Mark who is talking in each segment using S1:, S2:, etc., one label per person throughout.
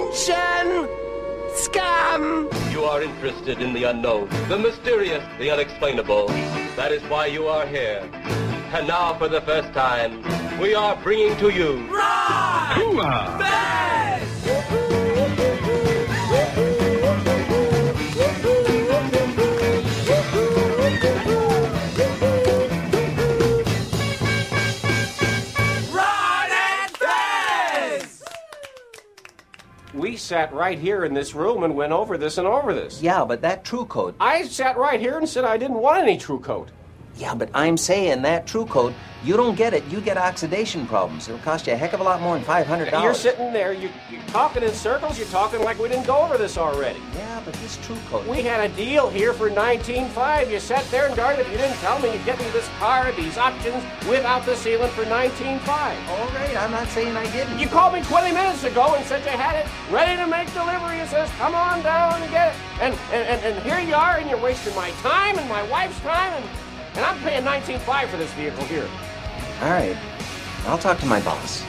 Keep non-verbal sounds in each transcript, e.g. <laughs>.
S1: Corruption! Scam!
S2: You are interested in the unknown, the mysterious, the unexplainable. That is why you are here. And now, for the first time, we are bringing to you
S3: We sat right here in this room and went over this and over this.
S1: Yeah, but that true code.
S3: I sat right here and said I didn't want any true coat.
S1: Yeah, but I'm saying that true code, you don't get it, you get oxidation problems. It'll cost you a heck of a lot more than $500.
S3: You're sitting there, you, you're talking in circles, you're talking like we didn't go over this already.
S1: Yeah, but this true code.
S3: We had a deal here for 19.5. You sat there and darn if you didn't tell me you'd get me this car, these options, without the sealant for 19.5.
S1: All right, I'm not saying I didn't.
S3: You called me 20 minutes ago and said you had it ready to make delivery. It says, come on down and get it. And, and, and, and here you are, and you're wasting my time and my wife's time, and, and I'm paying 19.5 for this vehicle here.
S1: All right, I'll talk to my boss.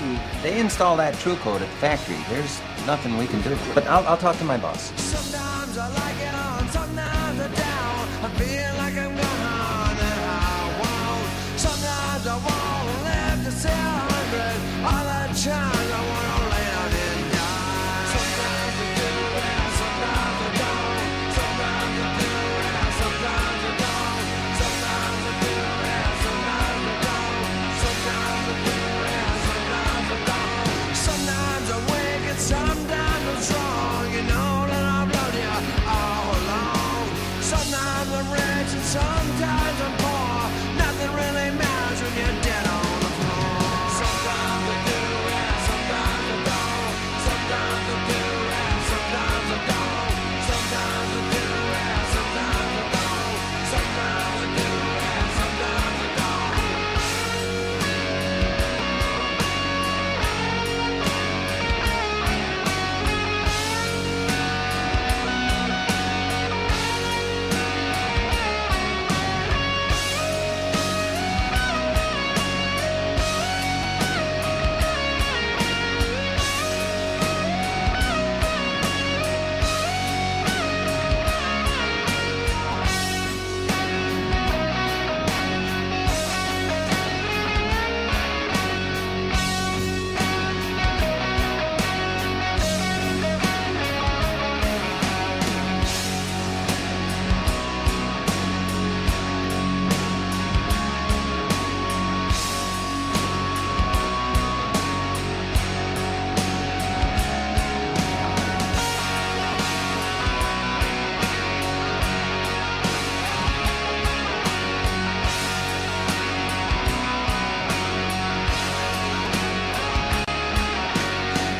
S1: See, they install that true code at the factory. There's nothing we can do. But I'll, I'll talk to my boss.
S4: Sometimes I like it on, sometimes I down. I feel like I'm gone and I won't. Sometimes I wanna live to see a hundred. Other times I wanna live and die. Sometimes I do and sometimes I don't. Sometimes I do and sometimes I don't. Sometimes I do and sometimes I don't. Sometimes I do and sometimes I don't. Sometimes I'm wicked, sometimes I'm strong. You know that I've known you all along. Sometimes I'm rich and sometimes I'm poor. Nothing really matters when you're dead on the floor. Sometimes I do and sometimes I don't. Sometimes I do and sometimes I don't. Sometimes I do and sometimes I don't. Sometimes I do and sometimes I don't.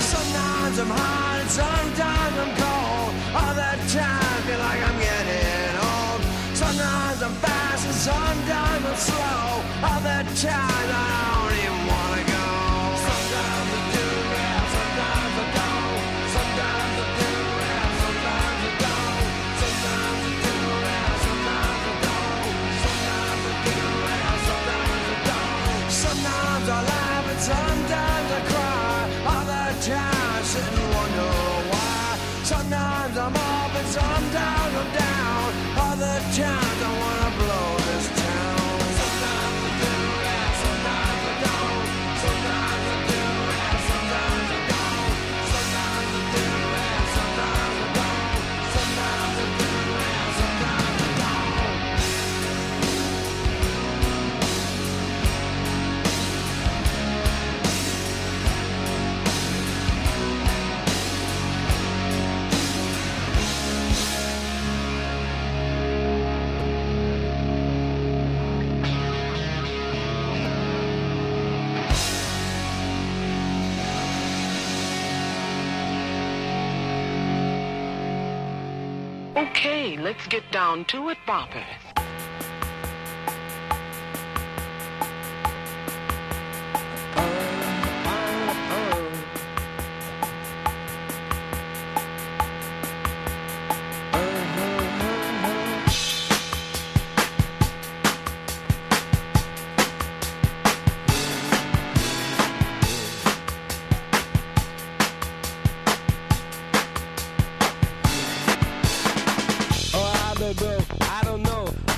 S4: Sometimes I'm hot and sometimes I'm cold. All that time feel like I'm getting old. Sometimes I'm fast and sometimes I'm slow. All that time I don't even wanna go. Sometimes I do and sometimes I don't. Sometimes I do and sometimes I don't. Sometimes I do and sometimes I don't. Sometimes I do and sometimes I don't. Sometimes I laugh and sometimes I cry. All that time I sit and wonder why. Sometimes I'm up and sometimes I'm down. Other times I wanna blow this town. Sometimes I do and sometimes I don't. Sometimes I do and sometimes I don't. Sometimes I do and sometimes I don't. Sometimes I do and sometimes I don't.
S5: Okay, let's get down to it, Bopper.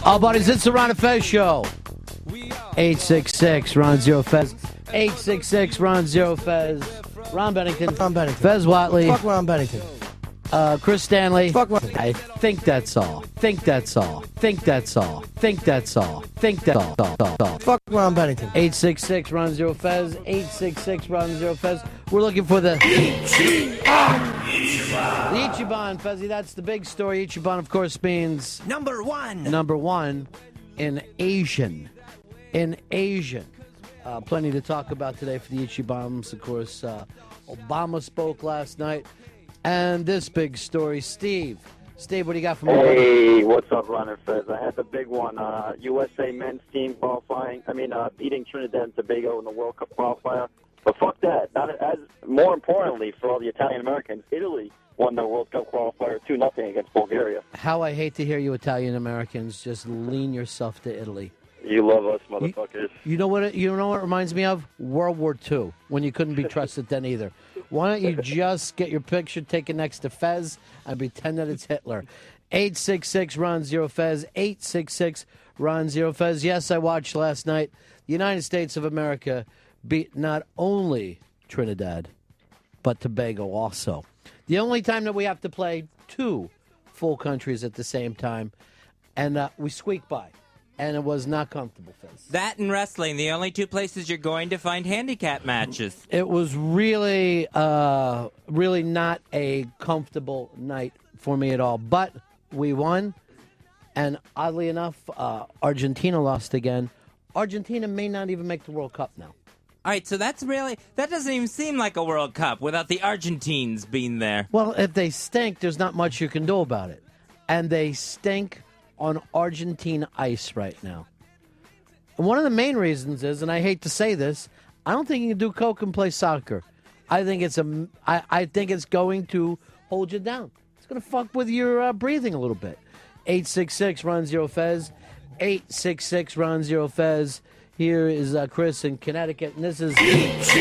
S6: All buddies, it's the Ron and Fez show. 866 Ron Zero
S4: <laughs>
S6: Fez. 866 Ron Zero Fez. Ron Bennington.
S7: Ron Bennington.
S6: Fez Watley.
S7: Fuck Ron Bennington.
S6: Uh, Chris Stanley.
S7: Fuck Ron-
S6: I think that's all. Think that's all. Think that's all. Think that's all. Think that's all. all, all, all.
S7: Fuck Ron Bennington.
S6: 866 Ron Zero Fez. 866 Ron Zero Fez. We're looking for the. Ichiban! The Ichiban, Fezzi. That's the big story. Ichiban, of course, means
S8: Number one.
S6: number one in Asian. In Asian. Uh, plenty to talk about today for the Ichibams. Of course, uh, Obama spoke last night. And this big story, Steve. Steve, what do you got from
S9: Hey, what's up, Runner Fez? I had the big one. Uh, USA men's team qualifying. I mean, uh, beating Trinidad and Tobago in the World Cup qualifier. But fuck that. Not as more importantly for all the Italian Americans, Italy won the World Cup qualifier two nothing against Bulgaria.
S6: How I hate to hear you Italian Americans just lean yourself to Italy.
S9: You love us, motherfuckers.
S6: You know what? It, you know what it reminds me of World War II when you couldn't be trusted then either. Why don't you just get your picture taken next to Fez and pretend that it's Hitler? Eight six six Ron Zero Fez. Eight six six Ron Zero Fez. Yes, I watched last night. The United States of America beat not only Trinidad but Tobago also. The only time that we have to play two full countries at the same time, and uh, we squeaked by, and it was not comfortable, Fez.
S10: That and wrestling, the only two places you're going to find handicap matches.
S6: it was really uh really not a comfortable night for me at all but we won and oddly enough uh argentina lost again argentina may not even make the world cup now
S10: All right, so that's really that doesn't even seem like a World Cup without the Argentines being there.
S6: well if they stink there's not much you can do about it and they stink on argentine ice right now and one of the main reasons is and i hate to say this i don't think you can do coke and play soccer i think it's a i, I think it's going to hold you down it's going to fuck with your uh, breathing a little bit 866 Ron Zero Fez. 866 Ron Zero Fez. Here is uh, Chris in Connecticut, and this is for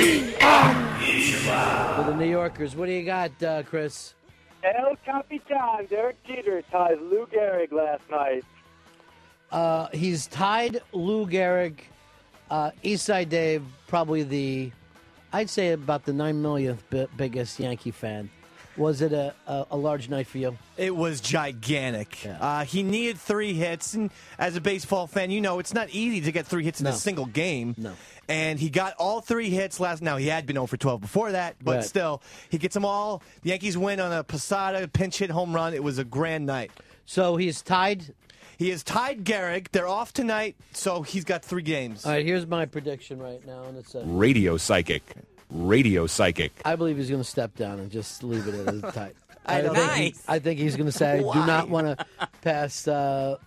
S6: the New Yorkers. What do you got, uh, Chris?
S9: El Capitan, Derek Jeter ties Lou Gehrig last night.
S6: Uh, he's tied Lou Gehrig, uh, Eastside Dave, probably the, I'd say about the nine millionth bi- biggest Yankee fan. Was it a, a, a large night for you?
S7: It was gigantic. Uh, he needed three hits, and as a baseball fan, you know it's not easy to get three hits in
S6: No.
S7: a single game.
S6: No.
S7: And he got all three hits last. Now he had been 0 for 12 before that, but
S6: Right.
S7: still, he gets them all. The Yankees win on a Posada pinch hit home run. It was a grand night.
S6: So he's tied.
S7: He is tied Garrick. They're off tonight, so he's got three games.
S6: All right, here's my prediction right now, and it's a.
S4: Radio Psychic. Radio Psychic.
S6: I believe he's going to step down and just leave it at a
S10: <laughs>
S6: tight. I,
S10: don't
S6: think
S10: know.
S6: he-
S10: Nice.
S6: I think he's going to say, I do not want to pass uh,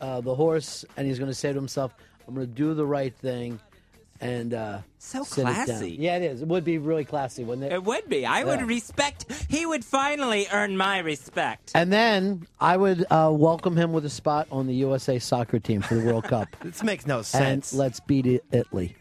S6: uh, the horse. And he's going to say to himself, I'm going to do the right thing. And uh,
S10: So
S6: sit it down.
S10: classy.
S6: Yeah, it is. It would be really classy, wouldn't it?
S10: It would be. I
S6: Yeah.
S10: would respect. He would finally earn my respect.
S6: and then I would uh, welcome him with a spot on the USA soccer team for the World Cup.
S7: <laughs> This makes no
S6: and
S7: sense.
S6: let's beat it, Italy.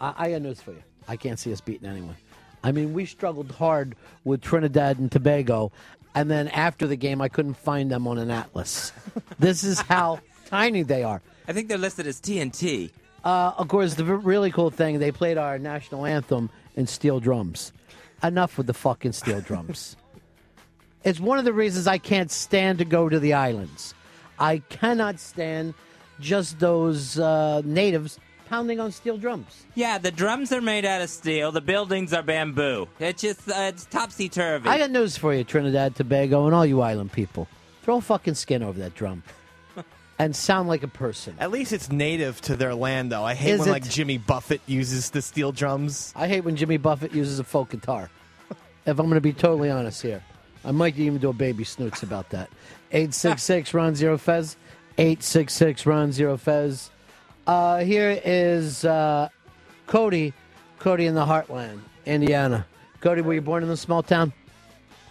S6: I, I got news for you. I can't see us beating anyone. I mean, we struggled hard with Trinidad and Tobago, and then after the game, I couldn't find them on an
S7: <laughs>
S6: atlas. this is how tiny they are.
S10: I think they're listed as TNT.
S6: Uh, of course, the really cool thing they played our national anthem in steel drums. Enough with the fucking steel drums. It's one of the reasons I can't stand to go to the islands. I cannot stand just those uh, natives pounding on steel drums.
S10: Yeah, the drums are made out of steel. The buildings are bamboo. It's just uh, it's topsy turvy.
S6: I got news for you, Trinidad, Tobago, and all you island people. Throw fucking skin over that drum and sound like a person.
S7: At least it's native to their land, though. I hate
S6: Is
S7: when
S6: it-
S7: like Jimmy Buffett uses the steel drums.
S6: I hate when Jimmy Buffett uses a folk guitar. If I'm going to be totally honest here, I might even do a baby snoots about that. 866 Ron Zero Fez. 866 Ron Zero Fez. Uh, here is uh, Cody. Cody in the heartland, Indiana. Cody, were you born in a small town?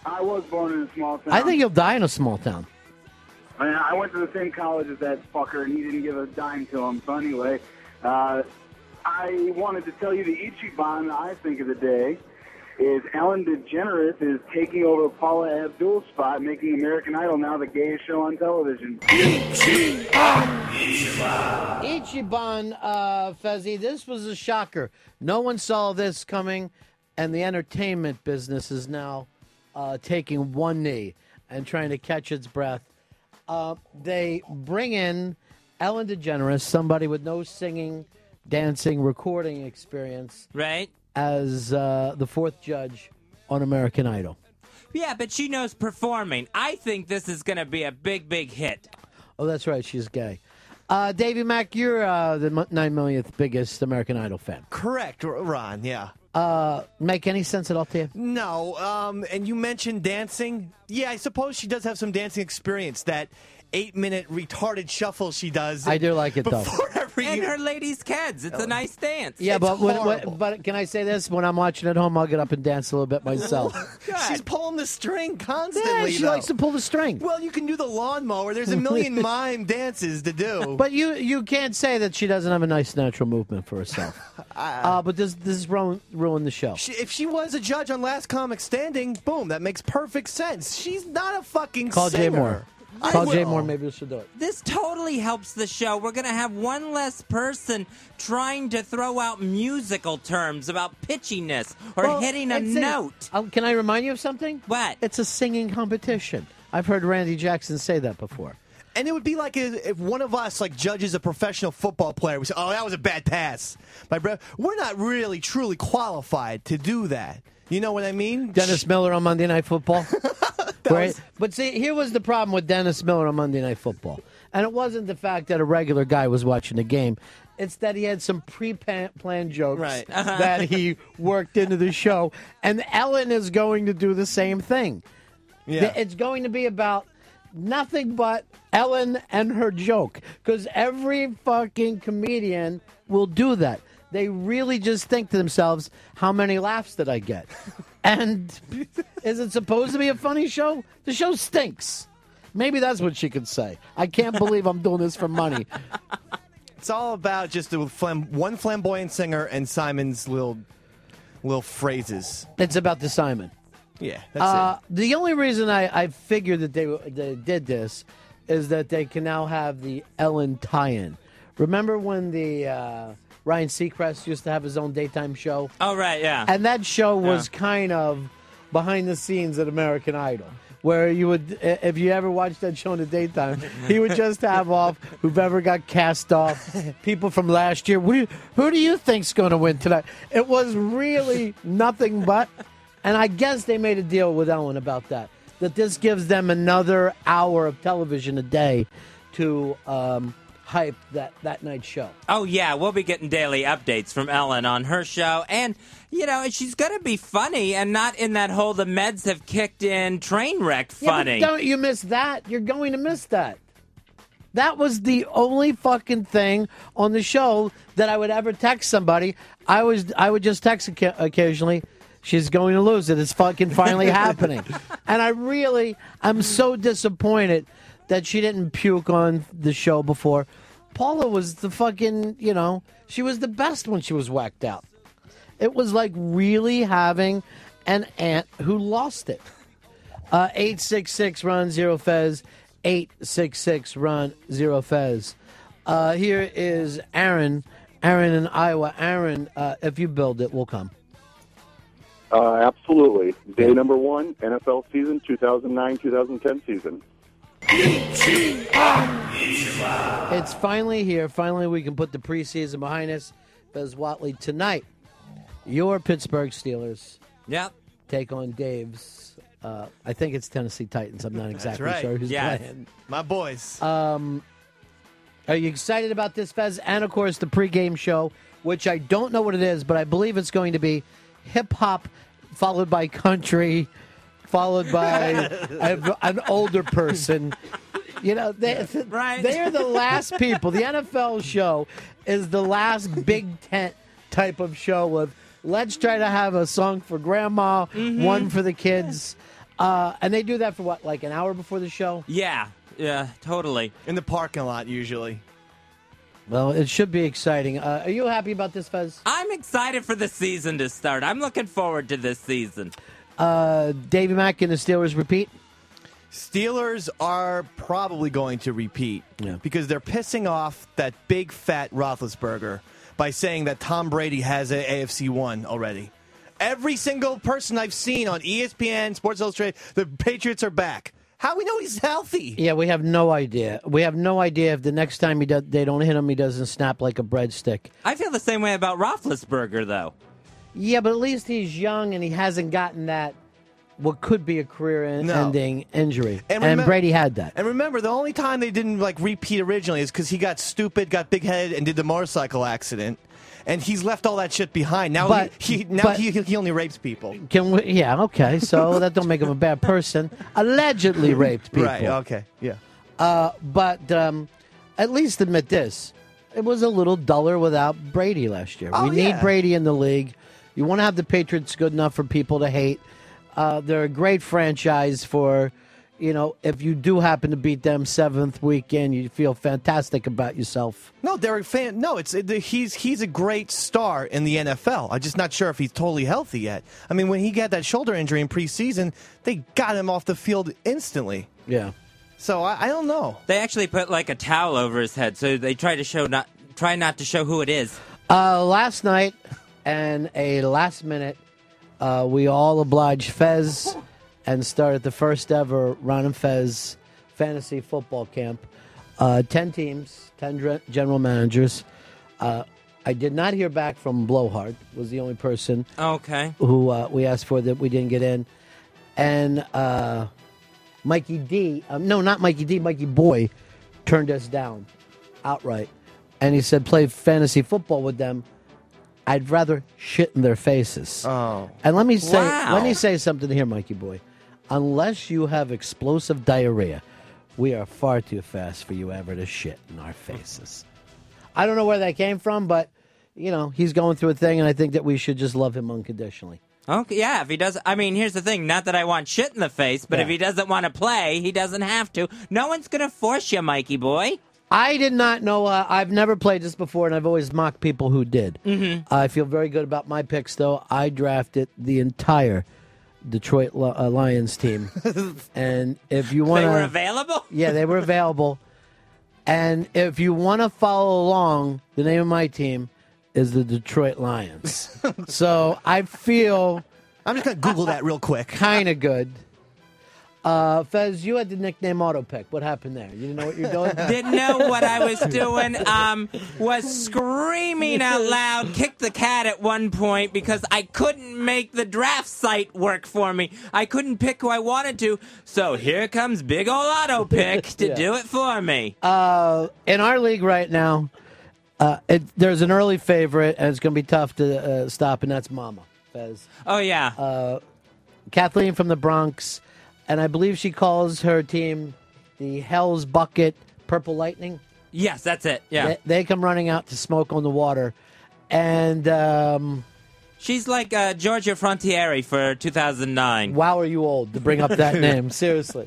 S9: I was born in a small town.
S6: I think you'll die in a small town.
S9: I, mean, I went to the same college as that fucker, and he didn't give a dime to him. So anyway, uh, I wanted to tell you the Ichiban I think of the day.
S11: is Ellen DeGeneres is taking over Paula Abdul's spot, making American Idol now the gayest show on television.
S6: Ichiban uh, Fezzi, this was a shocker. No one saw this coming, and the entertainment business is now uh, taking one knee and trying to catch its breath. Uh, they bring in Ellen DeGeneres, somebody with no singing, dancing, recording experience,
S10: right?
S6: As uh, the fourth judge on American Idol.
S10: Yeah, but she knows performing. I think this is going to be a big, big hit.
S6: Oh, that's right, she's gay. Uh, Davy Mack, you're uh, the mo- nine millionth biggest American Idol fan.
S7: Correct, R- Ron. Yeah.
S6: Uh, make any sense at all to you?
S7: No, um, and you mentioned dancing. Yeah, I suppose she does have some dancing experience. That eight-minute retarded shuffle she does.
S6: I do like it though.
S7: <laughs>
S10: and her ladies' kids. It's a nice dance.
S6: Oh. Yeah, but when, when, but can I say this? When I'm watching at home, I'll get up and dance a little bit <laughs> myself.
S7: She's pulling the string constantly.
S6: yeah, she
S7: though.
S6: likes to pull the string.
S7: Well, you can do the lawnmower. <laughs> There's a million
S6: <laughs>
S7: mime dances to do.
S6: But you you can't say that she doesn't have a nice natural movement for
S7: <laughs>
S6: herself. uh, but this this ruin ruined the show.
S7: She- if she was a judge on Last Comic Standing, boom, that makes perfect sense. She's not a fucking
S6: Call
S7: singer.
S6: Jay Moore.
S7: I
S6: Call Jay
S7: will.
S6: Moore. Maybe she'll do it.
S10: This totally helps the show. We're going to have one less person trying to throw out musical terms about pitchiness or
S6: Well,
S10: hitting a
S6: it's
S10: note.
S6: Uh, can I remind you of something?
S10: What?
S6: It's a singing competition. I've heard Randy Jackson say that before.
S7: And it would be like if if one of us, like judges, a professional football player, was, oh, that was a bad pass. My bro, we're not really truly qualified to do that. You know what I mean?
S6: Dennis Miller on Monday Night
S10: <laughs>
S6: Football. Right? But see, here was the problem with Dennis Miller on Monday Night Football. And it wasn't the fact that a regular guy was watching the game. It's that he had some pre-planned jokes
S7: Right. Uh-huh.
S6: that he worked into the show. And Ellen is going to do the same thing.
S7: Yeah.
S6: Th- It's going to be about nothing but Ellen and her joke. Because every fucking comedian will do that. They really just think to themselves, how many laughs did I get? and is it supposed to be a funny show? The show stinks. Maybe that's what she could say. I can't believe I'm doing this for money.
S7: It's all about just the flam- one flamboyant singer and Simon's little little phrases.
S6: It's about the Simon.
S7: Yeah, that's
S6: uh, The only reason I, I figured that they, w- they did this is that they can now have the Ellen tie-in. Remember when the uh, Ryan Seacrest used to have his own daytime show?
S10: Oh, right, yeah.
S6: And that show was
S10: Yeah.
S6: kind of behind the scenes at American Idol. Where you would, i- if you ever watched that show in the daytime, he would just have off whoever got cast off, people from last year. What do you, who do you think's going to win tonight? It was really nothing but, and I guess they made a deal with Ellen about that. That this gives them another hour of television a day to um, hype that that night's show.
S10: Oh yeah, we'll be getting daily updates from Ellen on her show, and you know she's gonna be funny and not in that whole the meds have kicked in train wreck
S6: Yeah, but
S10: funny.
S6: don't you miss that? You're going to miss that. That was the only fucking thing on the show that I would ever text somebody. I was I would just text occa- occasionally. She's going to lose it. It's fucking finally happening. And I really I'm so disappointed that she didn't puke on the show before. Paula was the fucking, you know, she was the best when she was whacked out. It was like really having an aunt who lost it. Uh, 866 Run Zero Fez. 866 Run Zero Fez. Uh, here is Aaron. Aaron in Iowa. Aaron, uh, if you build it, we'll come.
S2: Uh, absolutely. Day number one, NFL season, 2009-2010 season.
S6: It's finally here. Finally, we can put the preseason behind us. Fez Watley, tonight, your Pittsburgh Steelers
S10: Yep.
S6: take on Dave's. Uh, I think it's Tennessee Titans. I'm not exactly
S7: right.
S6: sure who's
S7: Yeah.
S6: playing.
S7: My boys.
S6: Um, are you excited about this, Fez? And of course, the pregame show, which I don't know what it is, but I believe it's going to be hip hop followed by country, followed by a- an older person. You know, they, they are the last people. The NFL show is the last big tent type of show of let's try to have a song for grandma, one for the kids. Uh, and they do that for what, like an hour before the show?
S10: yeah, yeah, totally.
S7: In the parking lot usually.
S6: Well, it should be exciting. Uh, are you happy about this, Fez?
S10: I'm excited for the season to start. I'm looking forward to this season.
S6: Uh, Davey Mack and the Steelers repeat.
S7: Steelers are probably going to repeat because they're pissing off that big fat Roethlisberger by saying that Tom Brady has a AFC one already. Every single person I've seen on E ESPN, Sports Illustrated, the Patriots are back. How we know he's healthy?
S6: Yeah, we have no idea. We have no idea if the next time he does, they don't hit him, he doesn't snap like a breadstick.
S10: I feel the same way about Roethlisberger, though.
S6: Yeah, but at least he's young and he hasn't gotten that what could be a career-ending injury. And,
S7: remem-
S6: Brady had that.
S7: And remember, the only time they didn't like repeat originally is because he got stupid, got big headed, and did the motorcycle accident. And he's left all that shit behind. Now
S6: But-
S7: he, he now
S6: but-
S7: he, he only rapes people.
S6: Can we, yeah, okay. <laughs> So that don't make him a bad person. Allegedly raped people.
S7: Right. Okay. Yeah.
S6: Uh, but um, at least admit this: it was a little duller without Brady last year.
S7: Oh,
S6: we need
S7: yeah.
S6: Brady in the league. You want to have the Patriots good enough for people to hate. Uh, they're a great franchise for, you know, if you do happen to beat them seventh weekend, you feel fantastic about yourself.
S7: No, Derek Fan. No, it's it, he's he's a great star in the NFL. I'm just not sure if he's totally healthy yet. I mean, when he got that shoulder injury in preseason, they got him off the field instantly.
S6: Yeah.
S7: So I, I don't know.
S10: They actually put like a towel over his head, so they try to show not try not to show who it is.
S6: Uh, last night and a last minute, uh, we all obliged Fez and started the first ever Ron and Fez fantasy football camp. Uh, 10 teams, 10 dr- general managers. Uh, I did not hear back from Blowhard, was the only person
S10: Oh, Okay.
S6: who uh, we asked for that we didn't get in. And uh, Mikey D, um, no, not Mikey D, Mikey Boy turned us down outright. And he said, play fantasy football with them. I'd rather shit in their faces. Oh. And let me say,
S12: Wow.
S6: let me say something here, Mikey Boy. Unless you have explosive diarrhea, we are far too fast for you ever to shit in our faces. I don't know where that came from, but you know he's going through a thing, and I think that we should just love him unconditionally.
S10: Okay, yeah, if he does, I mean, here's the thing. Not that I want shit in the face, but if he doesn't want to play, he doesn't have to. No one's going to force you, Mikey boy.
S6: I did not know. Uh, I've never played this before, and I've always mocked people who did. Mm-hmm. I feel very good about my picks, though. I drafted the entire Detroit Li- uh, Lions <laughs> team, and if you want,
S10: They were available?
S6: Yeah, they were available. And if you want to follow along, the name of my team is the Detroit
S10: <laughs>
S6: Lions. so I feel
S7: I'm just gonna Google that
S6: <laughs>
S7: real quick.
S6: Kind of good. Uh, Fez, you had the nickname Auto Pick. What happened there? You didn't know what you're doing.
S10: <laughs> Didn't know what I was doing. Um, was screaming out loud, kicked the cat at one point because I couldn't make the draft site work for me. I couldn't pick who I wanted to. So here comes big ol' auto pick
S6: <laughs>
S10: to
S6: Yeah.
S10: do it for me.
S6: Uh, in our league right now, uh, it, there's an early favorite, and it's going to be tough to uh, stop, and that's Mama. Fez.
S10: Oh yeah.
S6: Uh, Kathleen from the Bronx, and I believe she calls her team the Hell's Bucket Purple Lightning.
S10: Yes, that's it. Yeah.
S6: They, they come running out to smoke on the water, and um,
S10: She's like uh, Georgia Frontieri for 2009.
S6: wow, are you old to bring up
S10: <laughs>
S6: that name? Seriously.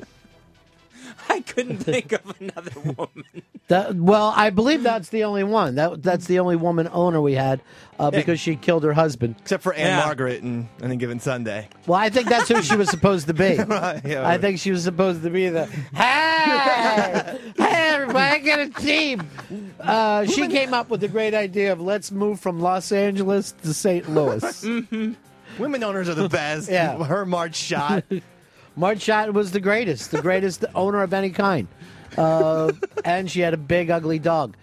S10: I couldn't think of another woman.
S6: That, well, I believe that's the only one. That that's the only woman owner we had uh,
S7: Yeah.
S6: because she killed her husband.
S7: Except for Anne Margaret and any given Sunday.
S6: Well, I think that's who she was supposed to be.
S7: <laughs> Right, yeah.
S6: I think she was supposed to be the
S7: <laughs>
S6: hey, hey everybody, I got a team. Uh, she came up with the great idea of let's move from Los Angeles to St.
S7: <laughs>
S6: Louis.
S7: Mm-hmm. Women owners are the best.
S6: Yeah.
S7: Her
S6: <laughs>
S7: March shot.
S6: Marge Schott was the greatest, the greatest owner of any kind, uh, and she had a big ugly dog.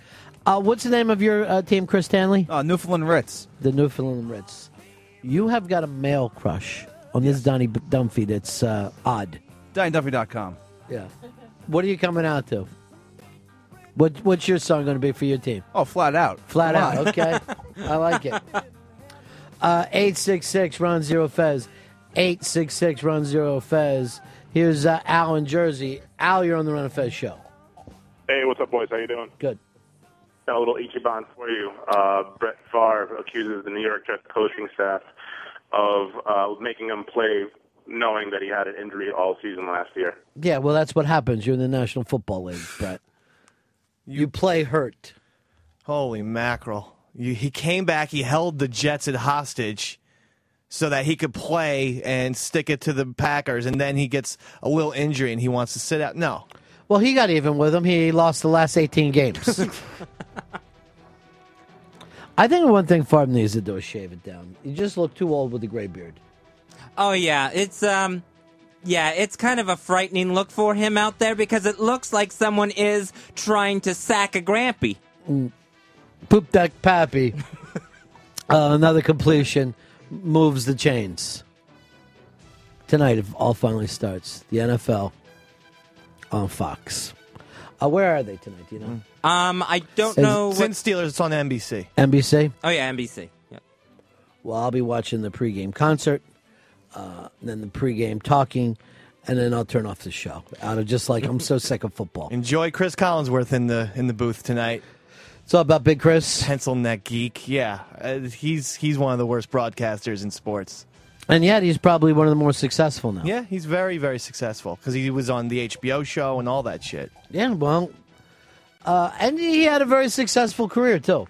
S6: Uh, what's the name of your uh, team, Chris Stanley?
S13: Uh, Newfoundland Ritz.
S6: The Newfoundland Ritz. You have got a male crush on this Donny B- Dunphy that's uh, odd.
S13: DonnieDuffy.com.
S6: Yeah. What are you coming out to? What What's your song going to be for your team?
S13: Oh, flat out.
S6: Flat
S13: Come
S6: out.
S13: on. <laughs>
S6: Okay. I like it. Uh, 866 Run Zero Fez. 866 Run Zero Fez. Here's uh, Al in Jersey. Al, you're on the Run of Fez show.
S14: Hey, what's up, boys? How you doing?
S6: Good.
S14: Got a little Ichiban for you. Uh, Brett Favre accuses the New York Jets coaching staff of uh, making him play knowing that he had an injury all season last year.
S6: Yeah, well, that's what happens. You're in the National Football League, Brett. You, play hurt.
S7: Holy mackerel. You, he came back, he held the Jets at hostage so that he could play and stick it to the Packers, and then he gets a little injury and he wants to sit out. No.
S6: Well, he got even with him. He lost the last 18
S13: <laughs>
S6: games. I think one thing Favre needs to do is shave it down. You just look too old with the gray beard.
S10: Oh yeah, it's um yeah, it's kind of a frightening look for him out there because it looks like someone is trying to sack a Grampy.
S6: Mm. Poop deck
S7: <laughs>
S6: Pappy. uh, another completion moves the chains. Tonight, it all finally starts. The NFL on Fox. Uh, where are they tonight? Do you
S7: Mm.
S6: know?
S10: Um I don't
S6: Is-
S10: know what
S6: since-
S7: Steelers, it's on NBC.
S6: NBC?
S10: Oh yeah, NBC. Yeah.
S6: Well, I'll be watching the pregame concert, uh, then the pregame talking, and then I'll turn off the show. Out of just like, I'm so sick of football.
S7: <laughs> Enjoy Chris Collinsworth in the in the booth tonight.
S6: It's all about Big Chris,
S7: pencil neck geek. Yeah, uh, he's he's one of the worst broadcasters in sports.
S6: And yet, he's probably one of the more successful now.
S7: Yeah, he's very very successful because he was on the HBO show and all that shit.
S6: Yeah, well, uh, and he had a very successful career, too.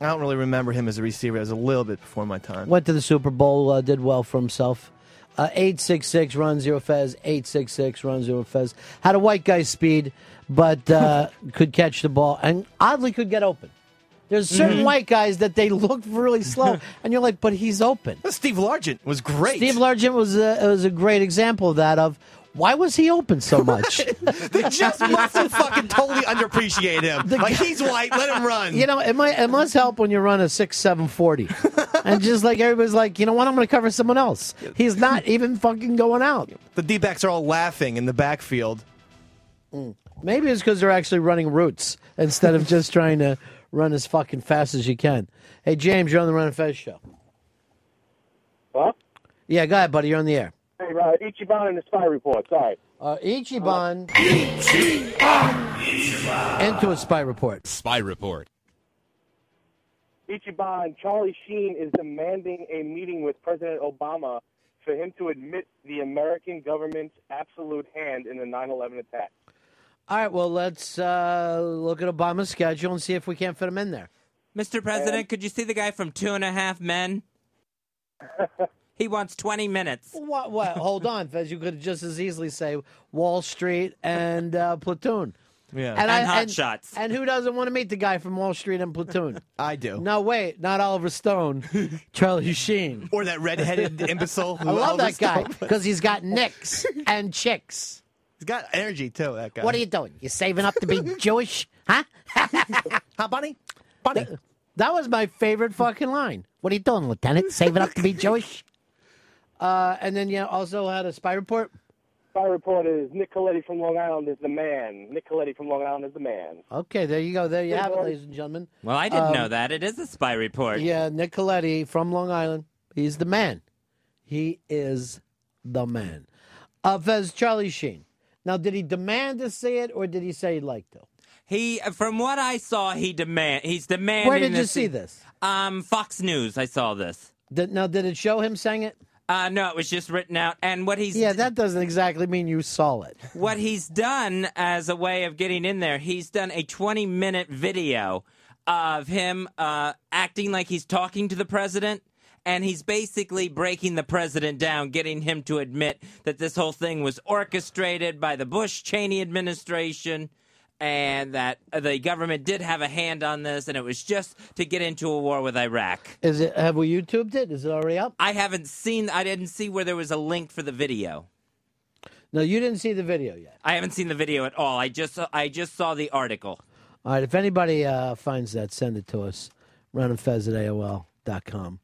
S7: I don't really remember him as a receiver. It was a little bit before
S6: <laughs>
S7: my time.
S6: Went to the Super Bowl, uh, did well for himself. Uh, 866 run zero Fez, 866 run zero Fez. Had a white guy speed, but
S7: <laughs>
S6: uh, could catch the ball and oddly could get open. There's certain
S7: Mhm.
S6: white guys that they look really
S7: <laughs>
S6: slow, and you're like, but he's open.
S7: Steve Largent was great.
S6: Steve Largent was a, was a great example of that. Of why was he open
S7: <laughs>
S6: so much?
S7: they just must have fucking totally underappreciate him. like he's white, let him
S6: <laughs>
S7: run.
S6: You know, it might it must help when you run a six seven forty, and just like everybody's like, you know what, I'm going to cover someone else. He's
S7: <laughs>
S6: not even fucking going out.
S7: the D backs are all laughing in the backfield.
S6: Maybe it's because they're actually running routes instead of just trying to run as fucking fast as you can. Hey James, you're on the Run and Fez show.
S12: What?
S6: Yeah, go ahead, buddy. You're on the air.
S12: Hey, uh, Ichiban and the Spy Report. Sorry.
S6: Uh, Ichiban.
S12: Ichiban.
S6: Into a spy report.
S4: Spy report.
S12: Ichiban. Charlie Sheen is demanding a meeting with President Obama for him to admit the American government's absolute hand in the 9/11 attack.
S6: All right, well, let's uh, look at Obama's schedule and see if we can't fit him in there.
S10: Mr. President, could you see the guy from Two and a Half Men? he wants 20 minutes.
S6: What? What? Hold on, Fez. You could just as easily say Wall Street and uh, Platoon.
S7: Yeah.
S10: And, Hot
S6: and,
S10: Shots.
S6: And who doesn't want to meet the guy from Wall Street and Platoon?
S7: <laughs> I do.
S6: No, wait, not Oliver
S7: <laughs>
S6: Stone, Charlie Sheen,
S7: or that redheaded imbecile.
S6: I
S7: who
S6: love
S7: Oliver
S6: that guy
S7: Stone-
S6: because he's got nicks and chicks.
S7: He's got energy too. That guy.
S6: What are you doing? You saving up <laughs> to be Jewish, huh? <laughs> huh,
S7: Bunny? Bunny.
S6: That, that was my favorite fucking line. What are you doing, Lieutenant? Saving up to be Jewish? <laughs> Uh, and then you also had a spy report.
S12: Spy Report is Nick Coletti from Long Island is the man. Nick Coletti from Long Island is the man.
S6: Okay, there you go. There you have it, ladies and gentlemen.
S10: Well, I didn't
S6: Um,
S10: know that. It is a spy report.
S6: Yeah, Nicoletti from Long Island. He's the man. He is the man. Uh, Fez Charlie Sheen. Now, did he demand to see it or did he say he'd like to?
S10: He, from what I saw, he demand he's demanding.
S6: Where did you
S10: this-
S6: see this?
S10: Um, Fox News. I saw this.
S6: Did, now, did it show him saying it?
S10: Uh, no, it was just written out. And what he's
S6: Yeah, that doesn't exactly mean you saw it.
S10: what he's done as a way of getting in there, he's done a 20 minute video of him uh, acting like he's talking to the president. And he's basically breaking the president down, getting him to admit that this whole thing was orchestrated by the Bush Cheney administration and that the government did have a hand on this and it was just to get into a war with Iraq.
S6: Is it? Have we YouTubed it? Is it already up?
S10: I haven't seen, I didn't see where there was a link for the video.
S6: No, you didn't see the video yet.
S10: I haven't seen the video at all. I just, I just saw the article.
S6: All right, if anybody uh, finds that, send it to us. Run and Fez at AOL.com.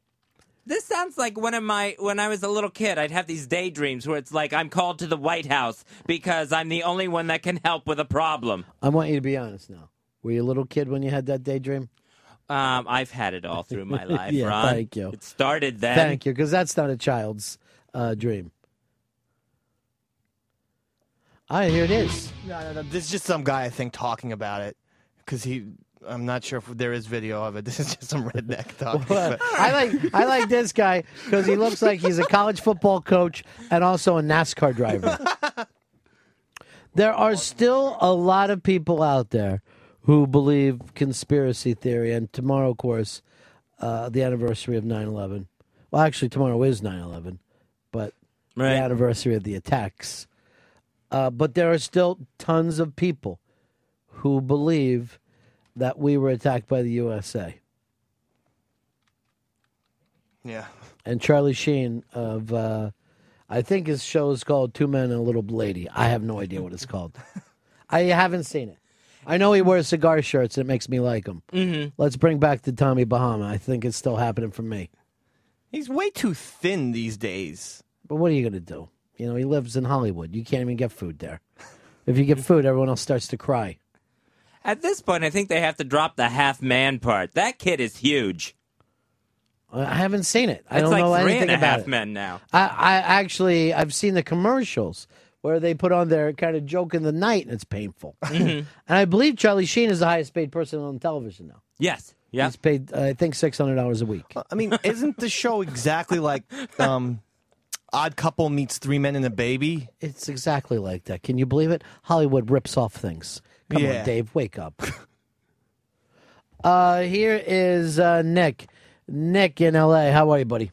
S10: This sounds like one of my when I was a little kid, I'd have these daydreams where it's like I'm called to the White House because I'm the only one that can help with a problem.
S6: I want you to be honest now. Were you a little kid when you had that daydream?
S10: Um, I've had it all
S6: <laughs>
S10: through my life,
S6: Yeah,
S10: Ron.
S6: thank you.
S10: It started then.
S6: Thank you, because that's not a child's uh, dream. All right, Oh, here it is.
S7: No, no, no. This is just some guy I think talking about it because he. I'm not sure if there is video of it. <laughs> This is just some
S6: <laughs>
S7: redneck talking.
S6: Well,
S7: about
S6: I like I like this guy because he looks like he's a college football coach and also a NASCAR driver. There are still a lot of people out there who believe conspiracy theory. And tomorrow, of course, uh, the anniversary of 9 11. Well, actually, tomorrow is 9 11, but the anniversary of the attacks. Uh, but there are still tons of people who believe that we were attacked by the USA.
S7: Yeah.
S6: and Charlie Sheen of uh, I think his show is called Two Men and a Little Lady. I have no idea what it's
S10: <laughs>
S6: called. I haven't seen it. I know he wears cigar shirts and it makes me like him.
S10: Mhm.
S6: Let's bring back the Tommy Bahama. I think it's still happening for me.
S7: He's way too thin these days.
S6: But what are you going to do? You know, he lives in Hollywood. You can't even get food there. If you get food, everyone else starts to cry.
S10: At this point, I think they have to drop the half man part. That kid is huge.
S6: I I haven't seen it. I
S10: it's
S6: don't
S10: like
S6: know
S10: three
S6: anything
S10: and a
S6: about
S10: half
S6: it.
S10: men now.
S6: I, I actually I've seen the commercials where they put on their kind of joke in the night, and it's painful. and I believe Charlie Sheen is the highest paid person on television now.
S10: Yes. Yeah.
S6: He's paid, uh, I think, six hundred dollars a week.
S7: I mean, isn't the show
S6: <laughs>
S7: exactly like um, Odd Couple meets Three Men and a Baby?
S6: It's exactly like that. Can you believe it? Hollywood rips off things. Come
S7: Yeah.
S6: on, Dave, wake up. <laughs> uh, here is uh, Nick. Nick in L.A. How are you, buddy?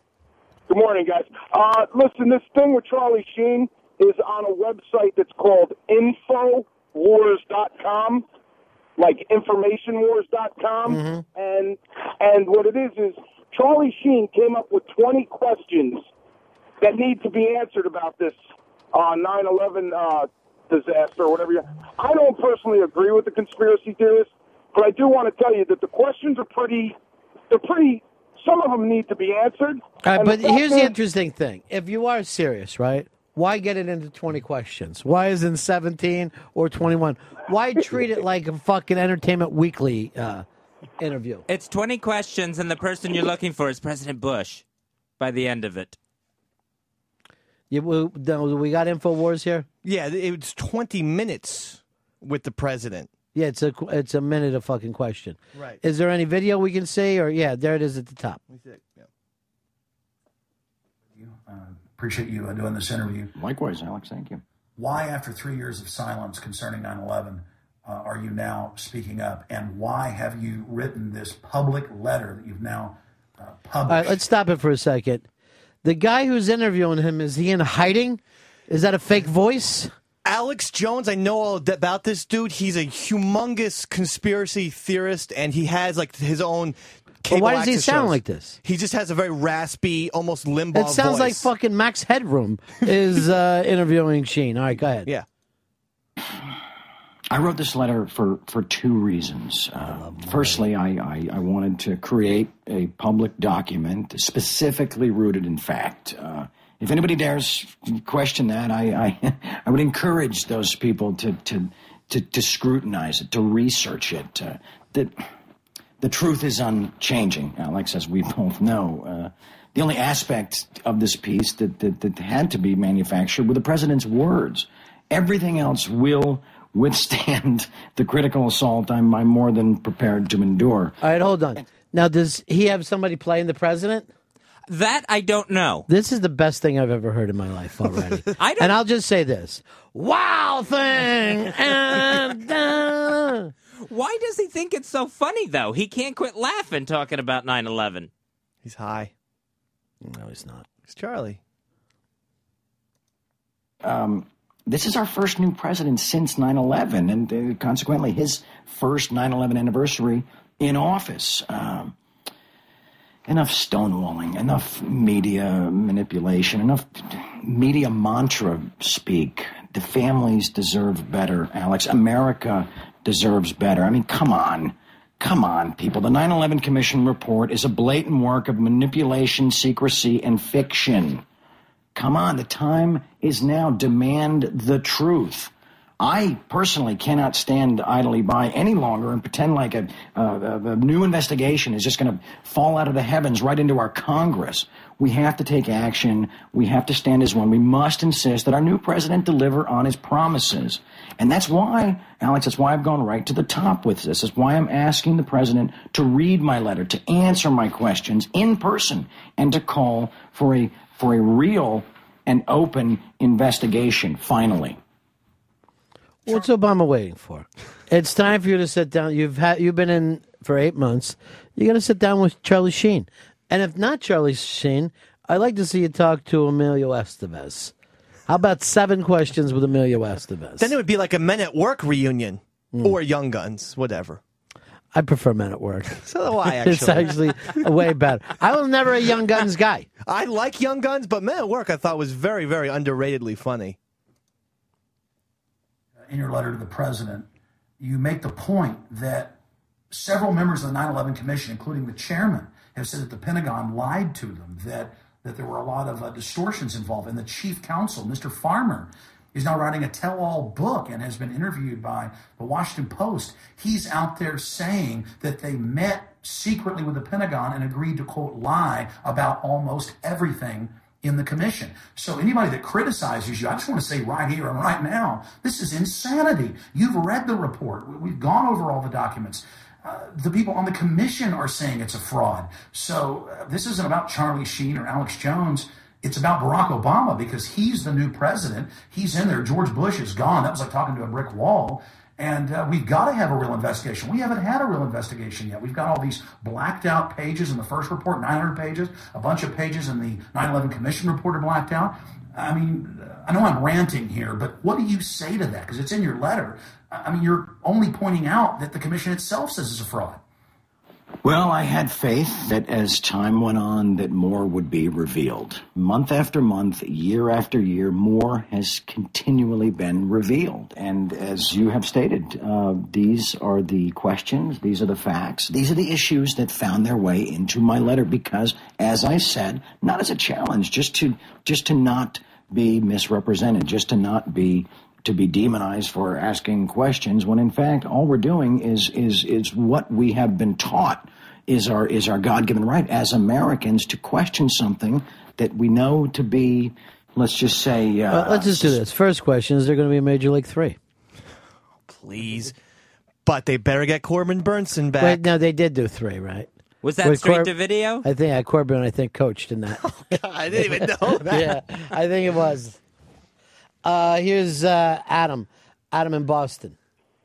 S11: Good morning, guys. Uh, listen, this thing with Charlie Sheen is on a website that's called InfoWars.com, like InformationWars.com,
S6: Mm-hmm.
S11: and and what it is is Charlie Sheen came up with 20 questions that need to be answered about this uh, 9/11 uh, disaster or whatever. You, I don't personally agree with the conspiracy theorists, but I do want to tell you that the questions are pretty. They're pretty. Some of them need to be answered.
S6: All right,
S11: and
S6: but
S11: fact
S6: here's the
S11: is-
S6: interesting thing. If you are serious, right? Why get it into 20 questions? Why isn't 17 or 21? Why treat it like a fucking Entertainment Weekly uh, interview?
S10: It's 20 questions, and the person you're looking for is President Bush by the end of it.
S6: You, we, no, we got InfoWars here?
S7: Yeah, it's 20 minutes with the president.
S6: Yeah, it's a, qu- it's a minute of fucking question.
S7: Right.
S6: Is there any video we can see? Or, yeah, there it is at the top.
S1: Appreciate you uh, doing this interview. Likewise, Alex. Thank you. Why, after three years of silence concerning 9 11, uh, are you now speaking up? And why have you written this public letter that you've now uh,
S15: Oh.
S6: All
S1: published?
S6: right, let's stop it for a second. The guy who's interviewing him, is he in hiding? Is that a fake voice?
S7: Alex Jones, I know all d- Oh, about this dude. He's a humongous conspiracy theorist, and he has like his own. Cable
S6: why does he
S7: access
S6: sound
S7: shows.
S6: like this?
S7: He just has a very raspy, almost limbo.
S6: It sounds like
S7: voice.
S6: fucking Max Headroom is
S7: <laughs>
S6: uh, interviewing Sheen. All right, go ahead.
S7: Yeah.
S1: I wrote this letter for, for two reasons. Uh, firstly, I, I, I wanted to create a public document specifically rooted in fact. Uh, if anybody dares question that, I, I, <laughs> I would encourage those people to, to, to, to scrutinize it, to research it. Uh, that the truth is unchanging, Alex, as we <laughs> both know. Uh, the only aspect of this piece that, that, that had to be manufactured were the president's words. Everything else will <laughs> withstand <laughs> the critical assault I'm, I'm more than prepared to endure.
S6: All right, hold on. Now, does he have somebody playing the president?
S10: That I don't know.
S6: This is the best thing I've ever heard in my life already.
S10: <laughs> I don't...
S6: And I'll just say this. Wow thing! and, uh,
S10: Why does he think it's so funny, though? He can't quit laughing talking about 9 11.
S7: He's high.
S6: No, he's not.
S7: It's Charlie.
S1: um, this is our first new president since 9 11, and uh, consequently, his first 9 11 anniversary in office. Um, enough stonewalling, enough media manipulation, enough media mantra speak. The families deserve better, Alex. America deserves better. I mean, come on. Come on, people. The 9 11 Commission report is a blatant work of manipulation, secrecy, and fiction. Come on, the time is now. Demand the truth. I personally cannot stand idly by any longer and pretend like a, a, a- a new investigation is just going to fall out of the heavens right into our Congress. We have to take action. We have to stand as one. We must insist that our new president deliver on his promises. And that's why, Alex, that's why I've gone right to the top with this. That's why I'm asking the president to read my letter, to answer my questions in person, and to call for a for a real and open investigation finally.
S6: What's Obama waiting for? It's time for you to sit down. You've had you've been in for eight months. You got to sit down with Charlie Sheen, and if not Charlie Sheen, I'd like to see you talk to Emilio Estevez. How about seven questions with Emilio Estevez?
S7: Then it would be like a Men at Work reunion or Young Guns, whatever.
S6: I prefer Hmm. Men at Work.
S7: <laughs> So do I,
S6: <laughs> it's actually way better. I was never a Young Guns guy.
S7: <laughs> I like Young Guns, but Men at Work I thought was very, very underratedly funny.
S15: in your letter to the president, you make the point that several members of the 9 11 Commission, including the chairman, have said that the Pentagon lied to them, that, that there were a lot of uh, distortions involved. And the chief counsel, Mr. Farmer, is now writing a tell all book and has been interviewed by the Washington Post. He's out there saying that they met secretly with the Pentagon and agreed to, quote, lie about almost everything in the commission. So anybody that criticizes you, I just want to say right here and right now, this is insanity. You've read the report. We- We've gone over all the documents. Uh, the people on the commission are saying it's a fraud. So uh, this isn't about Charlie Sheen or Alex Jones. It's about Barack Obama because he's the new president. He's in there. George Bush is gone. That was like talking to a brick wall. And uh, we've got to have a real investigation. We haven't had a real investigation yet. We've got all these blacked out pages in the first report, 900 pages, a bunch of pages in the 9 11 Commission report are blacked out. I mean, I know I'm ranting here, but what do you say to that? Because it's in your letter. I I mean, you're only pointing out that the commission itself says it's a fraud.
S1: Well, I had faith that as time went on that more would be revealed. Month after month, year after year, more has continually been revealed. And as you have stated, uh, these are the questions, these are the facts, these are the issues that found their way into my letter because as I said, not as a challenge, just to just to not be misrepresented, just to not be to be demonized for asking questions when in fact all we're doing is is is what we have been taught is our is our god-given right as Americans to question something that we know to be let's just say uh,
S6: Uh, let's just do this. First question: Is there going to be a Major League Three?
S7: Please. But they better get Corbin Burnson back.
S6: Wait, no, they did do three, right?
S16: Was that
S6: Wait,
S16: straight
S6: Corb-
S16: to video?
S6: I think uh, Corbin, I think, coached
S7: <laughs>
S6: in that.
S7: Oh, I didn't even
S6: <laughs>
S7: know
S6: yeah,
S7: that.
S6: I think it was. Uh, here's uh, Adam. Adam in Boston.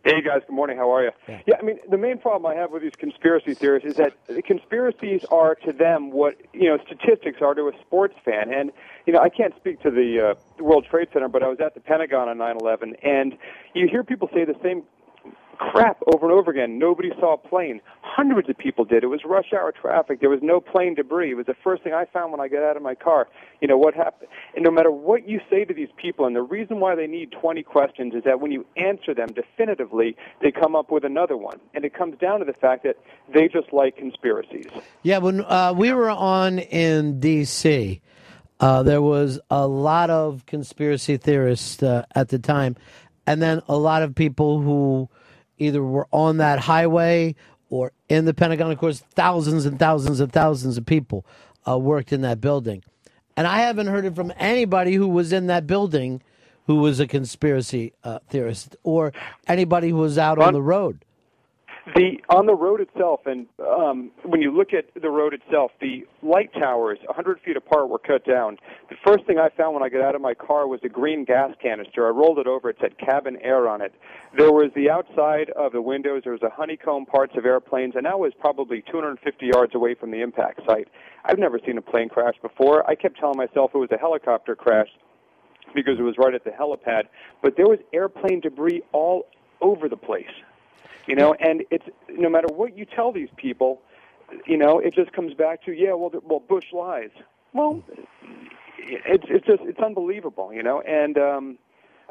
S11: Hey guys, good morning. How are you? Yeah. I mean, the main problem I have with these conspiracy theorists is that the conspiracies are to them what you know statistics are to a sports fan. And you know, I can't speak to the uh, the World Trade Center, but I was at the Pentagon on 9/11, and you hear people say the same crap over and over again. Nobody saw a plane. Hundreds of people did. It was rush hour traffic. There was no plane debris. It was the first thing I found when I got out of my car. You know what happened? And no matter what you say to these people, and the reason why they need 20 questions is that when you answer them definitively, they come up with another one. And it comes down to the fact that they just like conspiracies.
S6: Yeah, when uh, we were on in D.C., uh, there was a lot of conspiracy theorists uh, at the time, and then a lot of people who either were on that highway or in the Pentagon. Of course, thousands and thousands and thousands of people uh, worked in that building, and I haven't heard it from anybody who was in that building who was a conspiracy uh, theorist or anybody who was out on the road.
S11: The on the road itself, and um, when you look at the road itself, the light towers, 100 feet apart, were cut down. The first thing I found when I got out of my car was a green gas canister. I rolled it over. It said cabin air on it. There was the outside of the windows. There was a honeycomb parts of airplanes, and that was probably 250 yards away from the impact site. I've never seen a plane crash before. I kept telling myself it was a helicopter crash because it was right at the helipad, but there was airplane debris all over the place. You know, and it's no matter what you tell these people, you know, it just comes back to yeah, well, the, well, Bush lies. Well, it's it's just it's unbelievable, you know, and um,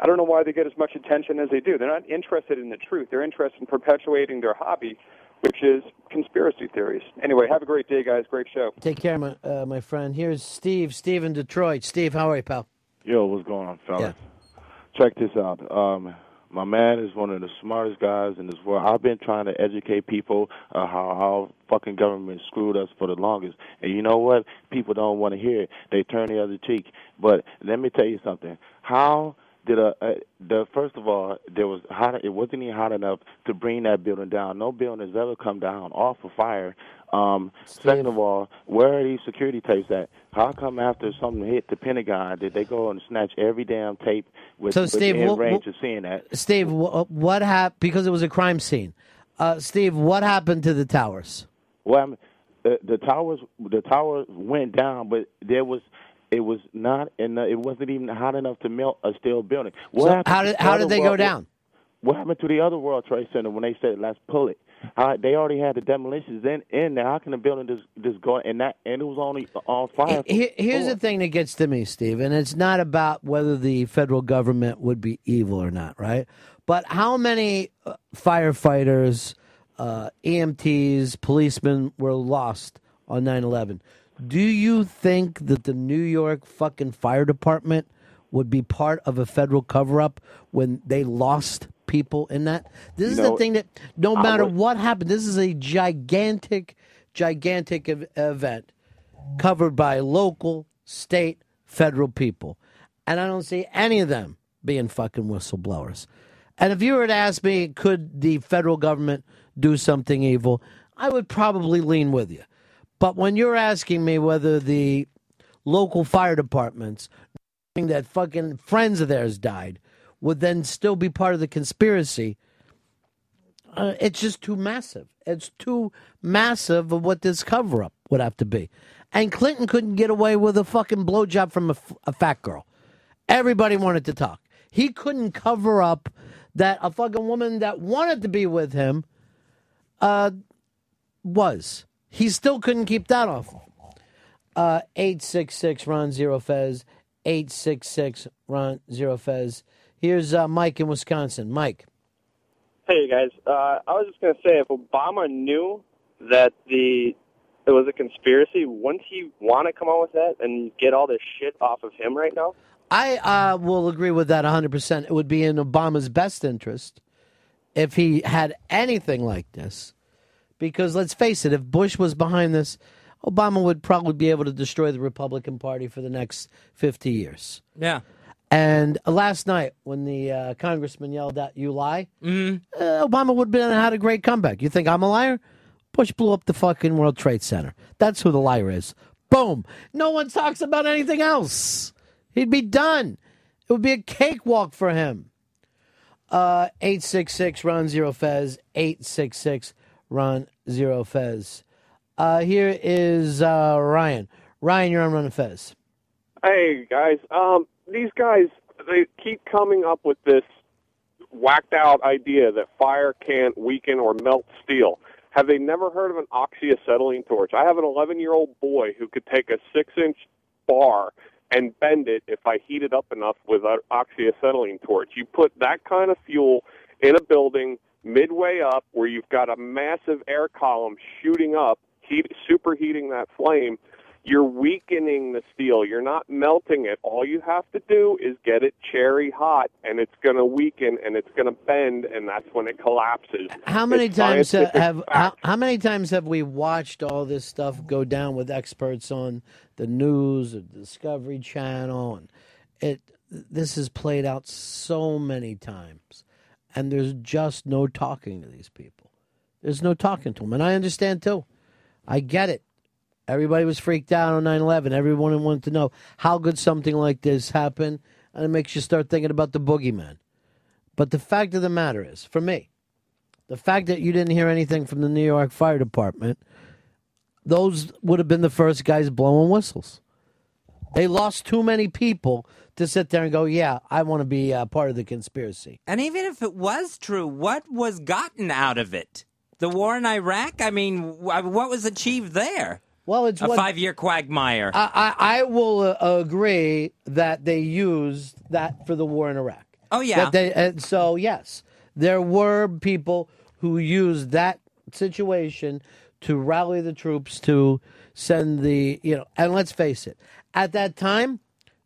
S11: I don't know why they get as much attention as they do. They're not interested in the truth. They're interested in perpetuating their hobby, which is conspiracy theories. Anyway, have a great day, guys. Great show.
S6: Take care, my, uh, my friend. Here's Steve. Steve in Detroit. Steve, how are you, pal?
S17: Yo, what's going on, fellas? Check this out. Um, my man is one of the smartest guys in this world. I've been trying to educate people uh, how how fucking government screwed us for the longest, and you know what? People don't want to hear it. They turn the other cheek. But let me tell you something. How did a, a the first of all there was hot? It wasn't even hot enough to bring that building down. No building has ever come down off of fire Um, second of all, where are these security tapes at? How come after something hit the Pentagon did they go and snatch every damn tape with
S6: So,
S17: within
S6: Steve, what-
S17: range
S6: what-
S17: of seeing that?
S6: Steve, wh- what happened? Because it was a crime scene. Uh, Steve, what happened to the towers?
S17: Well, I mean, the, the towers, the tower went down, but there was, it was not, and it wasn't even hot enough to melt a steel building. What
S6: So
S17: happened
S6: how
S17: to
S6: did-
S17: the
S6: how did
S17: other
S6: they go
S17: World-
S6: down?
S17: What happened to the other World Trade Center when they said let's pull it? How, they already had the demolitions in in there. How can the building just just go and that and it was only on fire? for
S6: Here, here's
S17: four.
S6: the thing that gets to me, Steve, and it's not about whether the federal government would be evil or not, right? But how many uh, firefighters, uh, EMTs, policemen were lost on 9 11? Do you think that the New York fucking fire department would be part of a federal cover up when they lost people in that? This is the
S18: No,
S6: thing that no
S18: I
S6: matter
S18: would-
S6: what happened, this is a gigantic, gigantic ev- event covered by local, state, federal people. And I don't see any of them being fucking whistleblowers. And if you were to ask me, could the federal government do something evil? I would probably lean with you. But when you're asking me whether the local fire departments, knowing that fucking friends of theirs died, would then still be part of the conspiracy, uh, it's just too massive. It's too massive of what this cover up would have to be. And Clinton couldn't get away with a fucking blowjob from a, f- a fat girl. Everybody wanted to talk. He couldn't cover up that a fucking woman that wanted to be with him uh, was. He still couldn't keep that off. Uh, 866 Ron Zero Fez. 866 Ron Zero Fez. Here's uh, Mike in Wisconsin. Mike.
S3: Hey guys, uh, I was just gonna say if Obama knew that the it was a conspiracy, wouldn't he want to come out with that and get all this shit off of him right now?
S6: I uh, will agree with that 100%. It would be in Obama's best interest if he had anything like this. Because let's face it, if Bush was behind this, Obama would probably be able to destroy the Republican Party for the next 50 years.
S10: Yeah.
S6: And last night, when the uh, congressman yelled out, You lie, uh, Obama would have been, had a great comeback. You think I'm a liar? Bush blew up the fucking World Trade Center. That's who the liar is. Boom. No one talks about anything else. He'd be done. It would be a cakewalk for him. Uh, 866 Ron Zero Fez. 866 Ron Zero Fez. Uh, here is uh, Ryan. Ryan, you're on Run and Fez.
S19: Hey guys, um, these guys they keep coming up with this whacked out idea that fire can't weaken or melt steel. Have they never heard of an oxyacetylene torch? I have an 11 year old boy who could take a six inch bar and bend it if I heat it up enough with an oxyacetylene torch. You put that kind of fuel in a building midway up where you've got a massive air column shooting up, heat, superheating that flame you're weakening the steel. You're not melting it. All you have to do is get it cherry hot, and it's going to weaken and it's going to bend, and that's when it collapses.
S6: How many
S19: It's
S6: times ha-
S19: scientific
S6: have how, how many times have we watched all this stuff go down with experts on the news or Discovery Channel and it this is played out so many times and there's just no talking to these people. There's no talking to them and I understand too. I get it. Everybody was freaked out on 9/11. Everyone wanted to know how could something like this happen and it makes you start thinking about the boogeyman. But the fact of the matter is, for me, the fact that you didn't hear anything from the New York Fire Department, those would have been the first guys blowing whistles. They lost too many people to sit there and go, "Yeah, I want to be uh, part of the conspiracy."
S10: And even if it was true, what was gotten out of it? The war in Iraq? I mean, wh- what was achieved there?
S6: Well, it's
S10: a
S6: what-
S10: five year quagmire.
S6: I, I, I will uh, agree that they used that for the war in Iraq.
S10: Oh, yeah.
S6: That they, and so yes, there were people who used that situation to rally the troops to send the you know. And let's face it, at that time,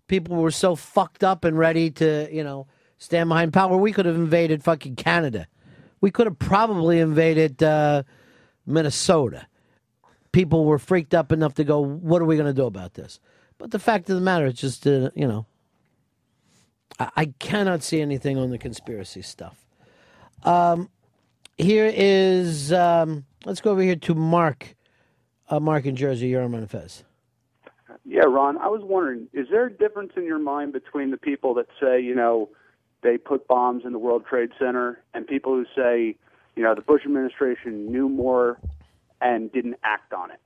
S6: people were so fucked up and ready to you know stand behind power. We could have invaded fucking Canada. We could have probably invaded uh, Minnesota people were freaked up enough to go, "What are we going to do about this?" But the fact of the matter, it's just uh, you know, I, I cannot see anything on the conspiracy stuff. Um, here is um, let's go over here to Mark. Uh, Mark in Jersey, you're on Run and Fez.
S18: Yeah, Ron, I was wondering, is there a difference in your mind between the people that say, you know, they put bombs in the World Trade Center and people who say, you know, the Bush administration knew more and didn't act on it?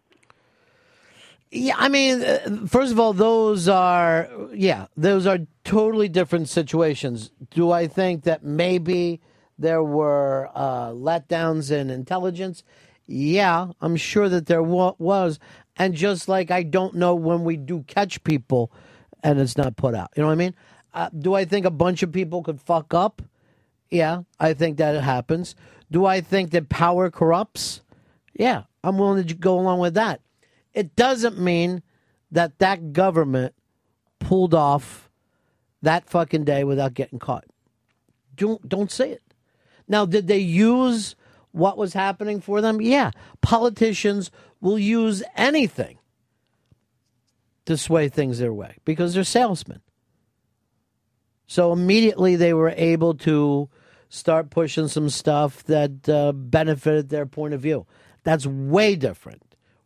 S6: Yeah, I mean, uh, first of all, those are yeah, those are totally different situations. Do I think that maybe there were uh, letdowns in intelligence? Yeah, I'm sure that there wa- was, and just like I don't know when we do catch people, and it's not put out. You know what I mean? Uh, do I think a bunch of people could fuck up? Yeah, I think that it happens. Do I think that power corrupts? Yeah, I'm willing to go along with that. It doesn't mean that that government pulled off that fucking day without getting caught. Don't don't say it. Now, did they use what was happening for them? Yeah, politicians will use anything to sway things their way because they're salesmen. So immediately they were able to start pushing some stuff that uh, benefited their point of view. That's way different,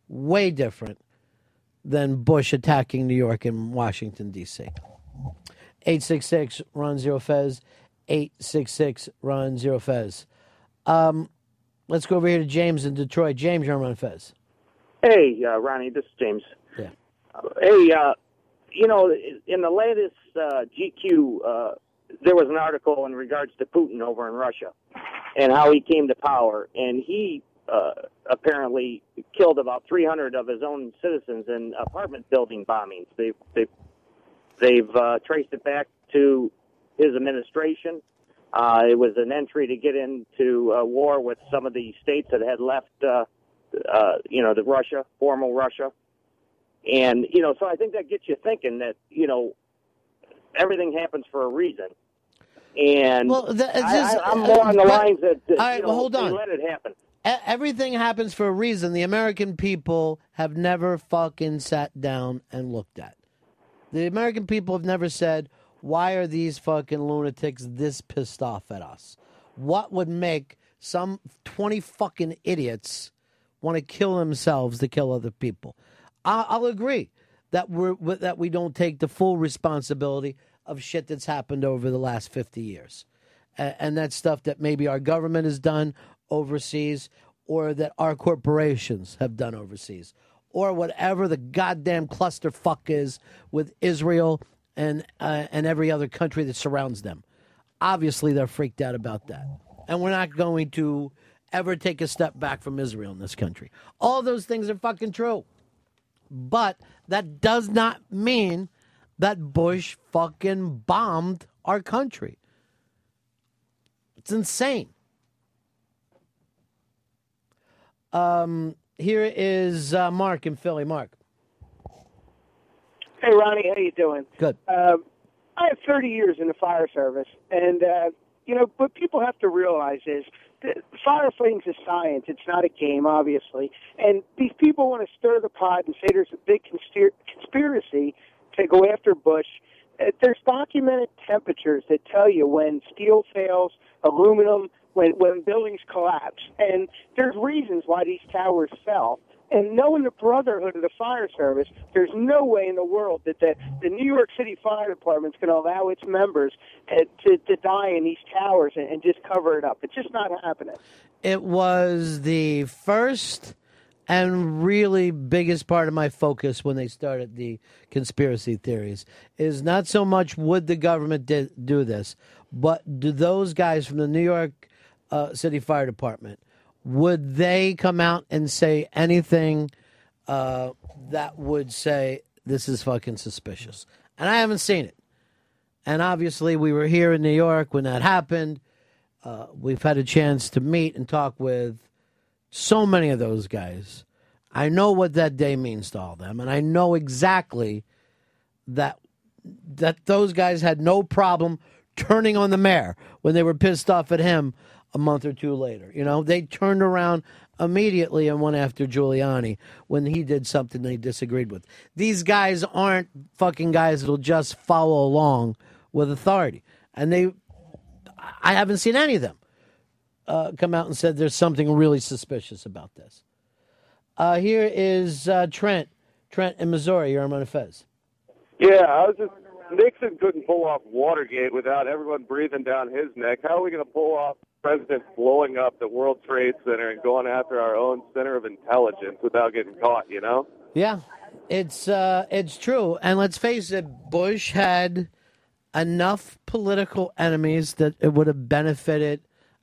S6: way different than Bush attacking New York and Washington, D.C. 866 Ron Zero Fez, 866 Ron Zero Fez. Um, let's go over here to James in Detroit. James, you're on Ron Fez.
S20: Hey, uh, Ronnie, this is James.
S6: Yeah.
S20: Uh, Hey, uh, you know, in the latest uh, GQ, uh, there was an article in regards to Putin over in Russia and how he came to power, and he uh, apparently killed about 300 of his own citizens in apartment building bombings. They've they've they've uh, traced it back to his administration. Uh, it was an entry to get into uh, war with some of the states that had left, uh, uh, you know, the Russia, formal Russia. And, you know, so I think that gets you thinking that, you know, everything happens for a reason. And
S6: Well, that- it's
S20: I,
S6: just- uh,
S20: I, am more on the
S6: but-
S20: lines that, that
S6: All right,
S20: you know,
S6: well, hold
S20: they
S6: on.
S20: let it happen.
S6: E- everything happens for a reason. The American people have never fucking sat down and looked at. The American people have never said, why are these fucking lunatics this pissed off at us? What would make some 20 fucking idiots want to kill themselves to kill other people? I- I'll agree that we're w- that we don't take the full responsibility of shit that's happened over the last 50 years and, and that's stuff that maybe our government has done overseas or that our corporations have done overseas or whatever the goddamn clusterfuck is with Israel and uh, and every other country that surrounds them. Obviously, they're freaked out about that, and we're not going to ever take a step back from Israel in this country. All those things are fucking true, but that does not mean that Bush fucking bombed our country. It's insane. Um, here is uh, Mark in Philly. Mark,
S21: Hey, Ronnie, how you doing?
S6: good.
S21: Um, I have 30 years in the fire service, and uh, you know what people have to realize is that firefighting's a science. It's not a game, obviously. And these people want to stir the pot and say there's a big conspir- conspiracy to go after Bush. Uh, There's documented temperatures that tell you when steel fails, aluminum, when when buildings collapse, and there's reasons why these towers fell. And knowing the brotherhood of the fire service, there's no way in the world that the, the New York City Fire Department's going to allow its members uh, to, to die in these towers and, and just cover it up. It's just not happening.
S6: It was the first and really biggest part of my focus when they started the conspiracy theories is not so much would the government di- do this, but do those guys from the New York uh, City Fire Department would they come out and say anything uh, that would say this is fucking suspicious? And I haven't seen it. And obviously, we were here in New York when that happened. Uh, we've had a chance to meet and talk with so many of those guys. I know what that day means to all of them, and I know exactly that that those guys had no problem turning on the mayor when they were pissed off at him a month or two later. You know, they turned around immediately and went after Giuliani when he did something they disagreed with. These guys aren't fucking guys that'll just follow along with authority. And they I haven't seen any of them uh, come out and said there's something really suspicious about this. Uh, here is uh, Trent. Trent in Missouri. You're on Fez.
S22: Yeah, I was just Nixon couldn't pull off Watergate without everyone breathing down his neck. How are we going to pull off president blowing up the World Trade Center and going after our own center of intelligence without getting caught? You know.
S6: Yeah, it's uh, it's true. And let's face it, Bush had enough political enemies that it would have benefited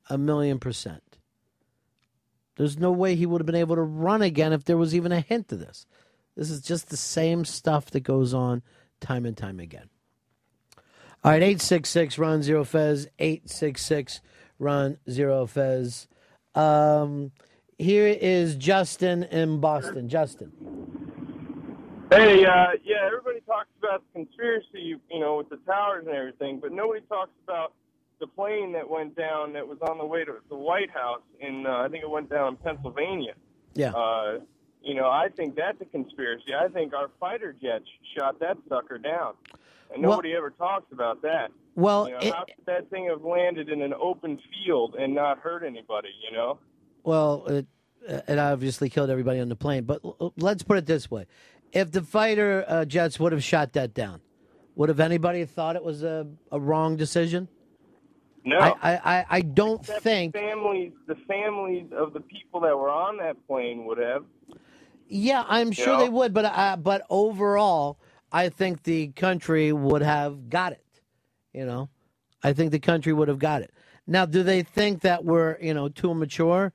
S6: a million percent. There's no way he would have been able to run again if there was even a hint of this. This is just the same stuff that goes on time and time again. All right, 866 Ron Zero Fez, 866 Ron Zero Fez. Um, here is Justin in Boston. Justin.
S23: Hey, uh, yeah, everybody talks about the conspiracy, you know, with the towers and everything, but nobody talks about the plane that went down that was on the way to the White House in, uh, I think it went down in Pennsylvania.
S6: Yeah.
S23: Uh, you know, I think that's a conspiracy. I think our fighter jets shot that sucker down, and
S6: Well-
S23: nobody ever talks about that.
S6: Well,
S23: you know,
S6: it-
S23: how could that thing have landed in an open field and not hurt anybody? You know.
S6: Well, it, it obviously killed everybody on the plane. But l- l- let's put it this way: if the fighter uh, jets would have shot that down, would have anybody thought it was a, a wrong decision?
S23: No.
S6: I I, I, I don't think.
S23: The families, the families of the people that were on that plane would have.
S6: Yeah, I'm
S23: You
S6: sure
S23: know?
S6: they would, but uh, but overall, I think the country would have got it. You know, I think the country would have got it. Now, do they think that we're you know too mature?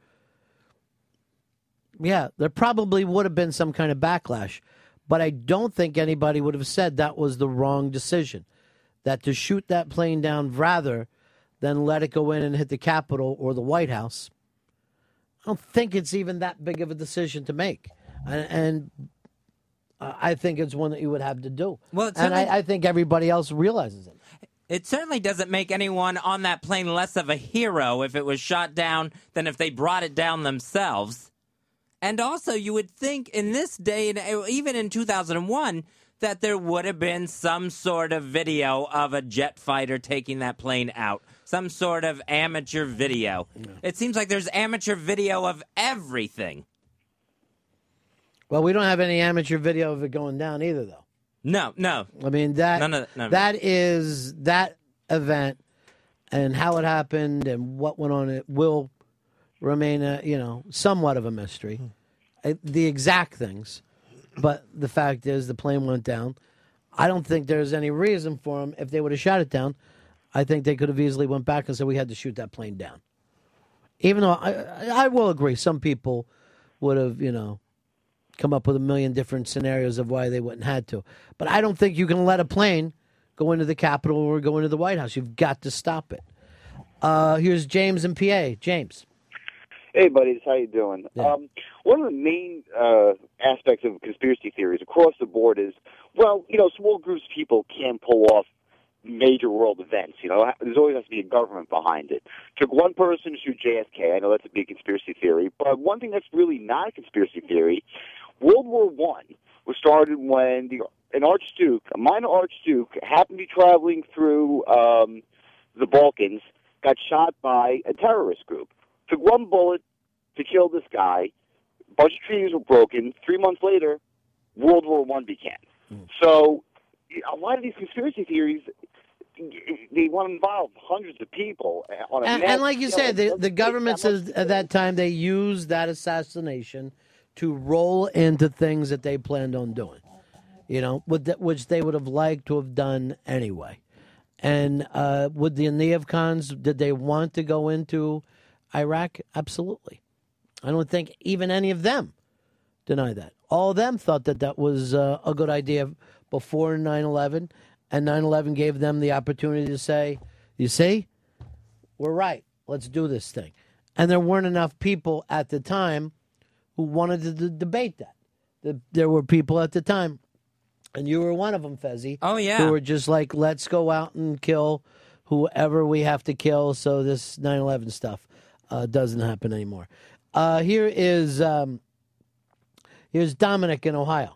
S6: Yeah, there probably would have been some kind of backlash, but I don't think anybody would have said that was the wrong decision. That to shoot that plane down rather than let it go in and hit the Capitol or the White House. I don't think it's even that big of a decision to make, and, and uh, I think it's one that you would have to do.
S10: Well,
S6: and
S10: certainly-
S6: I, I think everybody else realizes it.
S10: It certainly doesn't make anyone on that plane less of a hero if it was shot down than if they brought it down themselves. And also, you would think in this day, and even in 2001, that there would have been some sort of video of a jet fighter taking that plane out, some sort of amateur video. It seems like there's amateur video of everything.
S6: Well, we don't have any amateur video of it going down either, though.
S10: No, no.
S6: I mean that
S10: None of- none of
S6: that is that event and how it happened and what went on. It will remain, a, you know, somewhat of a
S10: Hmm.
S6: mystery. Uh, The exact things, but the fact is, the plane went down. I don't think there's any reason for them. If they would have shot it down, I think they could have easily went back and said we had to shoot that plane down. Even though I, I- I will agree, some people would have, you know, come up with a million different scenarios of why they wouldn't had to. But I don't think you can let a plane go into the Capitol or go into the White House. You've got to stop it. Uh, here's James in PA. James.
S24: Hey, buddies, how you doing? Um, one of the main uh, aspects of conspiracy theories across the board is, well, you know, small groups of people can pull off major world events. You know, there's always has to be a government behind it. Took one person to shoot JFK. I know that's a big conspiracy theory, but one thing that's really not a conspiracy theory: World War One was started when the an archduke, a minor archduke, happened to be traveling through um, the Balkans, got shot by a terrorist group. Took one bullet to kill this guy. A bunch of treaties were broken. Three months later, World War One began.
S22: Hmm.
S24: So a lot of these conspiracy theories, they want to involve hundreds of people on a
S6: And,
S24: mass
S6: and like you
S24: scale.
S6: said, the, the governments is- at that time, they used that assassination to roll into things that they planned on doing, you know, with the, which they would have liked to have done anyway. And uh, with the neocons, did they want to go into Iraq? Absolutely. I don't think even any of them deny that. All of them thought that that was uh, a good idea before 9 11, and 9 11 gave them the opportunity to say, you see, we're right. Let's do this thing. And there weren't enough people at the time who wanted to d- debate that. The- There were people at the time, and you were one of them, Fezzi.
S10: Oh, yeah.
S6: Who were just like, let's go out and kill whoever we have to kill so this 9 11 stuff uh, doesn't happen anymore. Uh, here is um, here's Dominic in Ohio.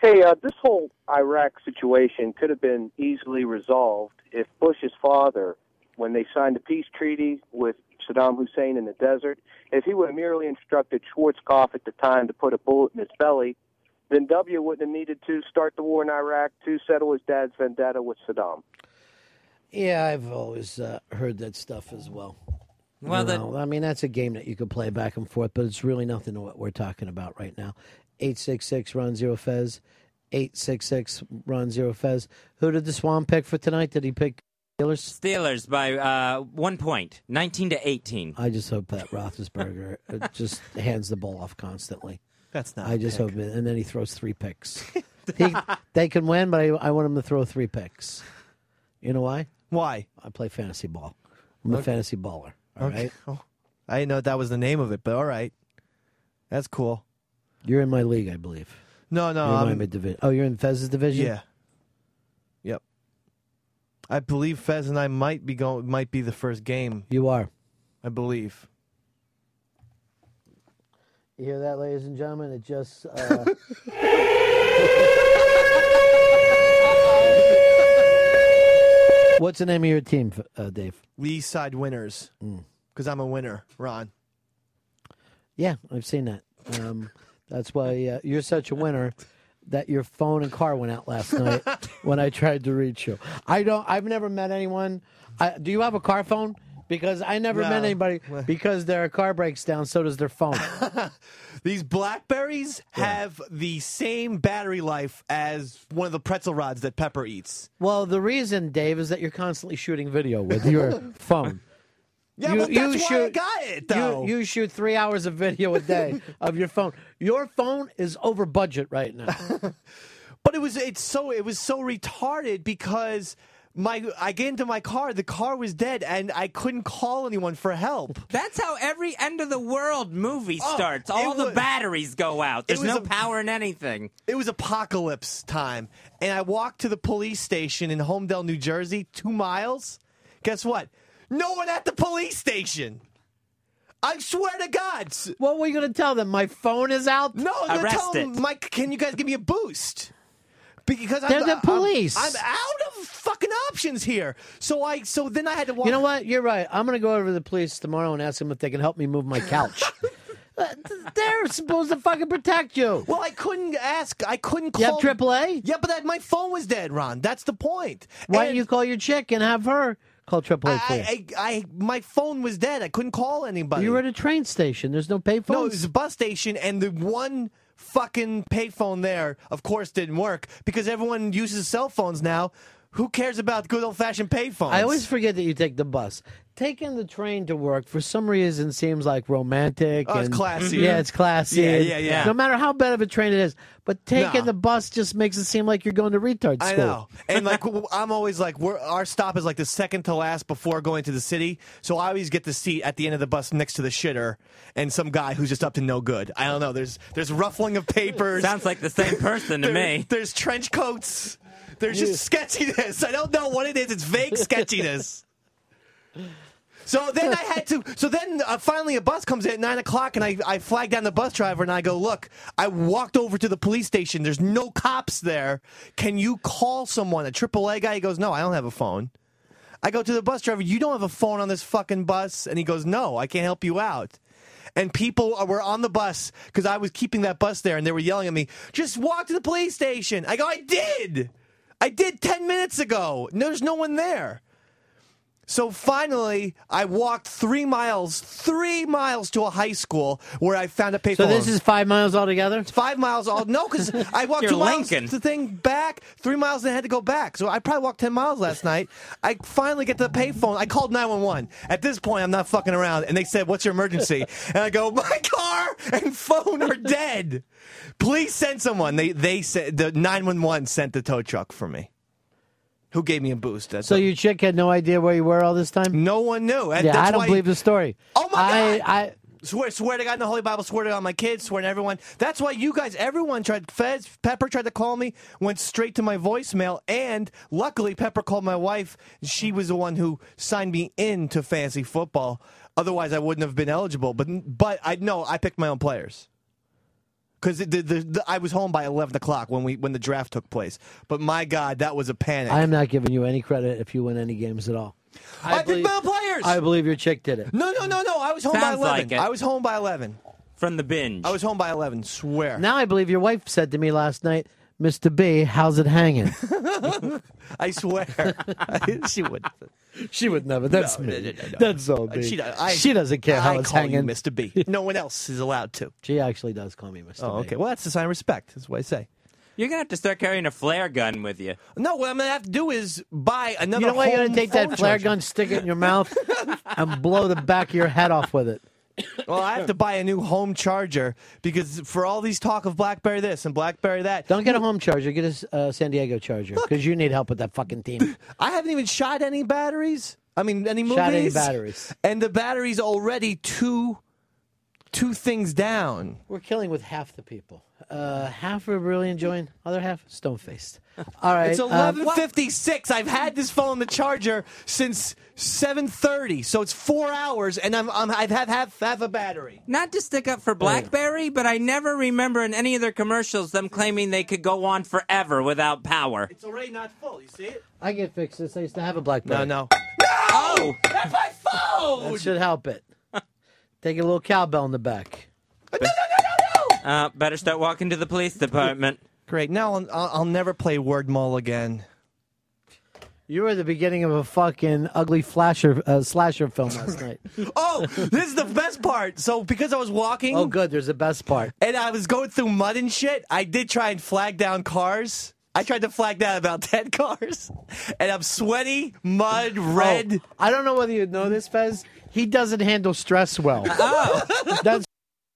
S22: Hey, uh, this whole Iraq situation could have been easily resolved if Bush's father, when they signed the peace treaty with
S11: Saddam Hussein in the desert, if he would have merely instructed Schwarzkopf at the time to put a bullet in his belly, then W wouldn't have needed to start the war in Iraq to settle his dad's vendetta with Saddam.
S6: Yeah, I've always uh, heard that stuff as well.
S10: Well,
S6: Well,
S10: the-
S6: I mean, that's a game that you could play back and forth, but it's really nothing to what we're talking about right now. 866 Ron Zero Fez. 866 Ron Zero Fez. Who did the Swan pick for tonight? Did he pick Steelers?
S10: Steelers by uh, one point, 19 to 18.
S6: I just hope that Roethlisberger uh, just hands the ball off constantly.
S7: That's not
S6: I
S7: a
S6: just
S7: pick.
S6: hope, it, and then he throws three
S7: <laughs>
S6: picks. he, they can win, but I, I want him to throw three picks. You know why?
S7: Why?
S6: I play fantasy ball. I'm a
S7: Okay.
S6: fantasy baller. All right.
S7: Oh, I didn't know that was the name of it, but all right. That's cool.
S6: You're in my league, I believe.
S7: No, no,
S6: You're in
S7: I'm-
S6: my mid division. Oh, you're in Fez's division.
S7: Yeah. Yep. I believe Fez and I might be going. Might be the first game.
S6: You are.
S7: I believe.
S6: You hear that, ladies and gentlemen? It just.
S7: <laughs>
S6: Uh... What's the name of your team, uh, Dave?
S7: The East Side winners.
S6: Mm.
S7: Because I'm a winner, Ron. <laughs>
S6: Yeah, I've seen that. Um, that's why uh, you're such a winner that your phone and car went out last night when I tried to reach you. I don't. I've never met anyone. I, do you have a car phone? Because I never met
S7: No.
S6: anybody
S7: Well-
S6: because their car breaks down, so does their phone.
S7: These blackberries have the same battery life as one of the pretzel rods that Pepper eats.
S6: well, the reason, Dave, is that you're constantly shooting video with
S7: <laughs>
S6: your phone.
S7: Yeah,
S6: You-
S7: but that's
S6: you
S7: why I
S6: should-
S7: got it
S6: you-
S7: though.
S6: You, shoot three hours of video a
S7: <laughs>
S6: day of your phone. Your phone is over budget right
S7: <laughs>
S6: now.
S7: But it was it's so it was so retarded because my I get into my car, the car was dead, and I couldn't call anyone for help.
S10: <laughs> That's how every end of the world movie
S7: Oh,
S10: starts.
S7: it
S10: All the
S7: was-
S10: batteries go out.
S7: it
S10: There's
S7: was
S10: no
S7: a-
S10: power in anything.
S7: It was apocalypse time, and I walked to the police station in Homedale, New Jersey, two miles. Guess what? No one at the police station. I swear to God.
S6: What were you going to tell them? My phone is out.
S7: No, I'm gonna tell
S6: Arrest
S7: them,
S6: it.
S7: Mike, can you guys give me a boost? Because
S6: They're
S7: I'm,
S6: the police.
S7: I'm, I'm out of fucking options here. So I so then I had to walk.
S6: You know what? You're right. I'm going to go over to the police tomorrow and ask them if they can help me move my
S7: <laughs>
S6: couch. Uh, th- They're supposed to fucking protect you.
S7: Well, I couldn't ask. I couldn't
S6: You have
S7: call.
S6: AAA?
S7: Yeah, but that, my phone was dead, Ron. That's the point.
S6: Why don't
S7: And
S6: you call your chick and have her call AAA for you?
S7: I, I, I, my phone was dead. I couldn't call anybody.
S6: you were at a train station. There's no pay
S7: no, it
S6: phones.
S7: was a bus station, and the one fucking payphone there, of course, didn't work because everyone uses cell phones now. Who cares about good old fashioned payphones?
S6: I always forget that you take the bus. Taking the train to work for some reason seems like romantic.
S7: Oh, it's
S6: and,
S7: classy.
S6: Yeah, it's classy.
S7: Yeah, yeah, yeah.
S6: No matter how bad of a train it is, but taking
S7: Nah.
S6: the bus just makes it seem like you're going to retard school.
S7: I know. And like, w- I'm always like, we're, our stop is like the second to last before going to the city. So I always get the seat at the end of the bus next to the shitter and some guy who's just up to no good. I don't know. There's there's ruffling of papers.
S10: Sounds like the same person to
S7: There-
S10: me.
S7: There's trench coats. There's just sketchiness. I don't know what it is. It's vague sketchiness. So then I had to. So then uh, finally a bus comes in at nine o'clock, and I, I flag down the bus driver, and I go, "Look, I walked over to the police station. There's no cops there. Can you call someone?" A AAA guy he goes, "No, I don't have a phone." I go to the bus driver. You don't have a phone on this fucking bus, and he goes, "No, I can't help you out." And people uh, were on the bus because I was keeping that bus there, and they were yelling at me, "Just walk to the police station." I go, "I did, I did ten minutes ago. No, there's no one there." So finally, I walked three miles, three miles to a high school where I found a payphone.
S6: So this is five miles altogether.
S7: five miles. All no,
S6: <laughs>
S7: because I walked
S10: You're
S7: two
S10: Lincoln.
S7: miles to the thing back, three miles, and I had to go back. So I probably walked ten miles last night. I finally get to the payphone. I called nine one one. At this point, I'm not fucking around, and they said, "What's your emergency?" <laughs> And I go, "My car and phone are dead. Please send someone." They they said the nine one one sent the tow truck for me. Who gave me a boost? That's
S6: So your chick had no idea where you were all this time.
S7: No one knew. And
S6: yeah,
S7: that's
S6: I don't
S7: why-
S6: believe the story.
S7: Oh my
S6: I,
S7: God!
S6: I
S7: swear, swear to God in the Holy Bible, swear to God, my kids, swear to everyone. That's why you guys, everyone tried. Fez, Pepper tried to call me, went straight to my voicemail, and luckily Pepper called my wife. She was the one who signed me into fantasy football. Otherwise, I wouldn't have been eligible. But but I no, I picked my own players. Because the, the, the, I was home by eleven o'clock when we when the draft took place, but my God, that was a panic.
S6: I am not giving you any credit if you win any games at all.
S7: I, picked my own players.
S6: I believe your chick did it.
S7: no, no, no, no. I was home by
S6: Sounds like
S7: eleven.
S6: it.
S7: I was home by eleven.
S10: From the binge.
S7: I was home by eleven. Swear.
S6: Now I believe your wife said to me last night, Mr. B, how's it
S7: <laughs>
S6: hanging?
S7: <laughs> I swear. <laughs> she would.
S6: She would never. That's
S7: No,
S6: me.
S7: no, no, no.
S6: That's all me.
S7: She, I-
S6: She doesn't care how
S7: I
S6: it's
S7: call
S6: hanging.
S7: You
S6: <laughs>
S7: Mr. B. No one else is allowed to.
S6: She actually does call me Mr.
S7: Oh,
S6: B.
S7: okay. Well, that's a sign of respect. That's what I say.
S10: You're gonna have to start carrying a flare gun with you.
S7: No, what I'm gonna have to do is buy another.
S6: You know what? You're gonna
S7: home
S6: take <laughs> that
S7: phone
S6: flare
S7: charger.
S6: gun, stick it in your
S7: <laughs>
S6: mouth, and blow the back of your head off with it.
S7: Well, I have to buy a new home charger because for all these talk of BlackBerry this and BlackBerry that,
S6: Don't get a home charger. Get a s- uh, San Diego charger because you need help with that fucking
S7: <laughs>
S6: team.
S7: I haven't even shot any batteries. I mean, any movies.
S6: Shot any batteries.
S7: And the battery's already two, two things down.
S6: We're killing with half the people. Uh, half are really enjoying, other half stone faced. All right,
S7: It's
S6: um,
S7: 11:56. I've had this phone, the charger, since 7:30, so it's four hours, and I'm, I'm I've had half half a battery.
S10: Not to stick up for BlackBerry, but I never remember in any of their commercials them claiming they could go on forever without power.
S7: It's already not full. You see it?
S6: I can fix this. I used to have a BlackBerry.
S7: No, no.
S10: Oh,
S7: that's my phone.
S6: That should help it. Take a little cowbell in the back.
S10: Uh, better start walking to the
S7: <laughs>
S10: police department.
S7: Great. Now I'll, I'll I'll never play word mall again.
S6: You were the beginning of a fucking ugly flasher uh, slasher film
S7: <laughs>
S6: last night.
S7: Oh, this is the best part. So because I was walking,
S6: Oh, good. There's the best part.
S7: and I was going through mud and shit, I did try and flag down cars. I tried to flag down about <laughs> 10 cars. And I'm sweaty, mud, red.
S6: Oh, I don't know whether you know this, Fez. He doesn't handle stress well. That's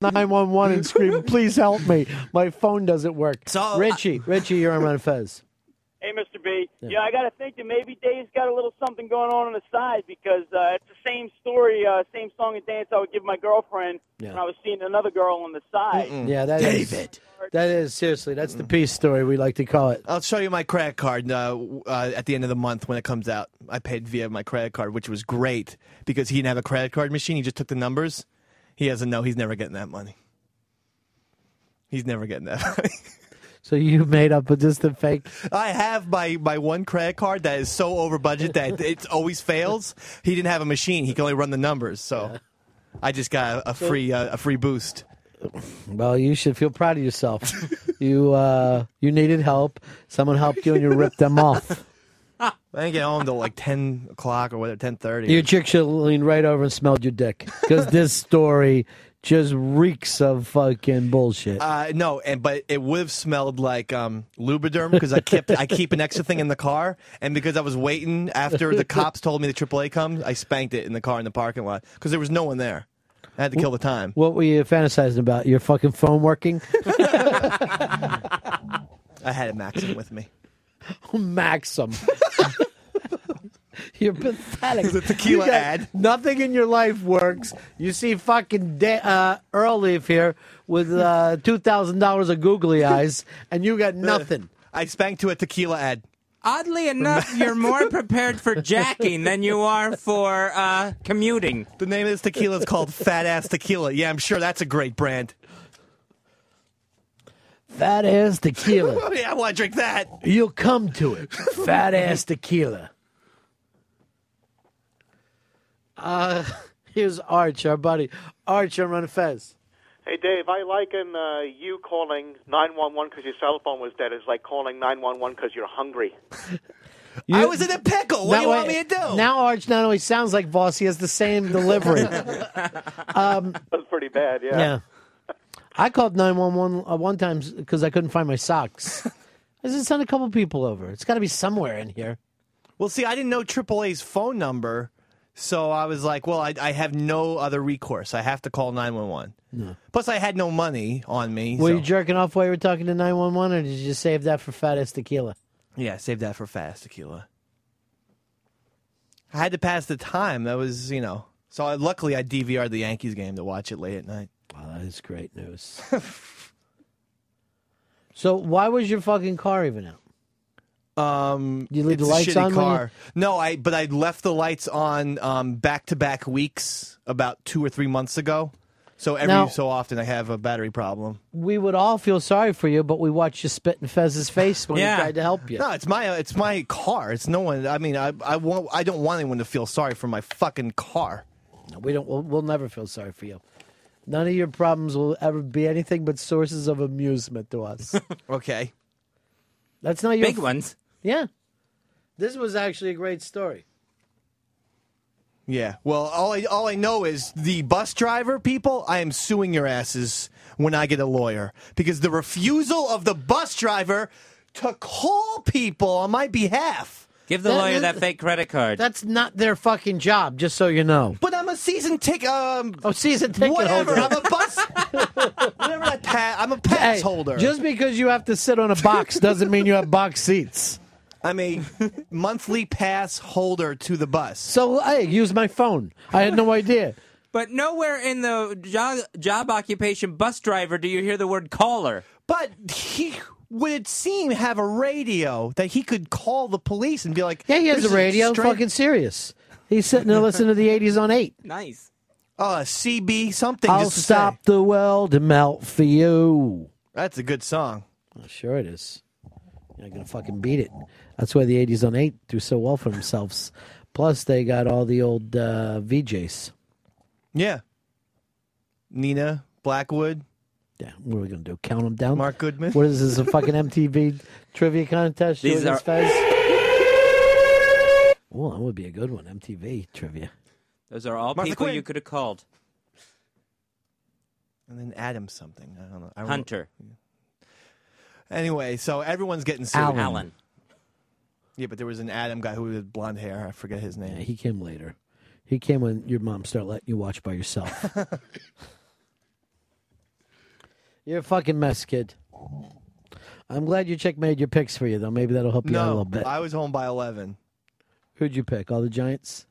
S6: 911 and scream, please help me. My phone doesn't work.
S7: So,
S6: Richie, Richie, you're on Run Fez.
S8: Hey, Mr. B.
S6: Yeah.
S8: Yeah, I got to think that maybe Dave's got a little something going on on the side because uh, it's the same story, uh, same song and dance I would give my girlfriend
S6: Yeah.
S8: when I was seeing another girl on the side.
S3: Mm.
S6: Yeah, that is That is, seriously, that's the peace story we like to call it.
S7: I'll show you my credit card uh, w- uh, at the end of the month when it comes out. I paid via my credit card, which was great because he didn't have a credit card machine. He just took the numbers. He doesn't know he's never getting that money. He's never getting that <laughs> money.
S6: So you <laughs> made up a just a fake.
S7: I have my, my one credit card that is so over budget that it always fails. He didn't have a machine; he can only run the numbers. So, I just got a, a free uh, a free boost.
S6: Well, you should feel proud of yourself. you uh, you needed help. Someone helped you, and you ripped them off.
S7: I didn't get home until like ten o'clock or whether ten thirty.
S6: Your chick should have leaned right over and smelled your dick because this story just reeks of fucking bullshit.
S7: Uh, no, and but it would have smelled like um, Lubriderm because I kept I keep an extra thing in the car, and because I was waiting after the cops told me the AAA comes, I spanked it in the car in the parking lot because there was no one there. I had to kill the time.
S6: What were you fantasizing about? Your fucking phone working?
S7: I had a Maxim with me.
S6: Maxim. You're pathetic.
S7: It's a tequila
S6: You got-
S7: ad.
S6: Nothing in your life works. You see fucking da- uh, Earl Leaf here with uh, $2,000 of
S7: <laughs>
S6: googly eyes, and you got nothing.
S7: Uh, I spanked to a tequila ad.
S10: Oddly enough, you're <laughs> more prepared for jacking than you are for uh, commuting.
S7: The name of this tequila is called Fat Ass Tequila. Yeah, I'm sure that's a great brand.
S6: Fat ass
S7: <laughs>
S6: tequila.
S7: yeah, I want to drink that.
S6: You'll come to it. Fat
S7: <laughs>
S6: ass tequila. Uh, <laughs> here's Arch, our buddy. Arch, I'm running Fez.
S25: Hey, Dave, I liken uh, you calling 911 because your cell phone was dead is like calling 911 because you're hungry. <laughs>
S7: I was in a pickle. What do you want me to do?
S6: Now Arch not only sounds like Voss, he has the same
S7: <laughs>
S6: delivery. um,
S25: That's pretty bad, yeah.
S6: Yeah. I called 911 uh, one time because I couldn't find my socks. I said, send a couple people over. It's got to be somewhere in here.
S7: Well, see, I didn't know AAA's phone number, so I was like, well, I, I have no other recourse. I have to call 911.
S6: No.
S7: Plus, I had no money on me.
S6: Were
S7: so-
S6: you jerking off while you were talking to 911, or did you just save that for fat ass tequila?
S7: yeah, save that for fast tequila. I had to pass the time. That was, you know. So I, luckily, I DVR'd the Yankees game to watch it late at night.
S6: Wow, that is great
S7: <laughs>
S6: news. So why was your fucking car even out?
S7: Um,
S6: you leave the
S7: it's a
S6: lights
S7: shitty
S6: on when you-
S7: Car. No, I but I left the lights on um back to back weeks about two or three months ago. So every
S6: Now-
S7: so often I have a battery problem.
S6: We would all feel sorry for you, but we watched you spit in Fez's face when he tried to help you.
S7: No, it's my it's my car. It's no one. I mean, I I want I don't want anyone to feel sorry for my fucking car.
S6: No, we don't. We'll, we'll never feel sorry for you. None of your problems will ever be anything but sources of amusement to us.
S7: okay.
S6: That's not your
S10: Big ones.
S6: Yeah. This was actually a great story.
S7: Yeah. Well, all I all I know is the bus driver people. I am suing your asses when I get a lawyer because the refusal of the bus driver to call people on my behalf.
S10: Give the lawyer that fake credit card.
S6: That's not their fucking job, just so you know.
S7: But I'm a season ticket. Um,
S6: oh, season ticket
S7: whatever.
S6: holder.
S7: I'm a
S6: <laughs>
S7: bus. whatever that pass. I'm a pass
S6: Hey,
S7: holder.
S6: Just because you have to sit on a box doesn't mean you have box seats.
S7: I'm a monthly pass holder to the bus.
S6: So I use my phone. I had no idea.
S10: But nowhere in the job, job occupation bus driver do you hear the word caller.
S7: But he would it seem have a radio that he could call the police and be like,
S6: Yeah, he has
S7: "This
S6: a
S7: is
S6: radio.
S7: straight-
S6: Fucking serious. He's sitting there listening to the '80s on eight.
S10: Nice.
S7: Uh, CB something.
S6: I'll
S7: just to
S6: stop
S7: say.
S6: the world to melt for you.
S7: That's a good song.
S6: Sure it is. You're not gonna fucking beat it. That's why the '80s on eight do so well for themselves. Plus, they got all the old uh, VJs.
S7: Yeah. Nina Blackwood.
S6: Yeah, what are we gonna do? Count them down?
S7: Mark Goodman.
S6: What is this? A
S7: <laughs>
S6: fucking MTV trivia contest?
S7: These
S6: These are...
S7: are-
S6: Well, that would be a good one. MTV trivia.
S10: Those are all
S7: Martha
S10: people
S7: Quinn.
S10: you could have called.
S7: And then Adam something. I don't know. I don't
S10: Hunter.
S7: Know. Anyway, so everyone's getting sued.
S6: Alan. Alan.
S7: Yeah, but there was an Adam guy who had blonde hair. I forget his name.
S6: Yeah, he came later. He came when your mom started letting you watch by yourself.
S7: <laughs>
S6: You're a fucking mess, kid. I'm glad your chick made your picks for you, though. Maybe that'll help you out a little
S7: no,
S6: bit.
S7: I was home by 11.
S6: Who'd you pick? All the Giants?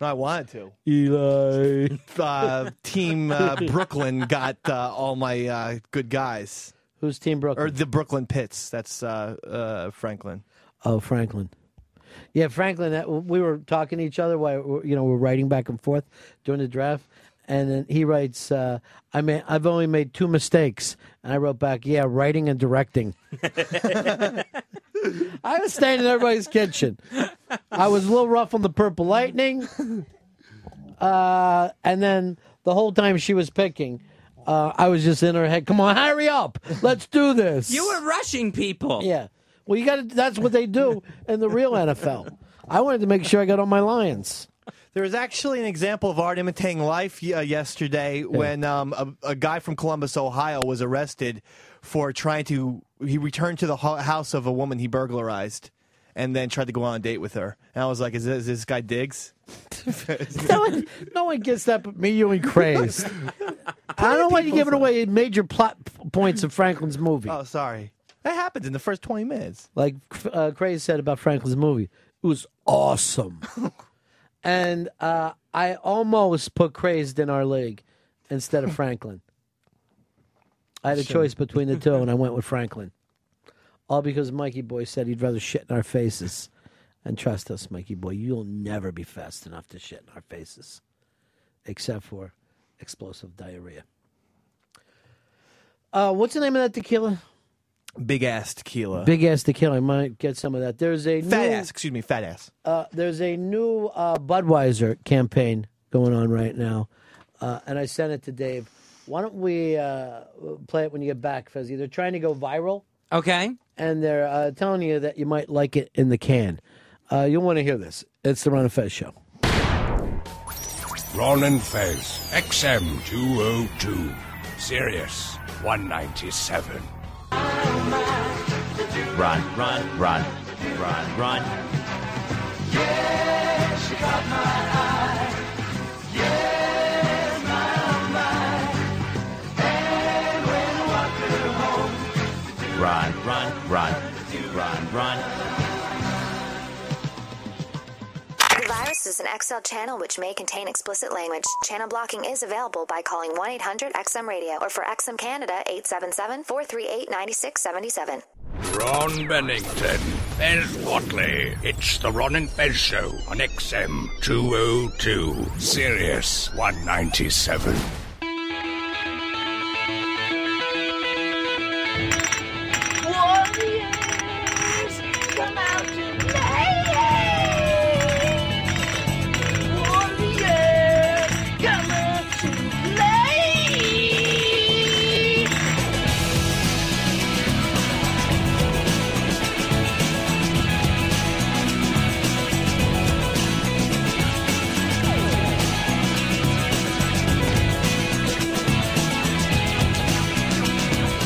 S7: No, I wanted to.
S6: <laughs> Eli.
S7: uh, team uh, Brooklyn got uh, all my uh, good guys.
S6: Who's Team Brooklyn?
S7: Or the Brooklyn Pits. That's uh, uh, Franklin.
S6: Oh, Franklin. Yeah, Franklin. That, we were talking to each other while you know we're writing back and forth during the draft, and then he writes, uh, "I mean, I've only made two mistakes," and I wrote back, "Yeah, writing and directing." <laughs> I was staying in everybody's kitchen. I was a little rough on the purple lightning, uh, and then the whole time she was picking, uh, I was just in her head. Come on, hurry up! Let's do this.
S10: You were rushing people.
S6: Yeah. Well, you got to. That's what they do in the real NFL. I wanted to make sure I got on my Lions.
S7: There was actually an example of art imitating life uh, yesterday when um, a, a guy from Columbus, Ohio, was arrested for trying to. He returned to the ho- house of a woman he burglarized, and then tried to go on a date with her. And I was like, "Is this, is this guy Diggs?"
S6: No one, no one gets that but me, you, and
S7: <laughs>
S6: Craze. I don't want you giving away major plot p- points of Franklin's movie.
S7: Oh, sorry. That happened in the first twenty minutes.
S6: Like uh, Craze said about Franklin's movie, it was
S7: <laughs>
S6: awesome. and uh, I almost put Crazed in our league instead of Franklin. I had a
S9: Sure.
S6: choice between the two, and I went with Franklin. All because Mikey Boy said he'd rather shit in our faces. And trust us, Mikey Boy, you'll never be fast enough to shit in our faces, except for explosive diarrhea. Uh, what's the name of that tequila?
S7: Big ass tequila.
S6: Big ass tequila. I might get some of that. There's a
S7: fat
S6: new,
S7: ass. Excuse me, fat ass.
S6: uh, there's a new uh, Budweiser campaign going on right now, uh, and I sent it to Dave. Why don't we uh, play it when you get back, Fezzi? They're trying to go viral,
S10: Okay.
S6: and they're uh, telling you that you might like it in the can. Uh, you'll want to hear this. It's the Ron and Fez show.
S2: Ron and Fez, XM 202, Sirius 197.
S13: Run, run, run, run, run. Run, run, run, run, run.
S26: The virus is an XL channel which may contain explicit language. Channel blocking is available by calling 1 800 XM Radio or for XM Canada 877 438 9677.
S2: Ron Bennington, Fez Watley. It's the Ron oh and Fez Show on
S13: <laughs>
S2: XM 202, Sirius 197.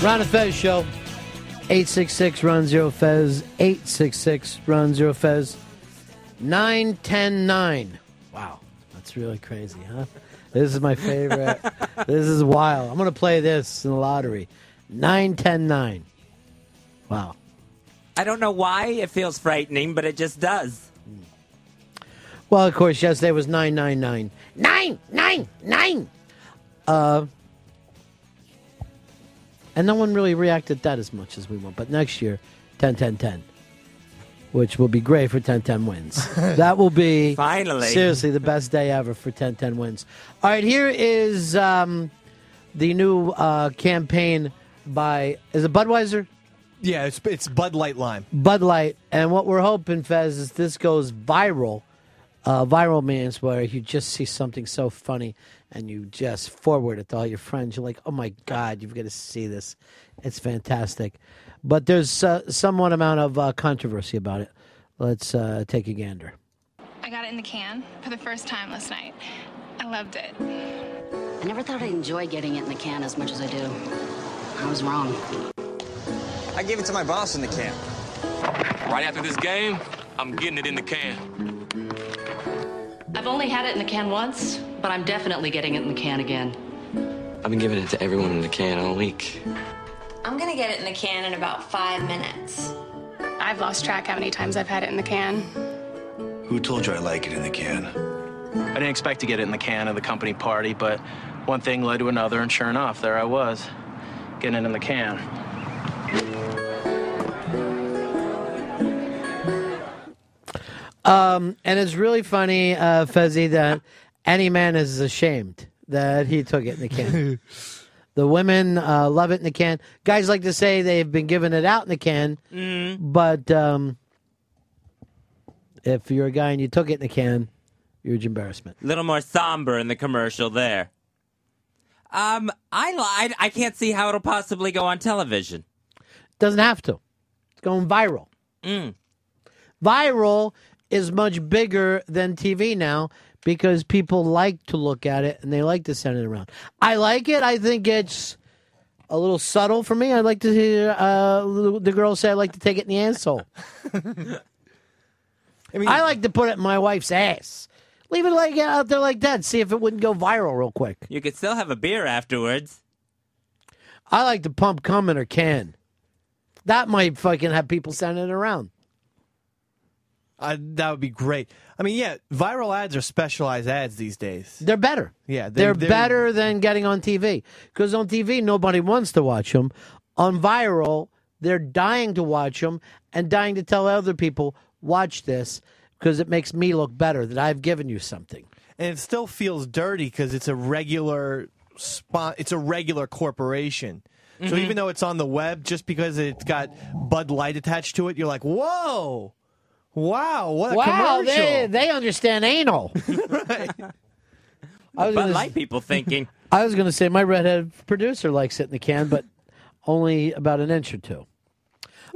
S6: Ron and Fez show. 866 Ron Zero Fez. 866 Ron Zero Fez. 9109. Wow. That's really crazy, huh? This is my favorite. this is wild. I'm going to play this in the lottery. 9109. Wow.
S10: I don't know why it feels frightening, but it just does.
S6: Well, of course, yesterday was 999. Nine, nine, nine. Uh, and no one really reacted that as much as we want. But next year, 10 10 10, which will be great for 10 10 wins. that will be
S10: Finally.
S6: seriously the best day ever for 10 10 wins. All right, here is um, the new uh, campaign by, is it Budweiser?
S7: Yeah, it's, it's Bud Light Lime.
S6: Bud Light. And what we're hoping, Fez, is this goes viral. Uh, viral means where you just see something so funny and you just forward it to all your friends. You're like, oh my God, you've got to see this. It's fantastic. But there's uh, somewhat amount of uh, controversy about it. Let's uh, take a gander.
S9: I got it in the can for the first time last night. I loved it.
S4: I never thought I'd enjoy getting it in the can as much as I do. I was wrong.
S12: I gave it to my boss in the can.
S14: Right after this game, I'm getting it in the can.
S4: I've only had it in the can once, but I'm definitely getting it in the can again.
S14: I've been giving it to everyone in the can all week.
S9: I'm gonna get it in the can in about five minutes. I've lost track how many times I've had it in the can.
S14: Who told you I like it in the can?
S27: I didn't expect to get it in the can at the company party, but one thing led to another, and sure enough, there I was, getting it in the can.
S6: Um, and it's really funny, uh, Fezzi, that any man is ashamed that he took it in the can. the women uh, love it in the can. Guys like to say they've been giving it out in the can,
S10: Mm.
S6: but um, if you're a guy and you took it in the can, huge embarrassment.
S10: little more somber in the commercial there. Um, I lied. I can't see how it'll possibly go on television.
S6: Doesn't have to. It's going viral. Viral is much bigger than TV now because people like to look at it and they like to send it around. I like it. I think it's a little subtle for me. I like to hear uh, the girls say I like to take it in the asshole.
S13: Mm.
S6: I, like to put it in my wife's ass. Leave it like out there like that. See if it wouldn't go viral real quick.
S10: You could still have a beer afterwards.
S6: I like to pump cum in her can. That might fucking have people sending it around.
S7: I, that would be great. I mean, yeah, viral ads are specialized ads these days.
S6: They're better.
S7: Yeah,
S6: they're, better than getting on TV because on TV nobody wants to watch them. On viral, they're dying to watch them and dying to tell other people, "Watch this because it makes me look better that I've given you something."
S7: and it still feels dirty because it's a regular spot. It's a regular corporation.
S6: Mm-hmm.
S7: So even though it's on the web, just because it's got Bud Light attached to it, you're like, whoa, wow, what a
S6: wow,
S7: commercial!
S6: they they understand anal. I was
S10: But
S6: gonna <laughs>
S10: light people thinking,
S6: I was going to say my redhead producer likes it in the can, but <laughs> only about an inch or two.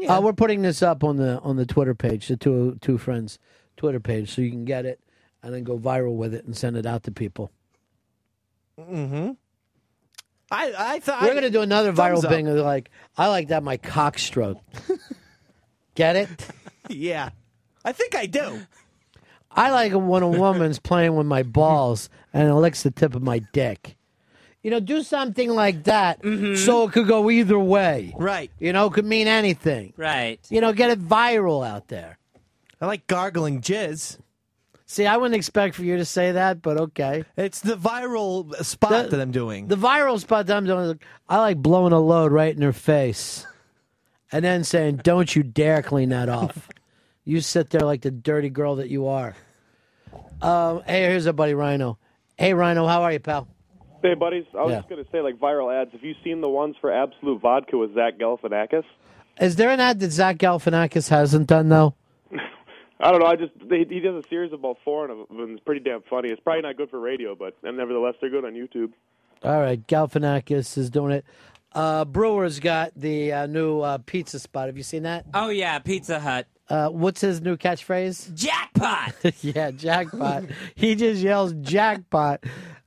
S6: Uh, we're putting this up on the on the Twitter page, the two two friends Twitter page, so you can get it and then go viral with it and send it out to people.
S7: Mm-hmm. I I thought
S6: We're going to do another viral
S7: Thumbs up.
S6: thing. Like I like that my cock
S7: <laughs>
S6: stroke. get it?
S7: Yeah, I think I do.
S6: I like it when a woman's playing with my balls and it licks the tip of my dick. You know, do something like that so it could go either way.
S7: Right.
S6: You know, it could mean anything.
S10: right?
S6: You know, get it viral out there.
S7: I like gargling jizz.
S6: See, I wouldn't expect for you to say that, but okay.
S7: It's the viral spot that I'm doing.
S6: The viral spot that I'm doing, is, I like blowing a load right in her face and then saying, Don't you dare clean that
S7: <laughs>
S6: off. you sit there like the dirty girl that you are. Um, hey, here's our buddy Rhino. Hey, Rhino, how are you, pal?
S28: Hey, buddies. I was
S6: Yeah.
S28: just going to say, like, viral ads. Have you seen the ones for Absolute Vodka with Zach Galifianakis?
S6: Is there an ad that Zach Galifianakis hasn't done, though?
S28: <laughs> I don't know. I just they, he does a series of about four of them. It's pretty damn funny. It's probably not good for radio, but and nevertheless, they're good on YouTube.
S6: All right, Galifianakis is doing it. Uh, Brewer's got the uh, new uh, pizza spot. Have you seen that?
S10: Oh yeah, Pizza Hut.
S6: Uh, what's his new catchphrase?
S10: Jackpot.
S6: <laughs> yeah, jackpot. he just yells jackpot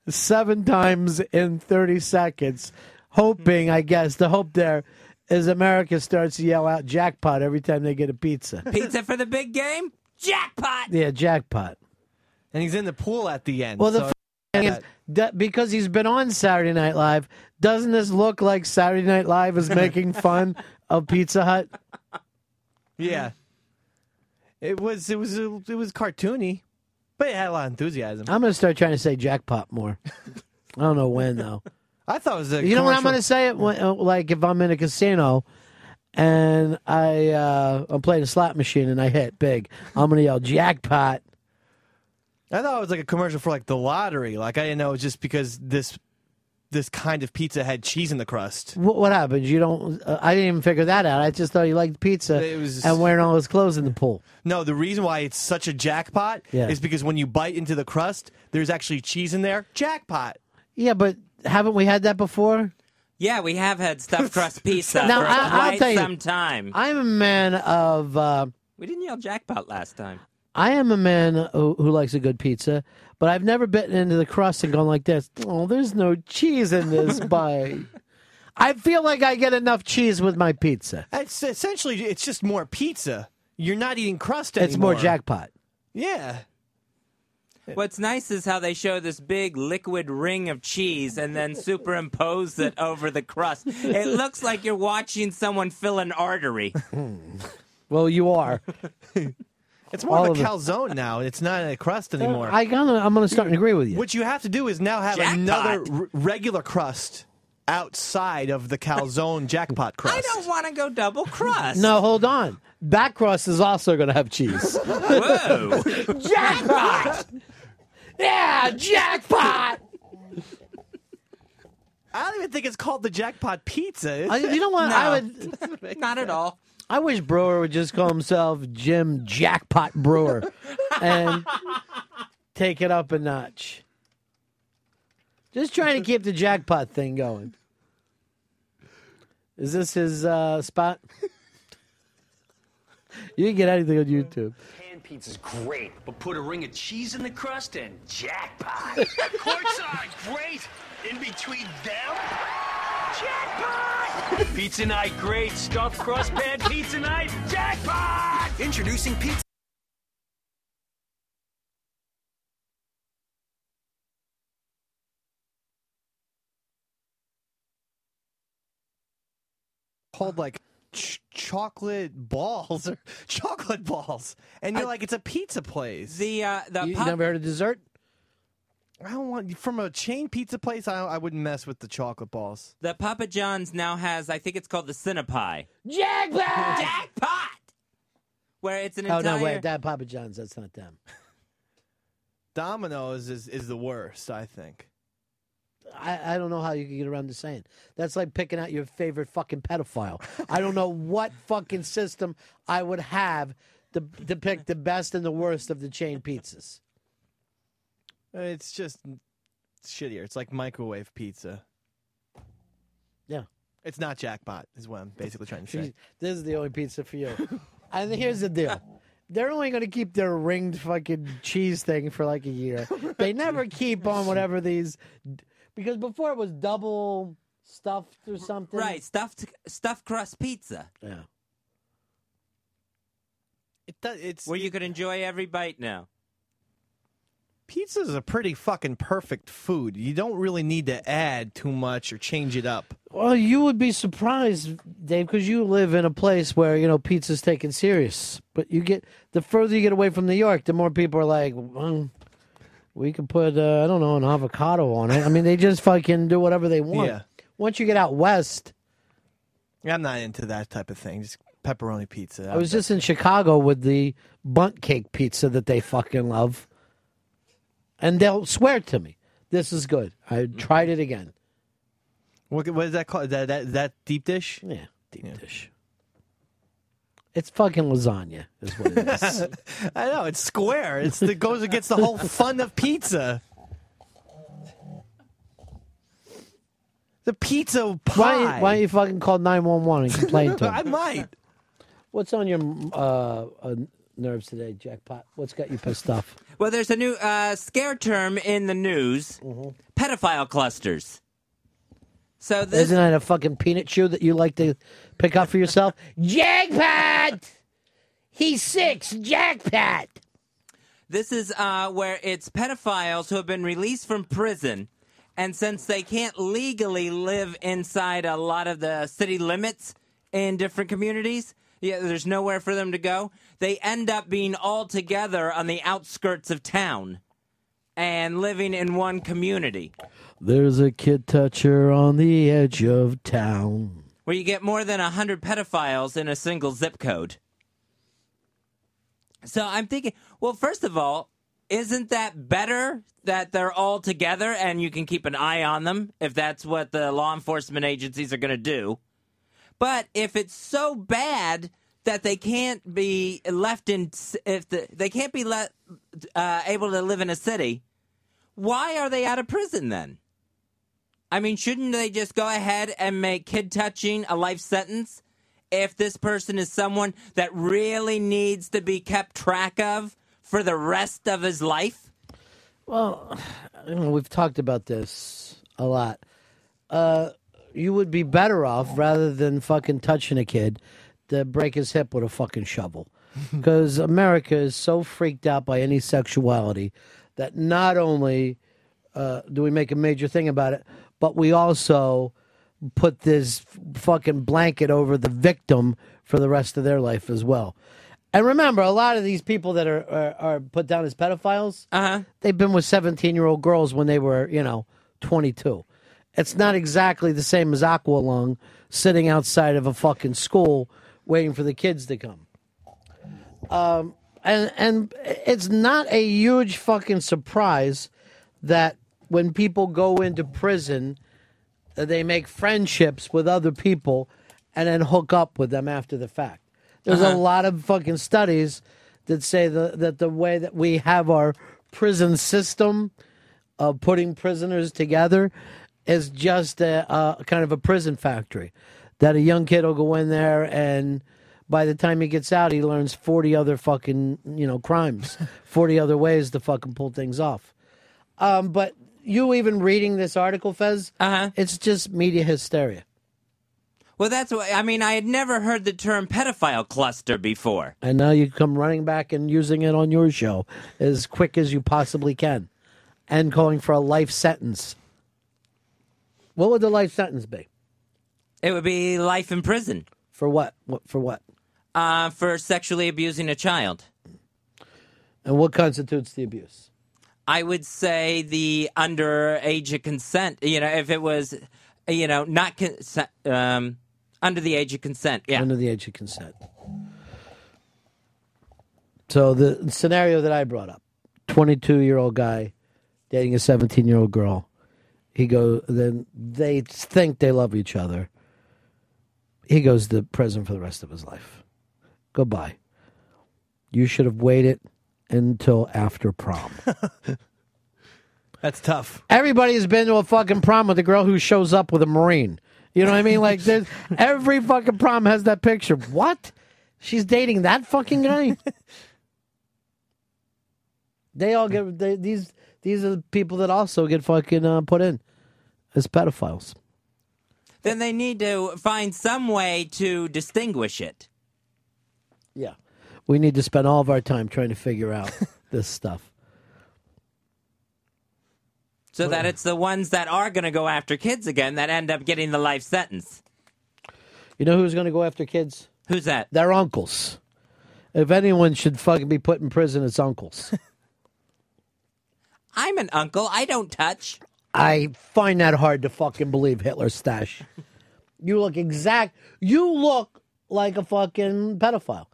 S6: seven times in 30 seconds, hoping, I guess, the hope there is America starts to yell out jackpot every time they get a pizza.
S10: Pizza for the big game? Jackpot!
S6: yeah, jackpot.
S7: And he's in the pool at the end.
S6: Well, the
S7: so-
S6: f- thing is, that because he's been on Saturday Night Live, doesn't this look like Saturday Night Live is
S7: <laughs>
S6: making fun of Pizza Hut?
S7: yeah. It was it was it was cartoony, but it had a lot of enthusiasm.
S6: I'm going to start trying to say jackpot more. I don't know when though.
S7: I thought it was a
S6: you know what I'm
S7: commercial-
S6: going to say? It when, uh, like if I'm in a casino and I uh, I'm playing a slot machine and I hit big, I'm going to yell jackpot.
S7: I thought it was like a commercial for like the lottery. Like I didn't know it was just because this this kind of pizza had cheese in the crust.
S6: What, what happens? You don't. Uh, I didn't even figure that out. I just thought you liked pizza
S7: It was-
S6: and wearing all his clothes in the pool.
S7: No, the reason why it's such a jackpot
S6: Yeah.
S7: is because when you bite into the crust, there's actually cheese in there. Jackpot.
S6: Yeah, but haven't we had that before?
S10: Yeah, we have had
S6: <laughs>
S10: stuffed crust pizza
S6: Now,
S10: for
S6: I- I'll
S10: quite
S6: tell you-
S10: some time.
S6: I'm a man of. Uh,
S10: we didn't yell jackpot last time.
S6: I am a man who, who likes a good pizza, but I've never bitten into the crust and gone like this. Oh, there's no cheese in this bite. I feel like I get enough cheese with my pizza.
S7: It's essentially it's just more pizza. You're not eating crust anymore.
S6: It's more jackpot.
S7: Yeah.
S10: What's nice is how they show this big liquid ring of cheese and then superimpose it over the crust. It looks like you're watching someone fill an artery.
S6: Well, you are.
S7: Hmm. It's more
S6: All
S7: of
S6: of
S7: a
S6: it.
S7: calzone now. It's not a crust anymore.
S6: I gonna, I'm going to start and agree with you.
S7: What you have to do is now have
S6: Jackpot.
S7: another r- regular crust outside of the calzone jackpot crust.
S10: <laughs> I don't want to go double crust.
S6: No, hold on.
S10: <laughs>
S6: That crust is also going to have
S7: <laughs>
S6: cheese.
S10: Whoa.
S6: jackpot! Yeah, jackpot!
S7: I don't even think it's called the jackpot pizza.
S6: I- you know what? I
S10: would <laughs> not at all.
S6: I wish Brewer would just call himself Jim Jackpot Brewer and take it up a notch. Just trying to keep the jackpot thing going. Is this his uh, spot? <laughs> You can get anything on YouTube.
S1: Pan pizza's great, but put a ring of cheese in the crust and
S6: <laughs>
S1: jackpot. Courtside, great. In between them, jackpot. Pizza night, great. Stuffed crust pan pizza night, jackpot. Introducing pizza.
S7: called like ch- chocolate balls or <laughs> chocolate balls, and you're like, it's a pizza place.
S10: The uh, the
S6: You never heard of dessert?
S7: I don't want from a chain pizza place. I, I wouldn't mess with the chocolate balls.
S10: The Papa John's now has, I think it's called the Cinnapie,
S6: Jackpot!
S10: Jackpot! where it's an
S6: Oh,
S10: entire.
S6: no, wait. That Papa John's, that's not them.
S7: Domino's is is the worst, I think.
S6: I, I don't know how you can get around to saying that's like picking out your favorite fucking pedophile. I don't know what fucking system I would have to, to pick the best and the worst of the chain pizzas.
S7: It's just shittier. It's like microwave pizza.
S6: Yeah.
S7: It's not jackpot, is what I'm basically trying to say.
S6: This is the only pizza for you. And here's the deal. They're only going to keep their ringed fucking cheese thing for like a year. They never keep on whatever these, because before it was double stuffed or something.
S10: Right, stuffed stuffed crust pizza.
S6: Yeah.
S7: It does, it's
S10: where you could enjoy every bite now.
S7: Pizza is a pretty fucking perfect food. You don't really need to add too much or change it up.
S6: Well, you would be surprised, Dave, because you live in a place where you know pizza's taken serious. But you get the further you get away from New York, the more people are like, well, "We could put uh, I don't know an avocado on it." I mean, they just fucking do whatever they want.
S7: Yeah.
S6: Once you get out west,
S7: I'm not into that type of thing. Just pepperoni pizza.
S6: I was just in Chicago with the bunt cake pizza that they fucking love, and they'll swear to me this is good. I tried it again.
S7: What, what is that called? That that, that deep dish?
S6: Yeah,
S7: <laughs>
S6: deep dish. It's fucking lasagna, is what it is.
S7: I know it's square. It's it goes against the whole fun of pizza. <laughs> The pizza
S6: Why,
S7: pie.
S6: why don't you fucking call 911 and complain <laughs> to 'em?
S7: I might.
S6: What's on your uh, uh, nerves today, Jackpot? What's got you pissed <laughs> off?
S10: Well, there's a new uh, scare term in the news: pedophile clusters. So this
S6: Isn't that a fucking peanut shoe that you like to pick up for yourself? Jackpot! <laughs> He's six. Jackpot.
S10: This is uh, where it's pedophiles who have been released from prison, and since they can't legally live inside a lot of the city limits in different communities, yeah, there's nowhere for them to go. They end up being all together on the outskirts of town and living in one community,
S6: There's a kid toucher on the edge of town.
S10: where you get more than hundred pedophiles in a single zip code. So I'm thinking, well, first of all, isn't that better that they're all together and you can keep an eye on them if that's what the law enforcement agencies are going to do? But if it's so bad that they can't be left in, if the, they can't be let, uh, able to live in a city, why are they out of prison then? I mean, shouldn't they just go ahead and make kid touching a life sentence if this person is someone that really needs to be kept track of for the rest of his life?
S6: Well, you know, we've talked about this a lot. Uh, you would be better off rather than fucking touching a kid to break his hip with a fucking shovel. Because America is so freaked out by any sexuality that not only uh, do we make a major thing about it, but we also put this fucking blanket over the victim for the rest of their life as well. And remember, a lot of these people that are are, are put down as pedophiles,
S10: uh-huh.
S6: they've been with seventeen year old girls when they were, you know, twenty two. It's not exactly the same as Aqualung sitting outside of a fucking school waiting for the kids to come. Um, and and it's not a huge fucking surprise that when people go into prison, uh, they make friendships with other people and then hook up with them after the fact. There's a
S29: Uh-huh.
S6: lot of fucking studies that say the, that the way that we have our prison system of putting prisoners together is just a, a kind of a prison factory. That a young kid will go in there and by the time he gets out, he learns 40 other fucking, you know, crimes, 40 other ways to fucking pull things off. Um, but you even reading this article, Fez,
S10: uh-huh.
S6: it's just media hysteria.
S10: Well, that's what I mean. I had never heard the term pedophile cluster before.
S6: And now you come running back and using it on your show as quick as you possibly can and calling for a life sentence. What would the life sentence be?
S10: It would be life in prison
S6: For what? what for what?
S10: uh, for sexually abusing a child.
S6: And what constitutes the abuse?
S10: I would say the under age of consent. You know, if it was, you know, not consent, um, under the age of consent. Yeah.
S6: Under the age of consent. So the scenario that I brought up: twenty-two-year-old guy dating a seventeen-year-old girl. He go then they think they love each other. He goes to prison for the rest of his life. Goodbye. You should have waited until after prom.
S7: That's tough.
S6: Everybody has been to a fucking prom with a girl who shows up with a marine. You know what I mean? Like
S10: <laughs>
S6: there's every fucking prom has that picture. What? She's dating that fucking guy? they all get they, these. These are the people that also get fucking uh, put in as pedophiles.
S10: Then they need to find some way to distinguish it.
S6: Yeah. We need to spend all of our time trying to figure
S10: <laughs>
S6: out this stuff.
S10: so that it's the ones that are going to go after kids again that end up getting the life sentence.
S6: You know who's going to go after kids?
S10: Who's that?
S6: Their uncles. If anyone should fucking be put in prison, it's uncles.
S10: I'm an uncle. I don't touch.
S6: I find that hard to fucking believe, Hitler stash. You look exact. You look like a fucking pedophile.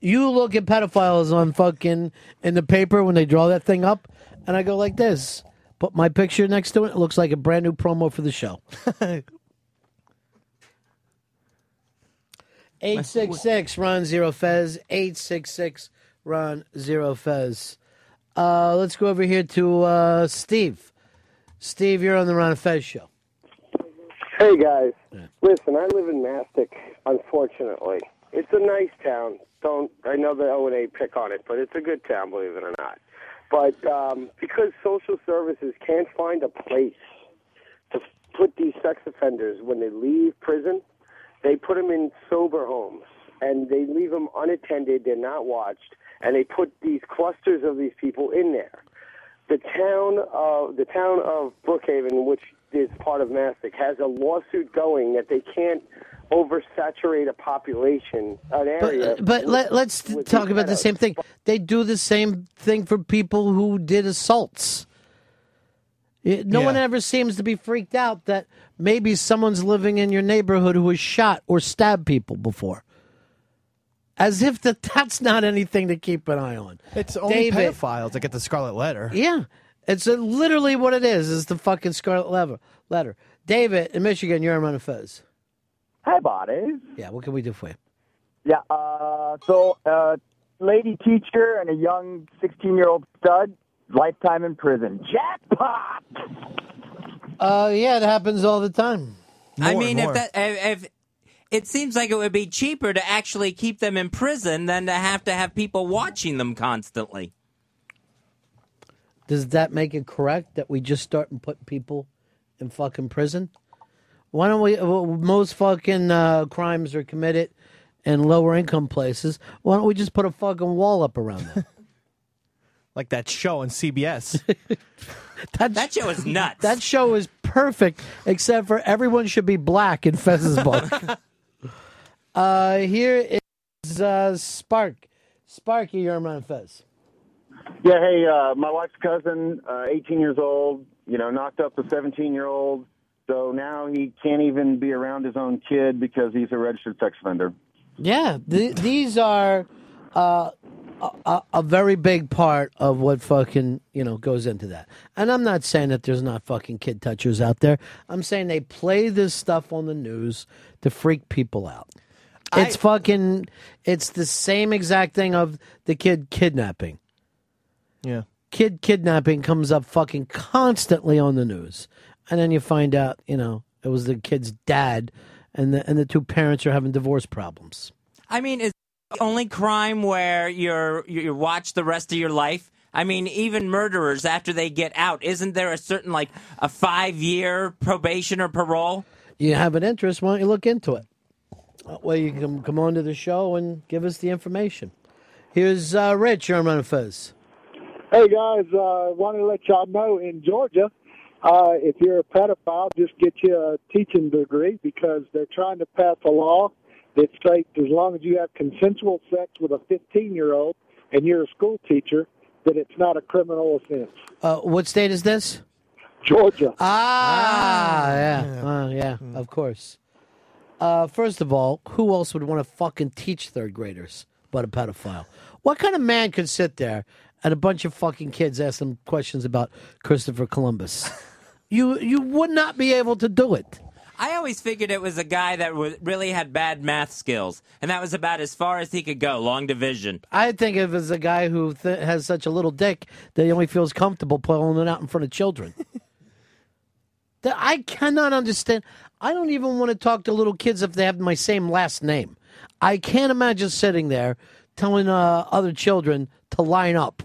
S6: You look at pedophiles on fucking in the paper when they draw that thing up, and I go like this. Put my picture next to it. It looks like a brand new promo for the show. Eight six six Ron Zero Fez. Eight six six Ron Zero Fez. Uh, let's go over here to uh, Steve. Steve, you're on the Ron and Fez show.
S17: Hey guys, listen. I live in Mastic, unfortunately. It's a nice town. Don't I know the O and A pick on it, but it's a good town, believe it or not. But um, because social services can't find a place to put these sex offenders when they leave prison, they put them in sober homes and they leave them unattended. They're not watched, and they put these clusters of these people in there. The town of the town of Brookhaven, which is part of Mastic, has a lawsuit going that they can't oversaturate a population, an area.
S6: But, but let, let's talk about the same thing. They do the same thing for people who did assaults. It- No one ever seems to be freaked out that maybe someone's living in your neighborhood who has shot or stabbed people before. As if that that's not anything to keep an eye on.
S7: It's only
S6: David.
S7: pedophiles that get the scarlet letter.
S6: Yeah. It's uh literally what it is, is the fucking scarlet letter. letter. David, in Michigan, you're on Run of Fez.
S29: Hi, buddies.
S6: Yeah, what can we do for you?
S29: Yeah. Uh, so, uh, lady teacher and a young 16-year-old stud, lifetime in prison. Jackpot.
S6: Uh, yeah, it happens all the time.
S10: I mean, if that if, if it seems like it would be cheaper to actually keep them in prison than to have to have people watching them constantly.
S6: Does that make it correct that we just start and put people in fucking prison? Why don't we? well, Most fucking uh, crimes are committed in lower income places. Why don't we just put a fucking wall up around
S10: <laughs>
S6: them?
S7: Like that show on CBS.
S6: <laughs> that,
S10: show is nuts.
S6: that show is perfect, except for everyone should be black in
S7: <laughs>
S6: Fez's book. uh, here is uh, Spark. Sparky, you're on Fez.
S18: Yeah, hey, uh, my wife's cousin, uh, 18 years old, you know, knocked up a 17 year old. So now he can't even be around his own kid because he's a registered sex offender.
S6: Yeah, th- these are uh, a- a, a very big part of what fucking you know goes into that. And I'm not saying that there's not fucking kid touchers out there. I'm saying they play this stuff on the news to freak people out. It's fucking. It's the same exact thing of the kid kidnapping.
S7: Yeah.
S6: Kid kidnapping comes up fucking constantly on the news, and then you find out you know it was the kid's dad, and the and the two parents are having divorce problems.
S10: I mean, is the only crime where you're you're watched the rest of your life? I mean, even murderers after they get out, isn't there a certain like a five year probation or parole?
S6: you have an interest, why don't you look into it? That way you can come on to the show and give us the information. Here's uh, Rich, you're on Run and Fez.
S3: Hey guys, uh, wanted to let y'all know in Georgia, uh, if you're a pedophile, just get you a teaching degree because they're trying to pass a law that states as long as you have consensual sex with a 15 year old and you're a school teacher, that it's not a criminal offense.
S6: Uh, what state is this?
S3: Georgia.
S6: Ah, yeah. Uh, yeah, of course. Uh, first of all, who else would want to fucking teach third graders but a pedophile? What kind of man could sit there and a bunch of fucking kids ask them questions about Christopher <laughs> Columbus? you you would not be able to do it.
S10: I always figured it was a guy that was, really had bad math skills, and that was about as far as he could go, long division.
S6: I think of it as a guy who th- has such a little dick that he only feels comfortable pulling it out in front of children. that I cannot understand. I don't even want to talk to little kids if they have my same last name. I can't imagine sitting there telling uh, other children to line up.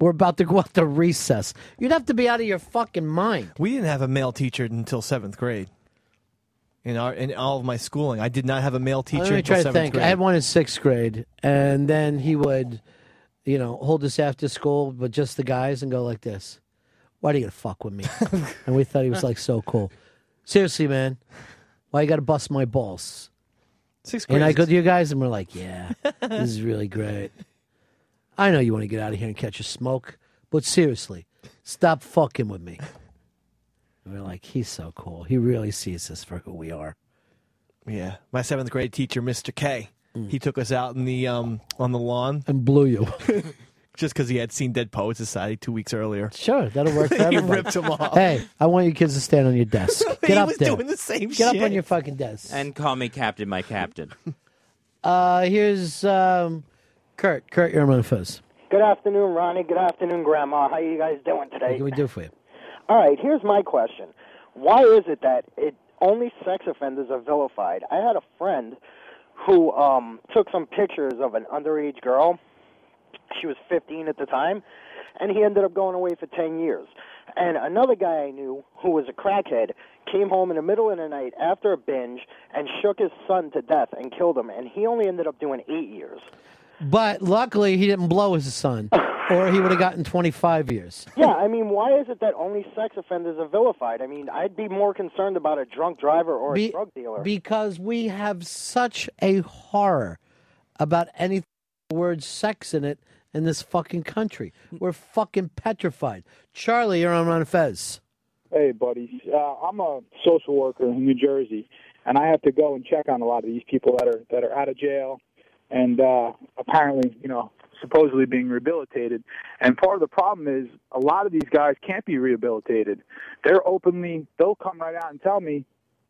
S6: We're about to go out to recess. You'd have to be out of your fucking mind.
S7: We didn't have a male teacher until seventh grade. In our in all of my schooling, I did not have a male teacher
S6: Let me
S7: until
S6: try to
S7: seventh
S6: think.
S7: grade.
S6: I had one in sixth grade, and then he would, you know, hold us after school, but just the guys, and go like this. Why do you gotta fuck
S7: <laughs>
S6: with me? and we thought he was like so cool. Seriously, man, why you gotta bust my balls?
S7: Sixth
S6: And I
S7: grade
S6: go to you guys, and we're like, yeah, this is really great. I know you want to get out of here and catch a smoke, but seriously, stop fucking with me. And we're like, he's so cool. He really sees us for who we are.
S7: Yeah, <laughs> my seventh grade teacher, Mr. K, he took us out in the um on the lawn
S6: Mm. and blew you,
S7: <laughs> just because he had seen Dead Poets Society two weeks earlier.
S6: Sure, that'll work for
S7: <laughs> He
S6: everybody.
S7: ripped him off.
S6: Hey, I want you kids to stand on your desk.
S7: <laughs>
S6: Get
S7: He
S6: up
S7: was
S6: there.
S7: doing the same
S6: Get up
S7: shit.
S6: on your fucking desk.
S10: And call me Captain, my Captain.
S6: Uh, here's um, Kurt. Kurt, you're on Fez.
S19: Good afternoon, Ronnie. Good afternoon, Grandma. How you guys doing
S6: What
S19: today?
S6: can we do for you?
S19: All right, here's my question. Why is it that it only sex offenders are vilified? I had a friend who um, took some pictures of an underage girl. She was 15 at the time, and he ended up going away for 10 years. And another guy I knew who was a crackhead came home in the middle of the night after a binge and shook his son to death and killed him. And he only ended up doing eight years.
S6: But luckily, he didn't blow his son, or he would have gotten 25 years.
S19: <laughs> Yeah, I mean, why is it that only sex offenders are vilified? I mean, I'd be more concerned about a drunk driver or a
S6: Be-
S19: drug dealer.
S6: Because we have such a horror about anything with the word sex in it in this fucking country. We're fucking petrified. Charlie, you're on Ron and Fez.
S3: Hey, buddy. Uh, I'm a social worker in New Jersey, and I have to go and check on a lot of these people that are that are out of jail, and uh, apparently, you know, supposedly being rehabilitated. And part of the problem is a lot of these guys can't be rehabilitated. They're openly they'll come right out and tell me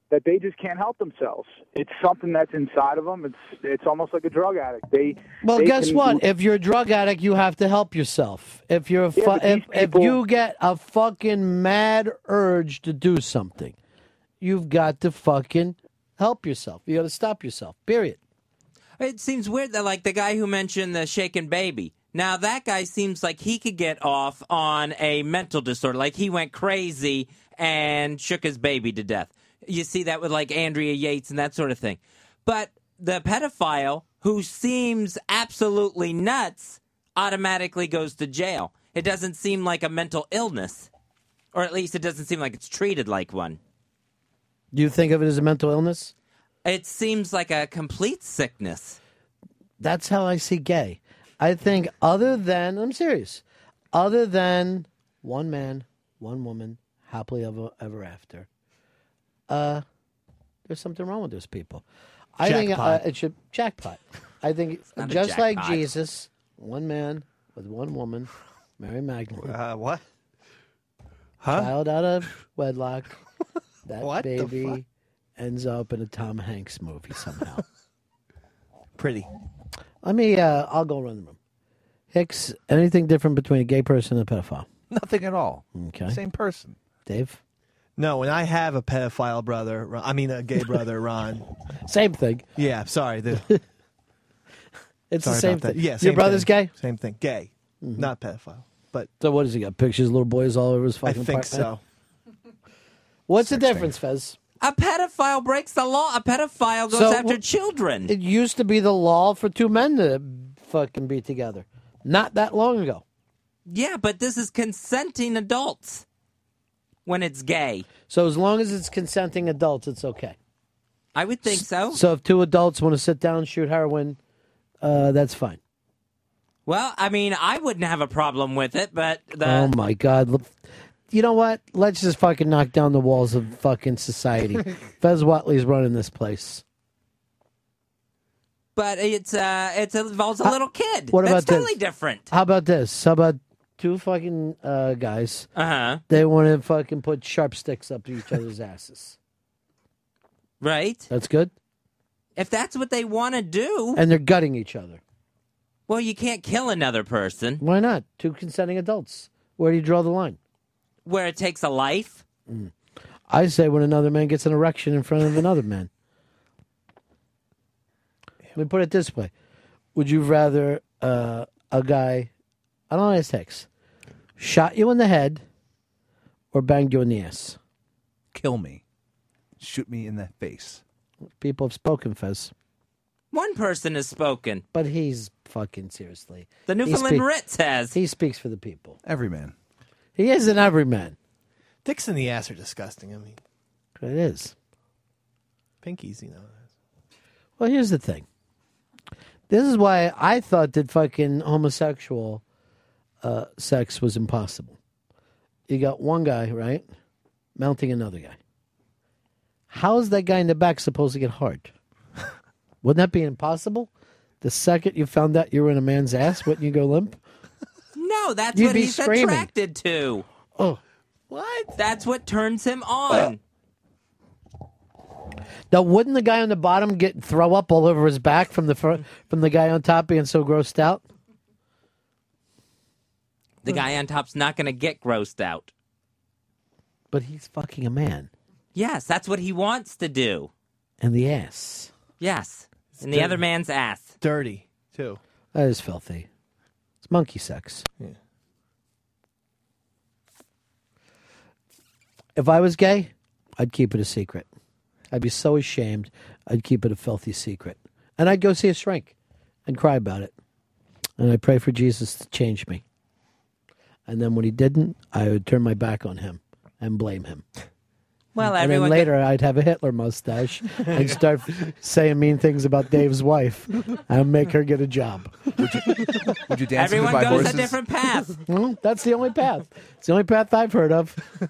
S3: that they just can't help themselves. It's something that's inside of them. It's it's almost like a drug addict. They
S6: Well,
S3: they
S6: guess
S3: can-
S6: what? If you're a drug addict, you have to help yourself. If you're a fu-
S3: but these
S6: if, if
S3: people-
S6: you get a fucking mad urge to do something, you've got to fucking help yourself. You got to stop yourself. Period.
S10: It seems weird that, like, the guy who mentioned the shaken baby. Now, that guy seems like he could get off on a mental disorder. Like, he went crazy and shook his baby to death. You see that with, like, Andrea Yates and that sort of thing. But the pedophile, who seems absolutely nuts, automatically goes to jail. It doesn't seem like a mental illness, or at least it doesn't seem like it's treated like one.
S6: Do you think of it as a mental illness?
S10: It seems like a complete sickness.
S6: That's how I see gay. I think other than I'm serious, other than one man, one woman, happily ever ever after. Uh, there's something wrong with those people. I think uh,
S7: Jackpot.
S6: it should jackpot. I
S7: <laughs>
S6: think
S7: not a
S6: just like
S7: jackpot.
S6: Jesus, one man with one woman, Mary Magdalene.
S7: Uh, what?
S6: Child out of wedlock. That
S7: What the
S6: baby ends up in a Tom Hanks movie somehow.
S7: <laughs> Pretty.
S6: Let me. Uh, I'll go run the room. Hicks, anything different between a gay person and a pedophile?
S7: Nothing at all.
S6: Okay.
S7: Same person.
S6: Dave?
S7: No, when I have a pedophile brother, Ron- I mean
S6: <laughs>
S7: a gay brother, Ron.
S6: Same thing.
S7: Yeah, sorry. The,
S6: <laughs> It's
S7: sorry
S6: the same
S7: about that.
S6: thing.
S7: Yeah,
S6: Your
S7: same
S6: brother's
S7: thing.
S6: gay. Mm-hmm.
S7: Same thing. Gay, not pedophile. But
S6: So what does he got? Pictures of little boys all over his
S7: I
S6: fucking.
S7: think so.
S6: apartment? What's the difference, Fez?
S10: A pedophile breaks the law. A pedophile goes
S6: So
S10: after
S6: w-
S10: children.
S6: It used to be the law for two men to fucking be together. Not that long ago.
S10: yeah, but this is consenting adults when it's gay.
S6: So as long as it's consenting adults, it's okay.
S10: I would think so.
S6: So if two adults want to sit down and shoot heroin, uh, that's fine.
S10: Well, I mean, I wouldn't have a problem with it, but the,
S6: oh my god! Look- You know what? Let's just fucking knock down the walls of fucking
S7: <laughs>
S6: society. Fez Watley's running this place.
S10: but it's uh, it's it involves a little kid.
S6: What
S10: That's
S6: about this?
S10: totally different.
S6: How about this? How about two fucking uh, guys?
S10: Uh huh.
S6: They want to fucking put sharp sticks up each other's asses.
S10: Right?
S6: That's good.
S10: If that's what they want to do,
S6: And they're gutting each other.
S10: well, you can't kill another person
S6: Why not? Two consenting adults. Where do you draw the line?
S10: where it takes a life.
S6: I say when another man gets an erection in front of another man. Let me put it this way: Would you rather uh, a guy, I don't know, his sex, shot you in the head, or banged you in the ass?
S22: Kill me. Shoot me in the face.
S6: People have spoken, Fez.
S10: One person has spoken.
S6: But he's fucking seriously.
S10: The
S6: He
S10: Newfoundland
S6: speak-
S10: Ritz has.
S6: He speaks for the people.
S22: Every man.
S6: He is an everyman.
S7: Dicks in the ass are disgusting. I mean,
S6: It is. <laughs>
S7: pinkies, you know.
S6: Well, here's the thing. This is why I thought that fucking homosexual uh, sex was impossible. You got one guy, right? Mounting another guy. How is that guy in the back supposed to get hard? <laughs> Wouldn't that be impossible? The second you found out you were in a man's ass, wouldn't you go limp?
S10: No, that's
S6: You'd
S10: what
S6: be
S10: he's
S6: screaming.
S10: attracted to.
S6: Oh.
S10: What? That's what turns him on.
S6: Now, wouldn't the guy on the bottom get throw up all over his back from the fir- from the guy on top being so grossed out?
S10: The guy on top's not going to get grossed out.
S6: But he's fucking a man
S10: Yes, that's what he wants to do.
S6: in the ass.
S10: Yes. In the
S6: dirty.
S10: other man's ass.
S7: Dirty, too.
S6: That is filthy. It's monkey sex.
S7: Yeah.
S6: If I was gay, I'd keep it a secret. I'd be so ashamed. I'd keep it a filthy secret. And I'd go see a shrink and cry about it. And I pray for Jesus to change me. And then when he didn't, I would turn my back on him and blame him.
S10: Well,
S6: and
S10: everyone
S6: then later I'd have a Hitler
S10: <laughs>
S6: mustache and start saying mean things about Dave's wife and make her get a job.
S22: Would you dance
S10: everyone
S22: with the
S10: goes
S22: five horses?
S10: a different path.
S6: Well, that's the only path. It's the only path I've heard of. <laughs>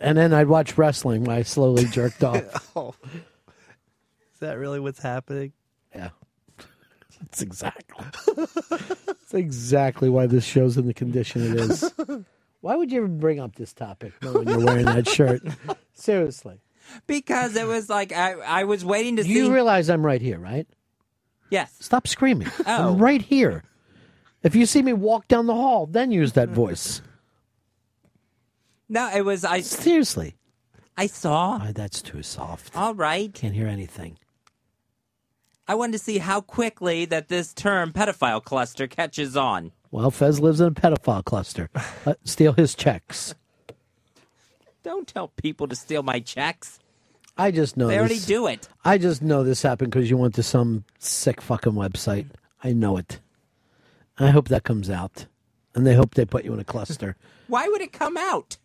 S6: And then I'd watch wrestling while I slowly jerked off.
S7: <laughs> Oh. Is that really what's happening?
S6: Yeah. <laughs> That's exactly. <laughs> That's exactly why this show's in the condition it <laughs> is. Why would you ever bring up this topic knowing you're wearing that <laughs> shirt? Seriously.
S10: because it was like I, I was waiting to
S6: You
S10: see.
S6: realize I'm right here, right?
S10: Yes.
S6: Stop screaming.
S10: Oh.
S6: I'm right here. If you see me walk down the hall, then use that voice.
S10: no, it was I.
S6: Seriously.
S10: I saw.
S6: Oh, that's too soft.
S10: All right.
S6: Can't hear anything.
S10: I wanted to see how quickly that this term pedophile cluster catches on.
S6: Well, Fez lives in a pedophile cluster. Uh, steal his checks.
S10: Don't tell people to steal my checks.
S6: I just know
S10: they already
S6: this-
S10: do it.
S6: I just know this happened because you went to some sick fucking website. I know it. I hope that comes out, and they hope they put you in a cluster
S10: Why would it come out?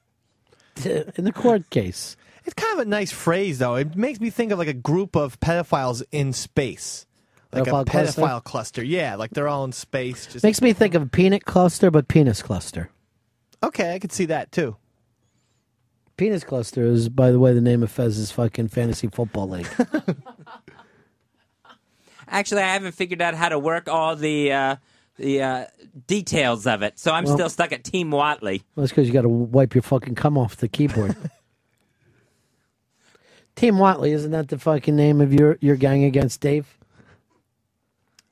S6: in the court case.
S7: It's kind of a nice phrase, though. It makes me think of like a group of pedophiles in space, like
S6: Pedophile
S7: a
S6: cluster?
S7: pedophile cluster? Yeah, like they're all in space. Just
S6: Makes me think of peanut cluster, but penis cluster.
S7: okay. I could see that too.
S6: Penis cluster is, by the way, the name of Fez's fucking fantasy football league.
S10: Actually, I haven't figured out how to work all the uh, the uh, details of it, so I'm
S6: Well-
S10: still stuck at Team Watley.
S6: Well, that's because you got to wipe your fucking cum off the
S10: <laughs>
S6: keyboard. Team Watley, isn't that the fucking name of your, your gang against Dave?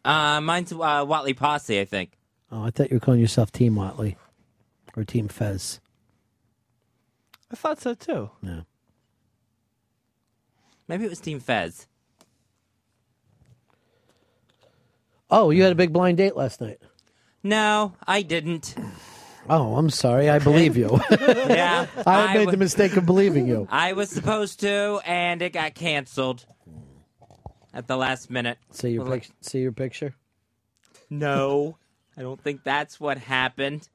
S10: Uh, mine's uh, Watley Posse, I think.
S6: Oh, I thought you were calling yourself Team Watley or Team Fez.
S7: I thought so too.
S6: No.
S10: Maybe it was Team Fez.
S6: Oh, you had a big blind date last night.
S10: No,
S6: <laughs>
S10: I didn't.
S6: Oh, I'm sorry. I believe you.
S10: <laughs> yeah,
S6: <laughs> I made
S10: wa-
S6: the mistake of believing
S10: <laughs>
S6: you.
S10: I was supposed to, and it got canceled at the last minute.
S6: See your
S10: Well,
S6: pic- see your picture.
S10: No, I don't think that's what happened.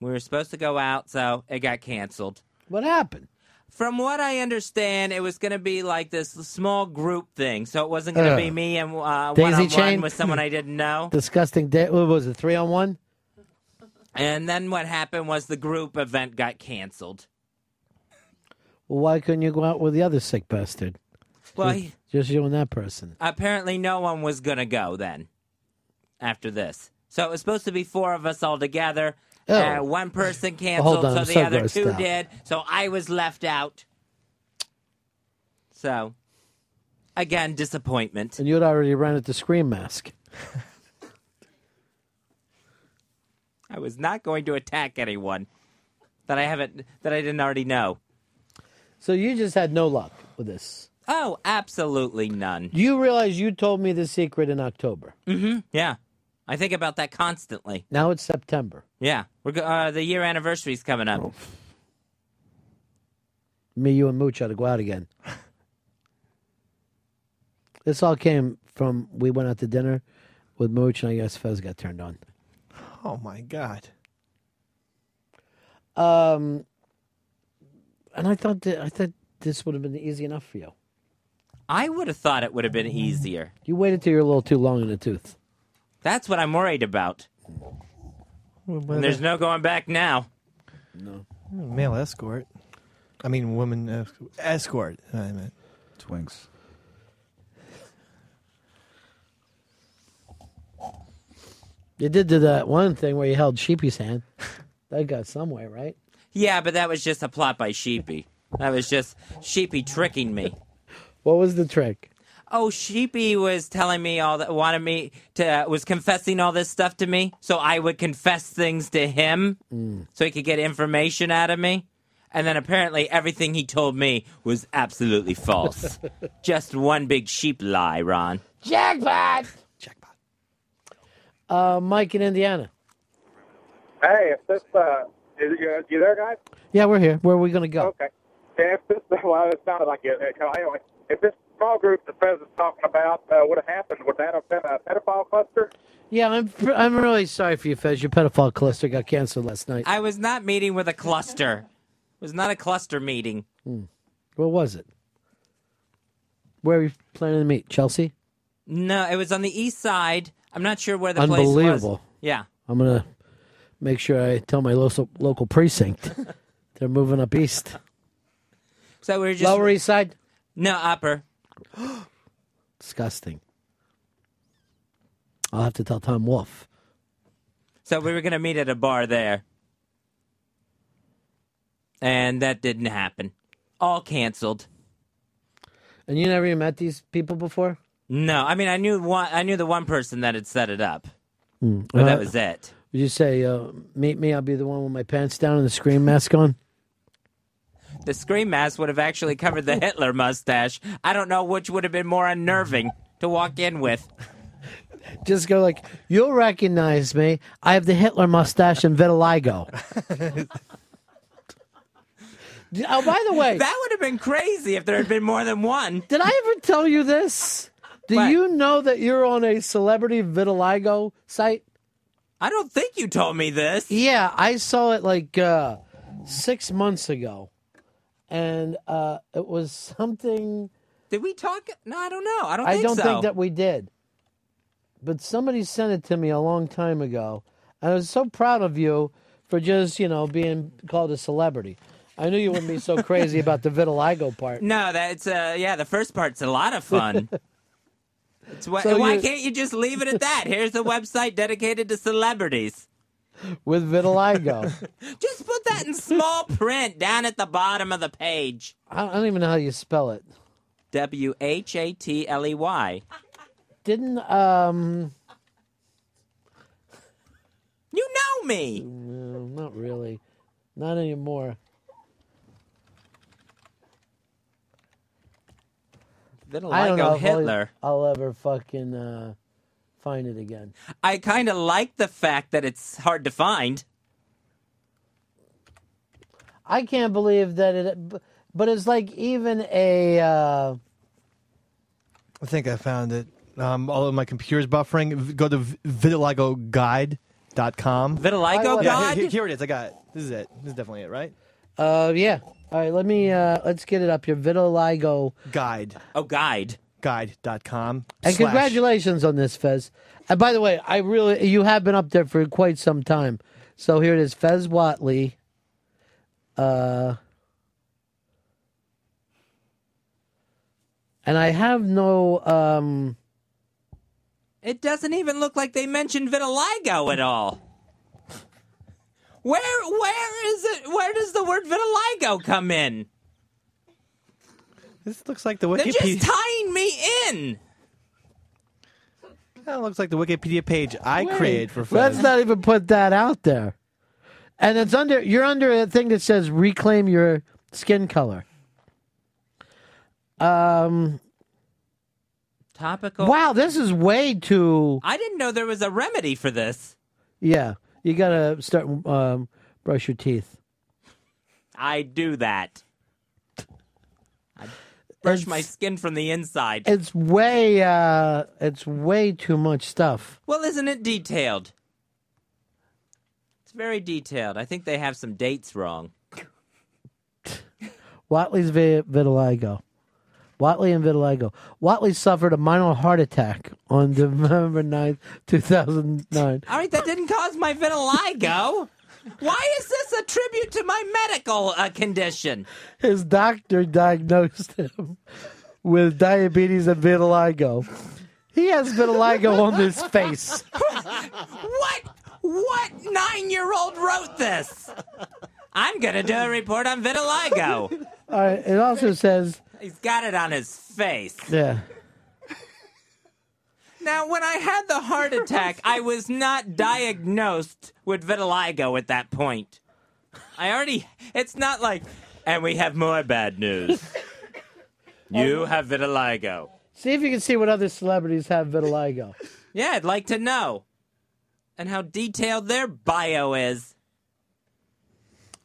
S10: We were supposed to go out, so it got canceled.
S6: What happened?
S10: From what I understand, it was going to be like this small group thing, so it wasn't going to
S6: Ugh.
S10: be me and uh,
S6: Daisy
S10: one-on-one
S6: chain?
S10: with someone I didn't know.
S6: Disgusting date. What was it? Three on one.
S10: And then what happened was the group event got canceled.
S6: Well, why couldn't you go out with the other sick bastard?
S10: Well,
S6: just,
S10: he-
S6: just you and that person.
S10: Apparently, no one was going to go then. After this, so it was supposed to be four of us all together.
S6: Oh.
S10: Uh, one person canceled,
S6: Hold on,
S10: so
S6: I'm
S10: the
S6: so
S10: other
S6: grossed
S10: two
S6: out.
S10: did. So I was left out. So, again, disappointment.
S6: And you had already rented the scream mask.
S10: I was not going to attack anyone that I haven't that I didn't already know.
S6: So you just had no luck with this.
S10: Oh, absolutely none.
S6: Do you realize you told me the secret in October?
S10: Mm-hmm. Yeah, I think about that constantly.
S6: Now it's September.
S10: Yeah, we're go- uh, the year anniversary's coming up.
S6: Oh. Me, you, and Mooch had to go out again. this all came from we went out to dinner with Mooch, and I guess Fez got turned on.
S7: Oh my god.
S6: Um, and I thought that, I thought this would have been easy enough for you.
S10: I would have thought it would have been easier.
S6: You waited till you're a little too long in the tooth.
S10: That's what I'm worried about. And there's no going back now.
S7: Mm, Male escort. I mean, woman esc- escort. I meant
S22: twinks.
S6: You did do that one thing where you held Sheepy's hand. That got somewhere, right?
S10: Yeah, but that was just a plot by Sheepy. That was just Sheepy tricking me.
S6: What was the trick?
S10: Oh, Sheepy was telling me all that, wanted me to, was confessing all this stuff to me. So I would confess things to him so he could get information out of me. And then apparently everything he told me was absolutely false. just one big sheep lie, Ron.
S6: Jackpot! Jackpot. Uh, Mike in Indiana.
S23: Hey, if this, uh, is, you, you there, guys?
S6: Yeah, we're here. Where are we going to go?
S23: Okay. If this, <laughs> well, it sounded like it. it kinda- Anyway, if this small group the president's talking about uh, would have happened, would that have been a pedophile cluster?
S6: Yeah, I'm I'm really sorry for you, Fez. Your pedophile cluster got canceled last night.
S10: I was not meeting with a cluster. It was not a cluster meeting.
S6: Hmm. What was it? Where are we planning to meet? Chelsea?
S10: No, it was on the east side. I'm not sure where the place was.
S6: Unbelievable.
S10: Yeah.
S6: I'm going to make sure I tell my local, local
S10: <laughs>
S6: precinct they're moving up east.
S10: So we were just
S6: Lower East Side?
S10: No, upper.
S6: Disgusting. I'll have to tell Tom Wolf.
S10: So we were going to meet at a bar there. And that didn't happen. All canceled.
S6: And you never even met these people before?
S10: No, I mean I knew one I knew the one person that had set it up.
S6: Hmm.
S10: But
S6: Uh,
S10: that was it.
S6: Would you say, uh, meet me? I'll be the one with my pants down and the scream mask on?
S10: The scream mask would have actually covered the Hitler mustache. I don't know which would have been more unnerving to walk in with.
S6: Just go like, you'll recognize me. I have the Hitler mustache and vitiligo. <laughs> oh, by the way,
S10: that would have been crazy if there had been more than one.
S6: Did I ever tell you this? Do you know that you're on a celebrity vitiligo site?
S10: I don't think you told me this.
S6: Yeah, I saw it like uh, six months ago, and uh, it was something.
S10: Did we talk? No, I don't know. I don't.
S6: I
S10: think
S6: don't
S10: so.
S6: think that we did. But somebody sent it to me a long time ago, and I was so proud of you for just you know being called a celebrity. I knew you wouldn't be
S10: <laughs>
S6: so crazy about the vitiligo part.
S10: No, that's uh, yeah. The first part's a lot of
S6: <laughs>
S10: fun. It's why,
S6: So
S10: why
S6: you-
S10: can't you just leave it at that? Here's a website dedicated to celebrities.
S6: With vitiligo,
S10: Just put that in small print down at the bottom of the page.
S6: I I don't even know how you spell it.
S10: W H A T L E Y.
S6: Didn't um.
S10: You know me.
S6: No, not really. Not anymore. I don't know
S10: Vitiligo
S6: if I'll-
S10: Hitler.
S6: I'll, ever fucking uh, find it again.
S10: I kind of like the fact that it's hard to find.
S6: I can't believe that it. b- But it's like even a. Uh,
S7: I think I found it. Um, although my computer's buffering, v- go to v- vitiligoguide.com.
S10: Vitiligo
S7: Yeah,
S10: guide?
S7: Here, here it is. I got it. This is it. This is definitely it, right?
S6: uh, yeah. All right. Let me. Uh, let's get it up here. Vitiligo.
S7: Guide.
S10: Oh, guide.
S7: Guide.com.
S6: And
S7: slash-
S6: congratulations on this, Fez. And by the way, I really you have been up there for quite some time. So here it is, Fez Watley. Uh, and I have no. Um,
S10: It doesn't even look like they mentioned vitiligo at all. Where where is it? Where does the word vitiligo come in?
S7: This looks like the
S10: They're
S7: Wikipedia.
S10: just tying me in.
S7: That looks like the Wikipedia page I created for
S6: let's
S7: Fez.
S6: not even put that out there. And it's under. You're under a thing that says reclaim your skin color. Um.
S10: Topical.
S6: Wow, this is way too.
S10: I didn't know there was a remedy for this.
S6: Yeah, you gotta start um, brush your teeth.
S10: I do that. I brush my skin from the inside.
S6: It's way, uh, it's way too much stuff.
S10: Well, isn't it detailed? It's very detailed. I think they have some dates wrong.
S6: Watley's vi- vitiligo. Watley and vitiligo. Watley suffered a minor heart attack on <laughs> November 9th, 2009.
S10: All right, that didn't cause my vitiligo. Why is this a tribute to my medical uh, condition?
S6: His doctor diagnosed him with diabetes and vitiligo. He has vitiligo on his face.
S10: what? What nine-year-old wrote this? I'm gonna do a report on vitiligo.
S6: All right, it also says,
S10: He's got it on his face.
S6: yeah.
S10: Now, when I had the heart attack, I was not diagnosed with vitiligo at that point. I already, it's not like, and we have more bad news. You have vitiligo.
S6: See if you can see what other celebrities have vitiligo.
S10: Yeah, I'd like to know. And how detailed their bio is.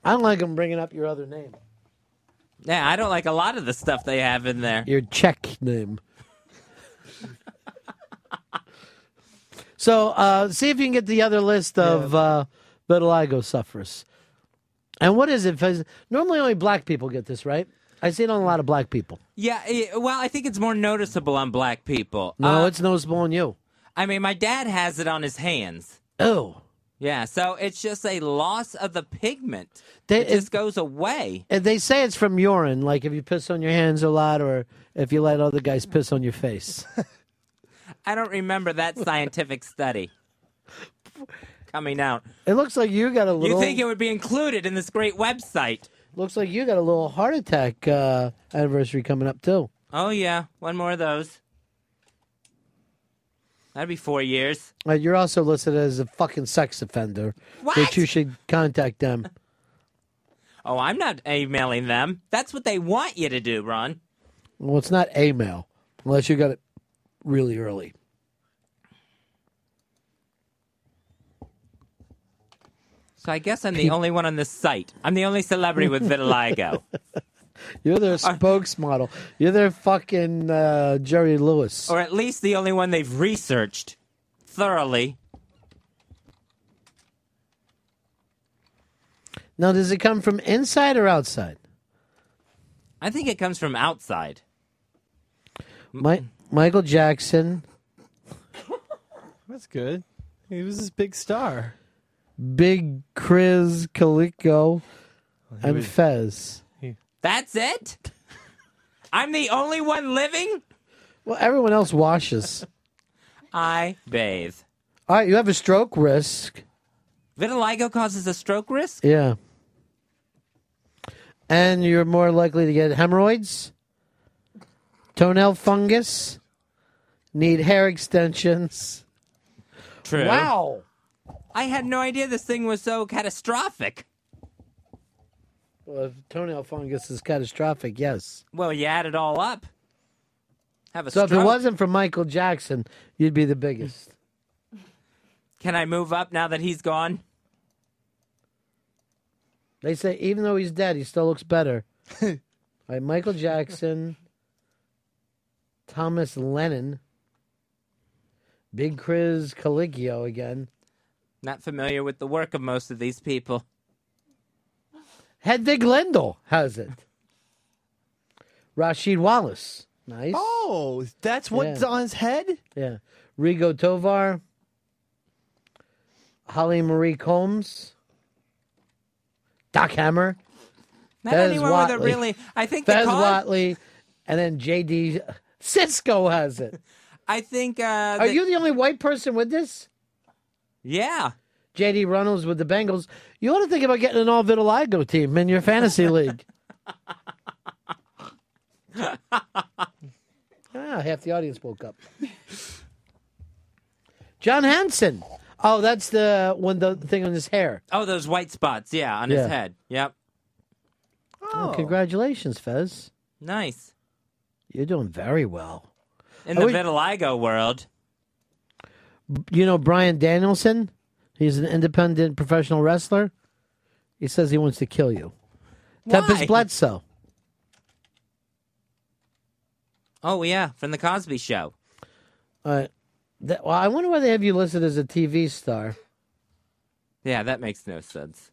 S6: I don't like them bringing up your other name.
S10: Yeah, I don't like a lot of the stuff they have in there.
S6: Your Czech name. so uh, see if you can get the other list of uh, vitiligo sufferers. And what is it? Fez? Normally, only black people get this, right? I see it on a lot of black people.
S10: Yeah, eh, well, I think it's more noticeable on black people. Uh,
S6: No, it's noticeable on you.
S10: I mean, my dad has it on his hands.
S6: Oh,
S10: Yeah, so it's just a loss of the pigment.
S6: They-
S10: it just goes away.
S6: and they say it's from urine. Like if you piss on your hands a lot, or if you let other guys piss on your face.
S10: I don't remember that scientific study coming out.
S6: it looks like you got a little.
S10: You think it would be included in this great website?
S6: looks like you got a little heart attack uh, anniversary coming up too.
S10: Oh yeah, one more of those. That'd be four years.
S6: Uh, you're also listed as a fucking sex offender. That you should contact them.
S10: Oh, I'm not emailing them. That's what they want you to do, Ron.
S6: Well, it's not a mail unless you got it really early.
S10: So I guess
S6: <laughs>
S10: I'm the only one on this site. I'm the only celebrity with vitiligo.
S6: You're their spokesmodel. You're their fucking uh, Jerry Lewis.
S10: or at least the only one they've researched thoroughly.
S6: Now, does it come from inside or outside?
S10: I think it comes from outside.
S6: My, Michael Jackson,
S7: That's good. He was this big star.
S6: Big Chris Calico,
S7: he
S6: and
S7: was-
S6: Fez.
S10: That's it? I'm the only one living?
S6: Well, everyone else washes. <laughs>
S10: I bathe.
S6: All right, you have a stroke risk.
S10: Vitiligo causes a stroke risk?
S6: Yeah. And you're more likely to get hemorrhoids, toenail fungus, need hair extensions.
S10: True.
S6: Wow.
S10: I had no idea this thing was so catastrophic.
S6: Well, if toenail fungus is catastrophic, yes.
S10: Well, you add it all up. Have a
S6: So if
S10: stroke.
S6: it wasn't for Michael Jackson, you'd be the biggest.
S10: Can I move up now that he's gone?
S6: They say even though he's dead, he still looks better. All right, Michael Jackson, Thomas Lennon, Big Chris Caligio again,
S10: Not familiar with the work of most of these people.
S6: Hedvig Lendl has it. Rashid Wallace, nice.
S7: Oh, that's what's
S6: Yeah.
S7: on his head?
S6: Yeah. Rigo Tovar, Holly Marie Combs, Doc Hammer.
S10: Not
S6: Fez
S10: anyone with a
S6: Watley.
S10: really. I think they
S6: Fez
S10: call.
S6: Watley, and then J.D. Cisco has it.
S10: I think. Uh,
S6: Are
S10: that-
S6: you the only white person with this?
S10: Yeah.
S6: J.D. Reynolds with the Bengals. You ought to think about getting an all vitiligo team in your <laughs> fantasy league. ah, half the audience woke up. John Hanson. Oh, that's the one the thing on his hair.
S10: Oh, those white spots. Yeah, on
S6: Yeah.
S10: his head. Yep.
S6: Oh, congratulations, Fez.
S10: Nice.
S6: You're doing very well.
S10: In
S6: I
S10: the
S6: wish-
S10: vitiligo world.
S6: You know Brian Danielson? He's an independent professional wrestler. He says he wants to kill you. Tempest
S10: Why?
S6: Bledsoe.
S10: Oh yeah, from the Cosby Show.
S6: All right. Uh, That, well, I wonder why they have you listed as a TV star.
S10: Yeah, that makes no sense.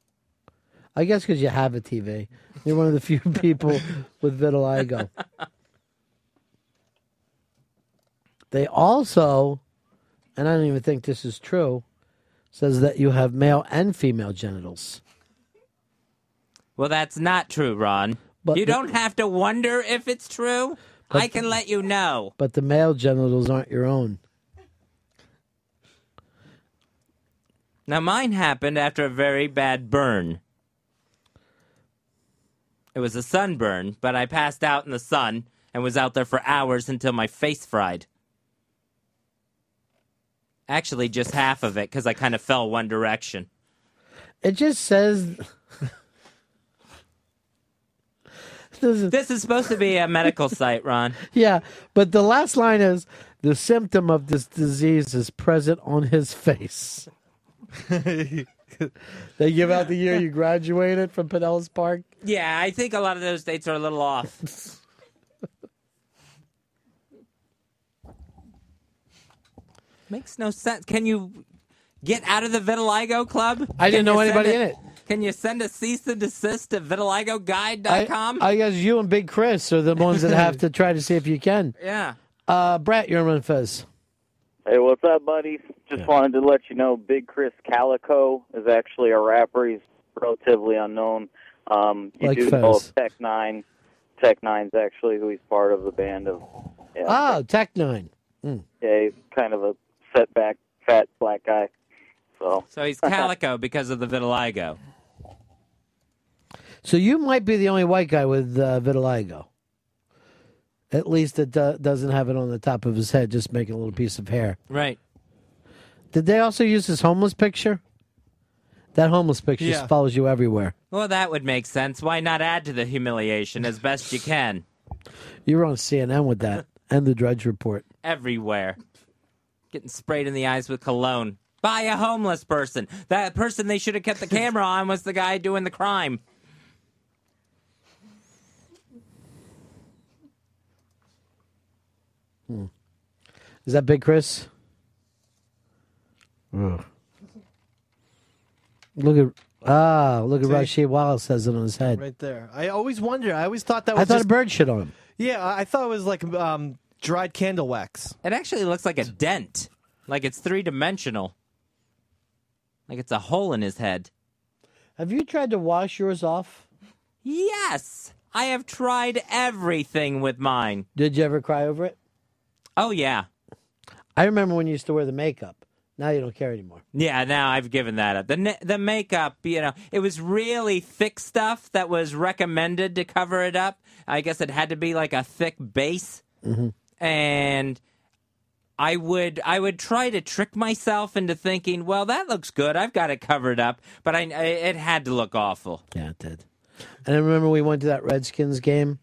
S6: I guess because you have a TV. You're one of the few <laughs> people with vitiligo. They also, and I don't even think this is true, says that you have male and female genitals.
S10: Well, that's not true, Ron.
S6: But
S10: you
S6: the-
S10: don't have to wonder if it's true.
S6: But
S10: I can let you know.
S6: But the male genitals aren't your own.
S10: Now, mine happened after a very bad burn. It was a sunburn, but I passed out in the sun and was out there for hours until my face fried. Actually, just half of it because I kind of fell one direction.
S6: It just says. <laughs> this is
S10: This is supposed to be a medical site, Ron.
S6: Yeah, but the last line is the symptom of this disease is present on his face. They give out the year you graduated from Pinellas Park.
S10: Yeah, I think a lot of those dates are a little
S6: <laughs>
S10: off. Makes no sense. Can you get out of the vitiligo club?
S6: I didn't know
S10: you send
S6: anybody in it.
S10: Can you send a cease and desist to
S6: I,
S10: vitiligoguide.com?
S6: I guess you and Big Chris are the ones that have to try to see if you can.
S10: yeah.
S6: Uh, Brett, you're on Fez.
S24: Hey, what's up, buddies? Just wanted to let you know Big Chris Calico is actually a rapper. He's relatively unknown. Um, you
S6: Like
S24: do know
S6: Fez.
S24: of Tech Nine. Tech Nine's actually who he's part of the band of. Yeah,
S6: Oh, Tech Nine.
S24: yeah he's kind of a setback, fat black guy. So, <laughs>
S10: So he's calico because of the vitiligo.
S6: So you might be the only white guy with uh, vitiligo. At least it do- doesn't have it on the top of his head, just making a little piece of hair.
S10: Right.
S6: Did they also use his homeless picture? That homeless picture
S10: Yeah.
S6: follows you everywhere.
S10: Well, that would make sense. Why not add to the humiliation as best you can?
S6: You were on CNN with <laughs> that and the Drudge Report.
S10: Everywhere. Getting sprayed in the eyes with cologne by a homeless person. That person they should have kept the camera on was the guy doing the crime.
S6: Hmm. Is that Big Chris? Ugh. Look at ah, look at Rashid Wallace has it on his head.
S7: Right there. I always wonder. I always thought that was.
S6: I thought
S7: just-
S6: a bird shit on him.
S7: Yeah, I I thought it was like um, dried candle wax.
S10: It actually looks like a dent. Like it's three dimensional. Like it's a hole in his head.
S6: Have you tried to wash yours off?
S10: Yes. I have tried everything with mine.
S6: Did you ever cry over it?
S10: Oh yeah.
S6: I remember when you used to wear the makeup. Now you don't care anymore.
S10: Yeah, now I've given that up. The ne- the makeup, you know, it was really thick stuff that was recommended to cover it up. I guess it had to be like a thick base,
S6: Mm-hmm.
S10: and I would I would try to trick myself into thinking, well, that looks good. I've got it covered up, but I it had to look awful.
S6: Yeah, it did. And I remember we went to that Redskins game,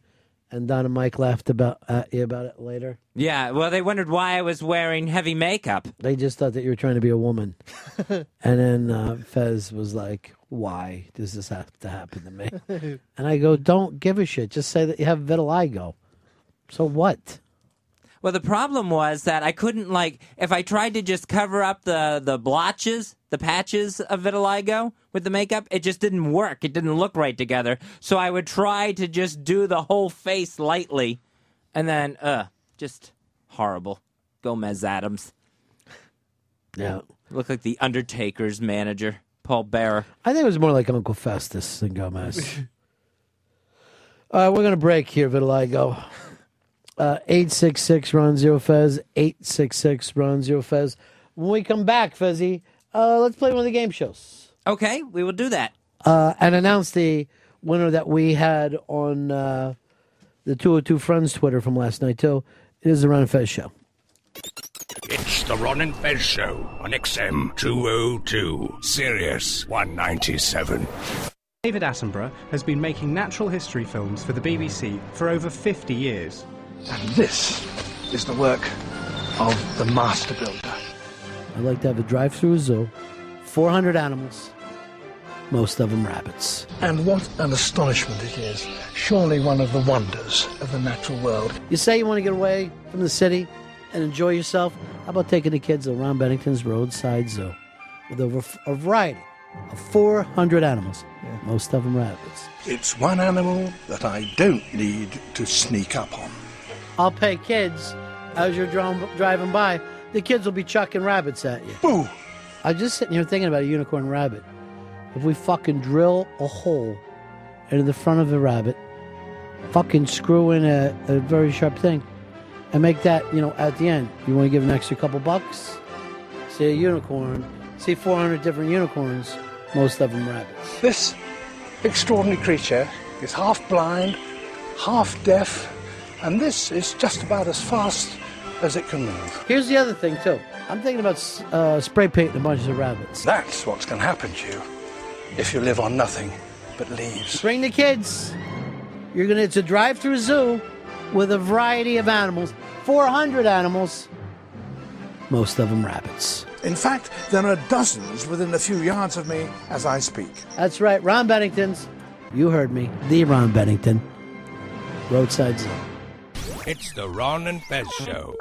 S6: and Don and Mike laughed about at you about it later.
S10: Yeah, well, they wondered why I was wearing heavy makeup.
S6: They just thought that you were trying to be a woman. and then uh, Fez was like, "Why does this have to happen to me?" And I go, "Don't give a shit. Just say that you have vitiligo. So what?"
S10: Well, the problem was that I couldn't like if I tried to just cover up the the blotches, the patches of vitiligo with the makeup, it just didn't work. It didn't look right together. So I would try to just do the whole face lightly, and then uh, just horrible. Gomez Adams.
S6: Yeah.
S10: Look like the Undertaker's manager, Paul Bearer.
S6: I think it was more like Uncle Festus than Gomez. All right, we're going to break here, Vitiligo. Uh, 866 Ron Zero Fez. 866 Ron Zero Fez. When we come back, Fezzy, uh, let's play one of the game shows
S10: Okay, we will do that.
S6: uh, and announce the winner that we had on uh, the 202 Friends Twitter from last night, too. It is the Ron and Fez show.
S2: It's the Ron and Fez Show on XM 202, Sirius 197.
S8: David Attenborough has been making natural history films for the BBC for over 50 years. And this is the work of the master builder.
S6: I'd like to have a drive through zoo, 400 animals, most of them rabbits.
S8: And what an astonishment it is. Surely one of the wonders of the natural world.
S6: You say you want to get away from the city and enjoy yourself? How about taking the kids to Ron Bennington's Roadside Zoo with over f- a variety of 400 animals, most of them rabbits?
S25: It's one animal that I don't need to sneak up on.
S6: I'll pay kids as you're drum- driving by. The kids will be chucking rabbits at you. Boo! I'm just sitting here thinking about a unicorn rabbit. If we fucking drill a hole into the front of the rabbit, fucking screw in a, a very sharp thing, and make that, you know, at the end, you want to give an extra couple bucks? See a unicorn, see 400 different unicorns, most of them rabbits.
S25: This extraordinary creature is half blind, half deaf, and this is just about as fast as it can move.
S6: Here's the other thing, too. I'm thinking about s- uh, spray painting a bunch of rabbits.
S25: That's what's going to happen to you if you live on nothing but leaves.
S6: Bring the kids. You're gonna. It's a drive-through zoo with a variety of animals. 400 animals. Most of them rabbits.
S2: In fact, there are dozens within a few yards of me as I speak.
S6: That's right, Ron Bennington's. You heard me, the Ron Bennington. Roadside Zone.
S30: It's the Ron and Fez Show.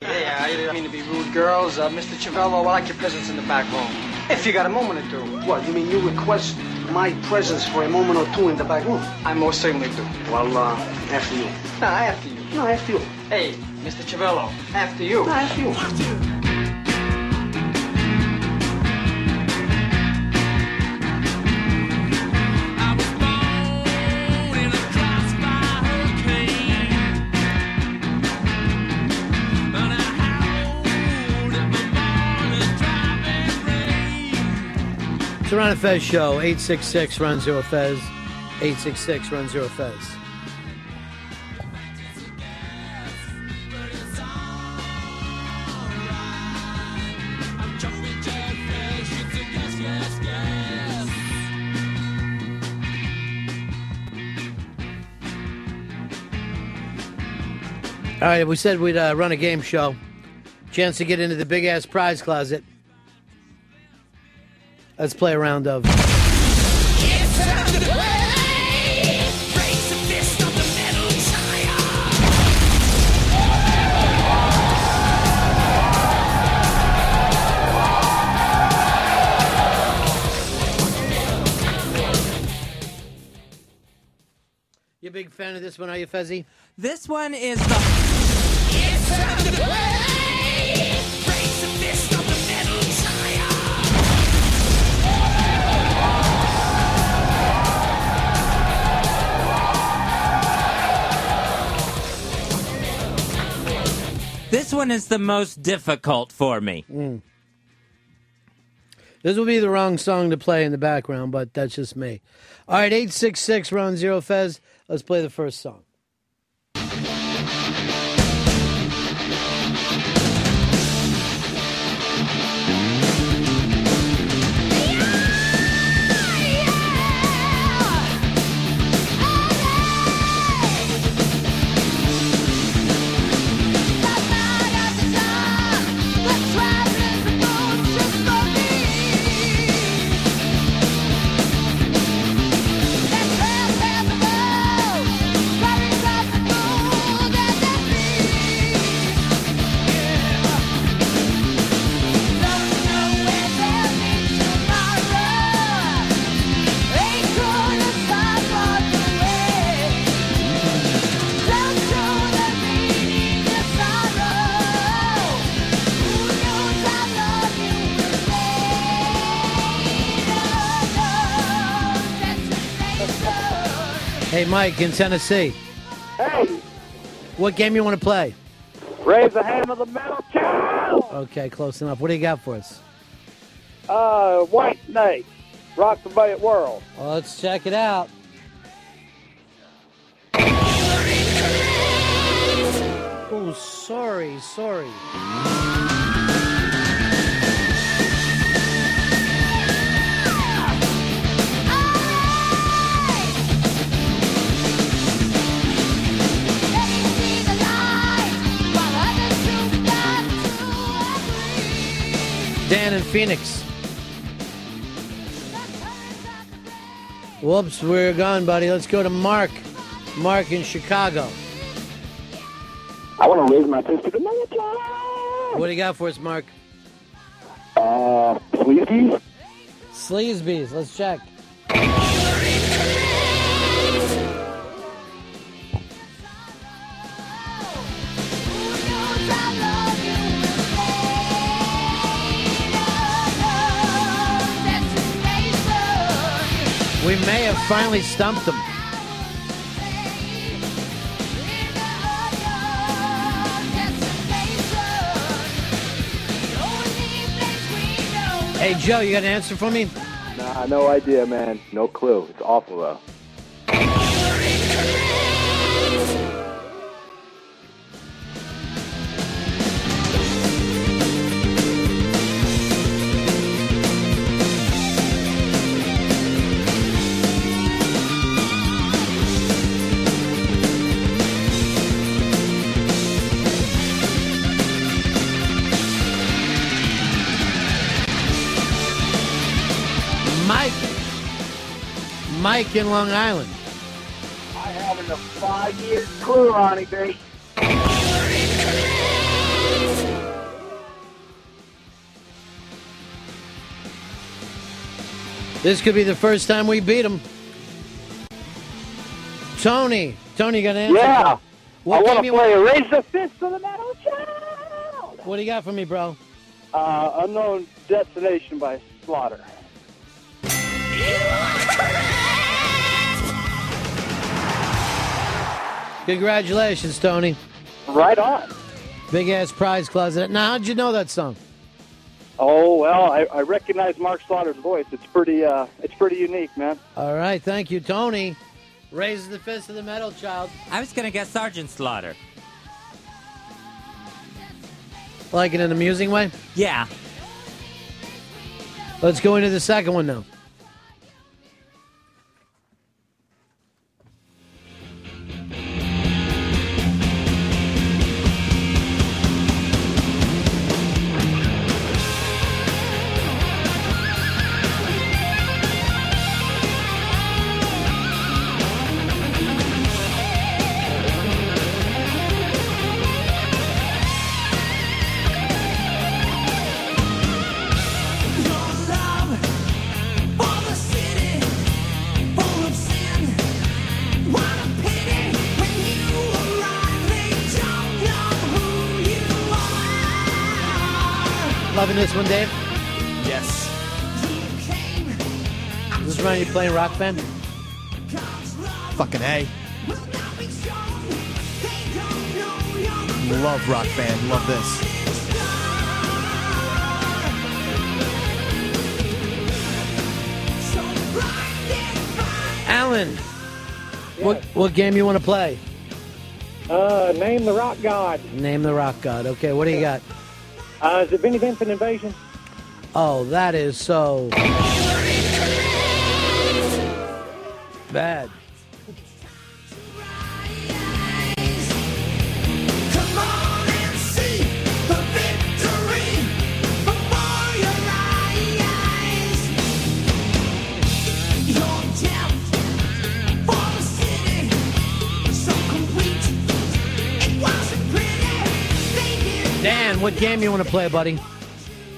S4: Hey, I didn't mean to be rude, girls. Uh, Mr. Chivello, I like your presence in the back room. If you got a moment or two. What, you mean you request my presence for a moment or two in the back room? I most certainly do. Well, uh, after you. No, after you. No, after you. Hey, Mr. Chivello, after you. No, after you. After you.
S6: It's the Ron and Fez Show, 866 Ron Zero Fez, 866 Ron Zero Fez. All right, we said we'd uh, run a game show. Chance to get into the big ass prize closet. Let's play a round of. You a big fan of this one, are you, Fezzy?
S10: This one is the. This one is the most difficult for me.
S6: Mm. This will be the wrong song to play in the background, but that's just me. All right, 866 round zero Fez. Let's play the first song. Hey, Mike in Tennessee.
S3: Hey,
S6: What game you want to play?
S3: raise the hand of the metal child.
S6: Okay, close enough. What do you got for us?
S3: Uh, White Snake, Rock the Bay World.
S6: Well, let's check it out. Oh, sorry, sorry. Dan in Phoenix. Whoops, we're gone, buddy. Let's go to Mark. Mark in Chicago.
S31: I want to raise my fist to the metal child.
S6: What do you got for us, Mark?
S31: Uh, Sleepy?
S6: Sleazebees. Let's check. We may have finally stumped them. Hey, Joe, you got an answer for me?
S31: Nah, no idea, man. No clue. It's awful, though.
S6: Mike in Long Island.
S9: I haven't a five year clue on anything.
S6: This could be the first time we beat him. Tony, Tony, you got an answer?
S9: Yeah. I wanna play Raise the
S6: Fist for the Metal Child. What do you got for me, bro?
S9: Uh, unknown destination by Slaughter.
S6: Congratulations, Tony.
S9: Right on.
S6: Big ass prize closet. Now, how'd you know that song?
S9: Oh well, I, I recognize Mark Slaughter's voice. It's pretty, uh, it's pretty unique, man.
S6: All right, thank you, Tony. Raises the fist of the metal child.
S10: I was gonna guess Sergeant Slaughter.
S6: Like in an amusing way?
S10: Yeah.
S6: Let's go into the second one now. Loving this one, Dave?
S7: Yes.
S6: Does this remind you of playing rock band?
S7: Fucking A. Love rock band. Love this.
S6: Alan, what what game you want to play?
S12: Uh, name the rock god.
S6: Name the rock god. Okay, what do you got?
S12: Uh, is it Benny Benson Invasion?
S6: Oh, that is so bad. Dan, what game you want to play, buddy?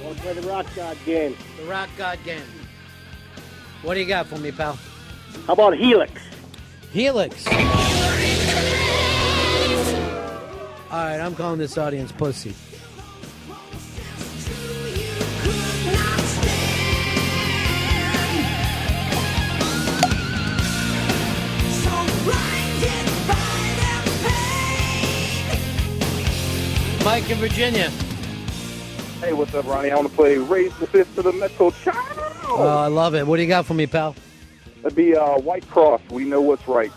S12: Or play the rock god game.
S6: The rock god game. What do you got for me, pal?
S12: How about Helix?
S6: Helix. All right, I'm calling this audience pussy. Mike in Virginia.
S23: Hey, what's up, Ronnie? I want to play Raise the Fist to the Metal Child.
S6: Oh, I love it. What do you got for me, pal?
S23: That'd be uh, White Cross. We know what's right.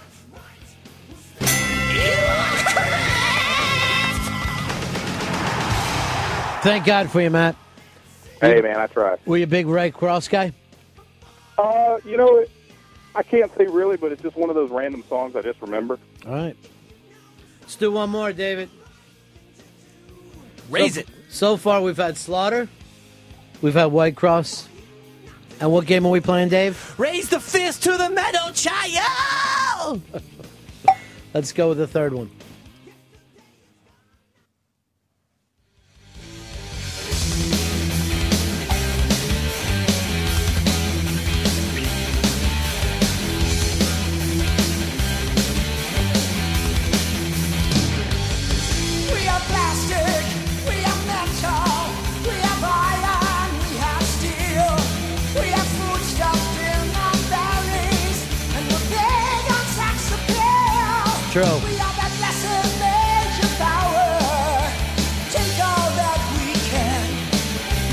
S6: Thank God for you, Matt.
S23: Hey, man, I tried.
S6: Were you a big Ray Cross guy?
S23: Uh, you know, it- I can't say really, but it's just one of those random songs I just remember.
S6: All right. Let's do one more, David.
S23: Raise
S6: it. So far, we've had Slaughter, we've had White Cross, and what game are we playing, Dave?
S7: Raise the fist to the metal child.
S6: Let's go with the third one.
S4: We are plastic, we are metal, we have iron, we have steel, we have food stuffed in our bellies, and we're big on tax appeal.
S6: True.
S4: We are that lesser major power. Take all that we can.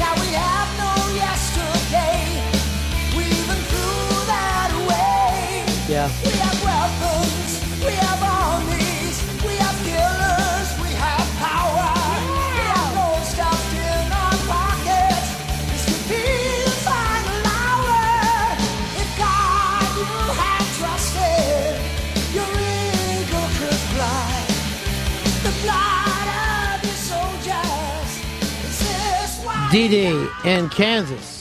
S4: Now we have no yesterday. We even threw that away.
S6: Yeah.
S4: We have weapons, we have armies, we have killers, we have power. We have gold stuffed in our pockets. This could be the final hour. If God you had trusted, your eagle could fly. The blood of your soldiers is this why
S6: DD in Kansas.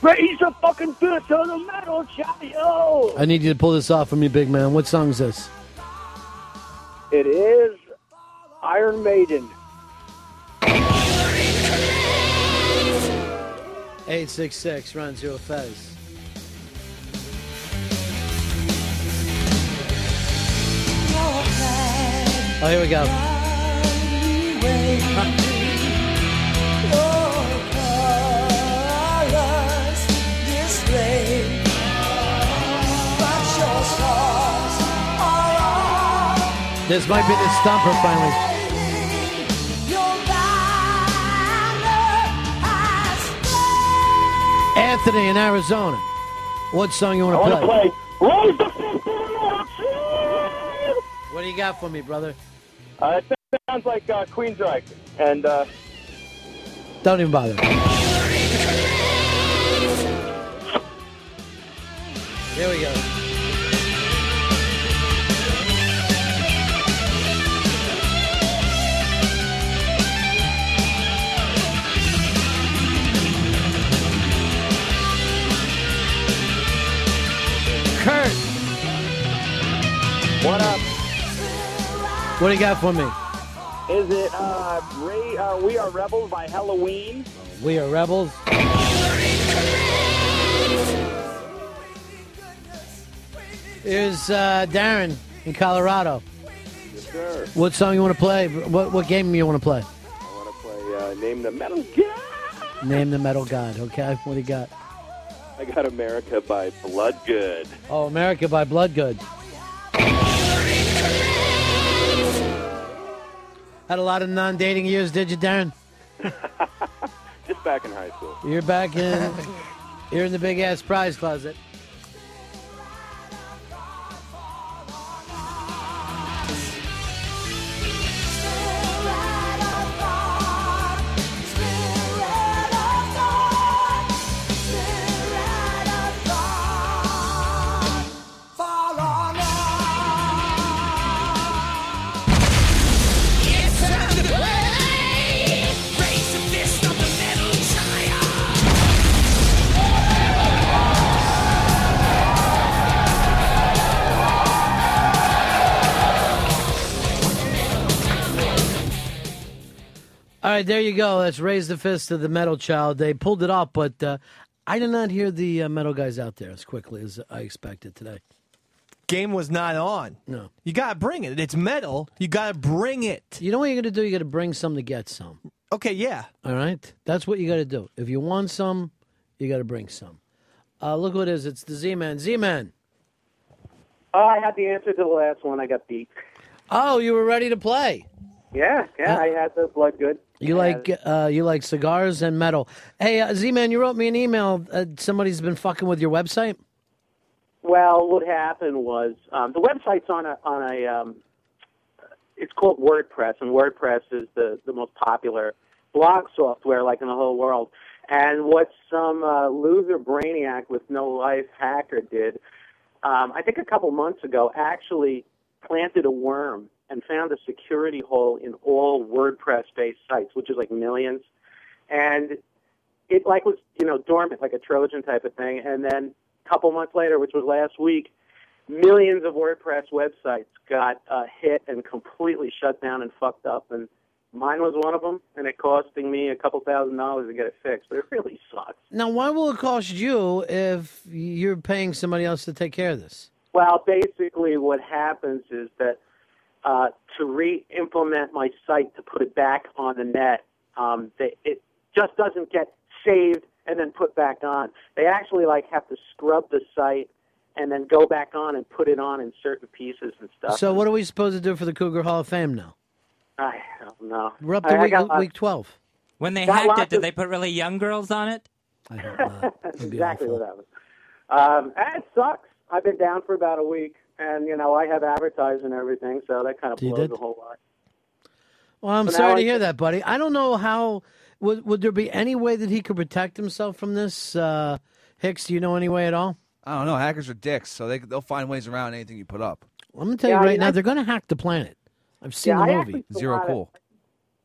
S12: Raise the fucking fist on the metal, Chayo!
S6: I need you to pull this off for me, big man. What song is this?
S12: It is Iron Maiden.
S6: 866 Run Zero Fez. Oh, here we go. This might be the stumper finally. Anthony in Arizona. What song you want to play?
S4: Raise the
S12: Oh,
S6: What do you got for me, brother?
S12: Uh, it sounds like uh, Queensryche. And uh,
S6: Don't even bother. Here we go. Kurt.
S12: What up?
S6: What do you got for me?
S12: Is it uh, Ray, uh, We Are Rebels by Halloween?
S6: We are rebels. Here's uh, Darren in Colorado.
S14: Yes, sir.
S6: What song you want to play? What what game you want to play?
S14: I want to play uh, Name the Metal Gear.
S6: Name the metal god. Okay, what do you got?
S14: I got America by Bloodgood.
S6: Oh, America by Bloodgood. Had a lot of non-dating years, did you, Darren?
S14: <laughs> Just back in high school.
S6: You're back in. You're in the big ass prize closet. All right, there you go. Let's raise the fist to the metal child. They pulled it off, but uh, I did not hear the uh, metal guys out there as quickly as I expected today.
S7: Game was not on.
S6: No.
S7: You got to bring it. It's metal. You got to bring it.
S6: You know what you're going to do? You're going to bring some to get some.
S7: Okay, yeah.
S6: All right? That's what you got to do. If you want some, you got to bring some. Uh, look what it is. It's the Z Man. Z Man.
S12: Oh, I had the answer to the last one. I got beat.
S6: Oh, you were ready to play. Uh,
S12: Yeah, yeah, I had the blood good.
S6: You like uh, you like cigars and metal. Hey, uh, Z Man, you wrote me an email. Uh, somebody's been fucking with your website.
S20: Well, what happened was um, the website's on a on a um, it's called WordPress, and WordPress is the the most popular blog software like in the whole world. And what some uh, loser brainiac with no life hacker did, um, I think a couple months ago, actually planted a worm and found a security hole in all WordPress-based sites, which is like millions, and it like was you know dormant, like a Trojan type of thing. And then a couple months later, which was last week, millions of WordPress websites got uh, hit and completely shut down and fucked up. And mine was one of them, and it costing me a couple thousand dollars to get it fixed. But it really <laughs> sucks.
S6: Now, why will it cost you if you're paying somebody else to take care of this?
S20: Well, basically, what happens is that uh, to re-implement my site to put it back on the net, um, they, it just doesn't get saved and then put back on. They actually like have to scrub the site and then go back on and put it on in certain pieces and stuff.
S6: So, what are we supposed to do for the Cougar Hall of Fame now?
S20: I don't know.
S6: We're up
S20: I-
S6: to
S20: I
S6: week,
S20: got lots-
S6: week twelve.
S20: When
S10: They
S20: Got
S10: hacked
S20: lots
S10: it. Did
S20: of-
S10: they put really young girls on it?
S20: That's <laughs> exactly what happened. Um, and it sucks. I've been down for about a week, and you know I have advertising and everything, so that kind of
S6: You
S20: blows
S6: did?
S20: the whole lot.
S6: Well, I'm
S20: But now
S6: sorry to
S20: I-
S6: hear that, buddy. I don't know how would would there be any way that he could protect himself from this? Uh, Hicks, do you know any way at all?
S22: I don't know. Hackers are dicks, so they they'll find ways around anything you put up.
S6: I'm gonna tell
S20: Yeah,
S6: you
S20: I
S6: right
S20: mean,
S6: now,
S20: I-
S6: they're gonna hack the planet. I've seen
S20: Yeah, I
S6: the
S20: actually
S6: movie.
S20: saw it.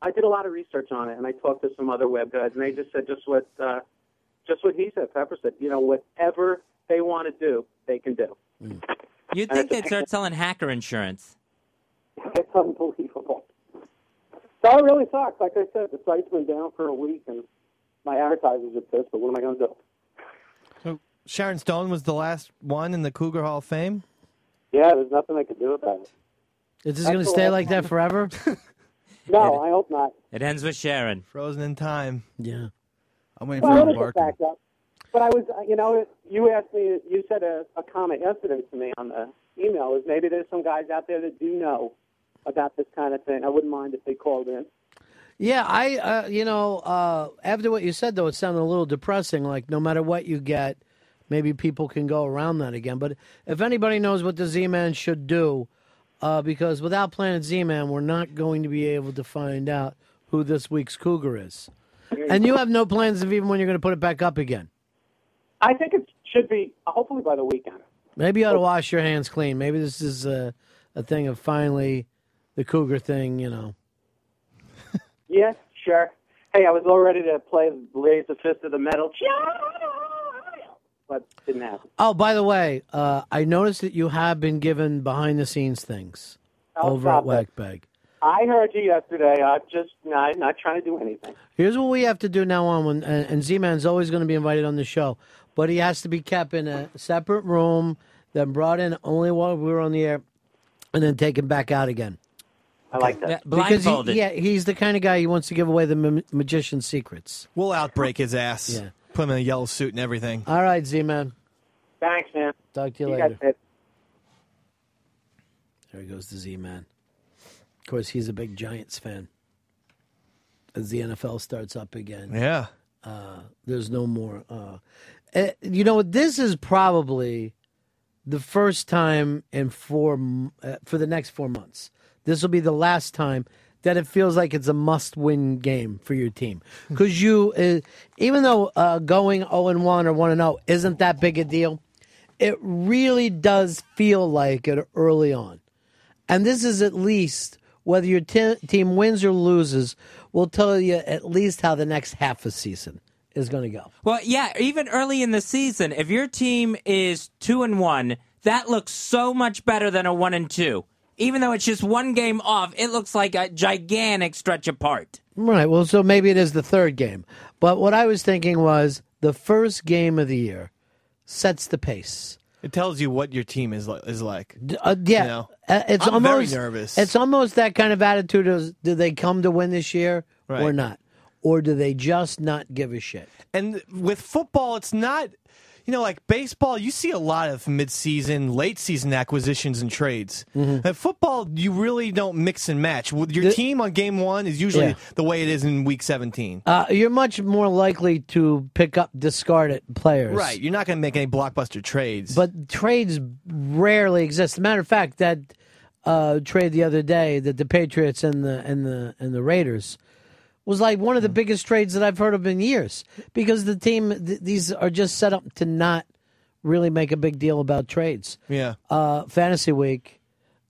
S20: I did a lot of research on it, and I talked to some other web guys, and they just said just what uh, just what he said, Pepper said. You know, whatever they want to do, they can do.
S10: You'd think they'd start selling hacker insurance.
S20: It's unbelievable. So it really sucks. Like I said, the site's been down for a week, and my advertisers are pissed. But what am I going to do?
S7: So Sharon Stone was the last one in the Cougar Hall of Fame.
S20: Yeah, there's nothing I can do about it.
S6: Is this
S20: That's
S6: going to
S20: the
S6: stay
S20: last
S6: like that
S7: <laughs>
S6: forever?
S20: No, I hope not.
S10: It ends with Sharon.
S7: Frozen in time.
S6: Yeah.
S22: I'm waiting
S20: Well, it'll get back up. But I was, uh, you know, you asked me, you said a, a comment yesterday to me on the email is maybe there's some guys out there that do know about this kind of thing. I wouldn't mind if they called in.
S6: Yeah, I, uh, you know, uh, after what you said, though, it sounded a little depressing. Like, no matter what you get, maybe people can go around that again. But if anybody knows what the Z Man should do, uh, because without Planet Z Man, we're not going to be able to find out who this week's Cougar is. And you have no plans of even when you're going to put it back up again.
S20: I think it should be hopefully by the weekend.
S6: Maybe you ought to wash your hands clean. Maybe this is a, a thing of finally the Cougar thing, you know.
S20: Yes, sure. Hey, I was all ready to play Raise the Fist of the Metal. <laughs> But didn't happen.
S6: Oh, by the way, uh, I noticed that you have been given behind the scenes things
S20: Oh,
S6: over at
S20: stop it.
S6: Whackbag.
S20: I heard you yesterday. I'm just not, not trying to do anything.
S6: Here's what we have to do now on when and, and Z Man's always going to be invited on the show, but he has to be kept in a separate room, then brought in only while we were on the air, and then taken back out again.
S20: I like that.
S6: Because he, yeah, he's the kind of guy who wants to give away the ma- magician's secrets.
S7: We'll outbreak his ass.
S6: Yeah.
S7: Put him in a yellow suit and everything.
S6: All right, Z Man.
S20: Thanks, man.
S6: Talk to you,
S20: You guys
S6: later. There he goes, the Z Man. Of course, he's a big Giants fan. As the NFL starts up again,
S7: Yeah.
S6: uh, there's no more. Uh, eh, you know, this is probably the first time in four m- uh, for the next four months. This will be the last time that it feels like it's a must-win game for your team because you, uh, even though uh, going zero and one or one and zero isn't that big a deal, it really does feel like it early on. And this is at least whether your te- team wins or loses will tell you at least how the next half of season is going to go.
S10: Well, yeah, even early in the season, if your team is two and one, that looks so much better than a one and two. Even though it's just one game off, it looks like a gigantic stretch apart.
S6: Right. Well, so maybe it is the third game. But what I was thinking was the first game of the year sets the pace.
S7: It tells you what your team is like. Is like.
S6: Uh, yeah,
S7: You know?
S6: Uh, it's
S7: I'm
S6: almost
S7: very nervous.
S6: It's almost that kind of attitude: of do they come to win this year or
S7: Right.
S6: not, or do they just not give a shit?
S7: And with football, it's not, you know, like baseball, you see a lot of mid-season, late-season acquisitions and trades.
S6: Mm-hmm.
S7: And football, you really don't mix and match. With Your team on game one is usually
S6: Yeah.
S7: the way it is in week 17.
S6: Uh, you're much more likely to pick up discarded players,
S7: Right. You're not going to make any blockbuster trades.
S6: But trades rarely exist. As a matter of fact, that uh, trade the other day that the Patriots and the and the and the Raiders was like one of the biggest trades that I've heard of in years because the team th- these are just set up to not really make a big deal about trades.
S7: Yeah.
S6: Uh, Fantasy Week,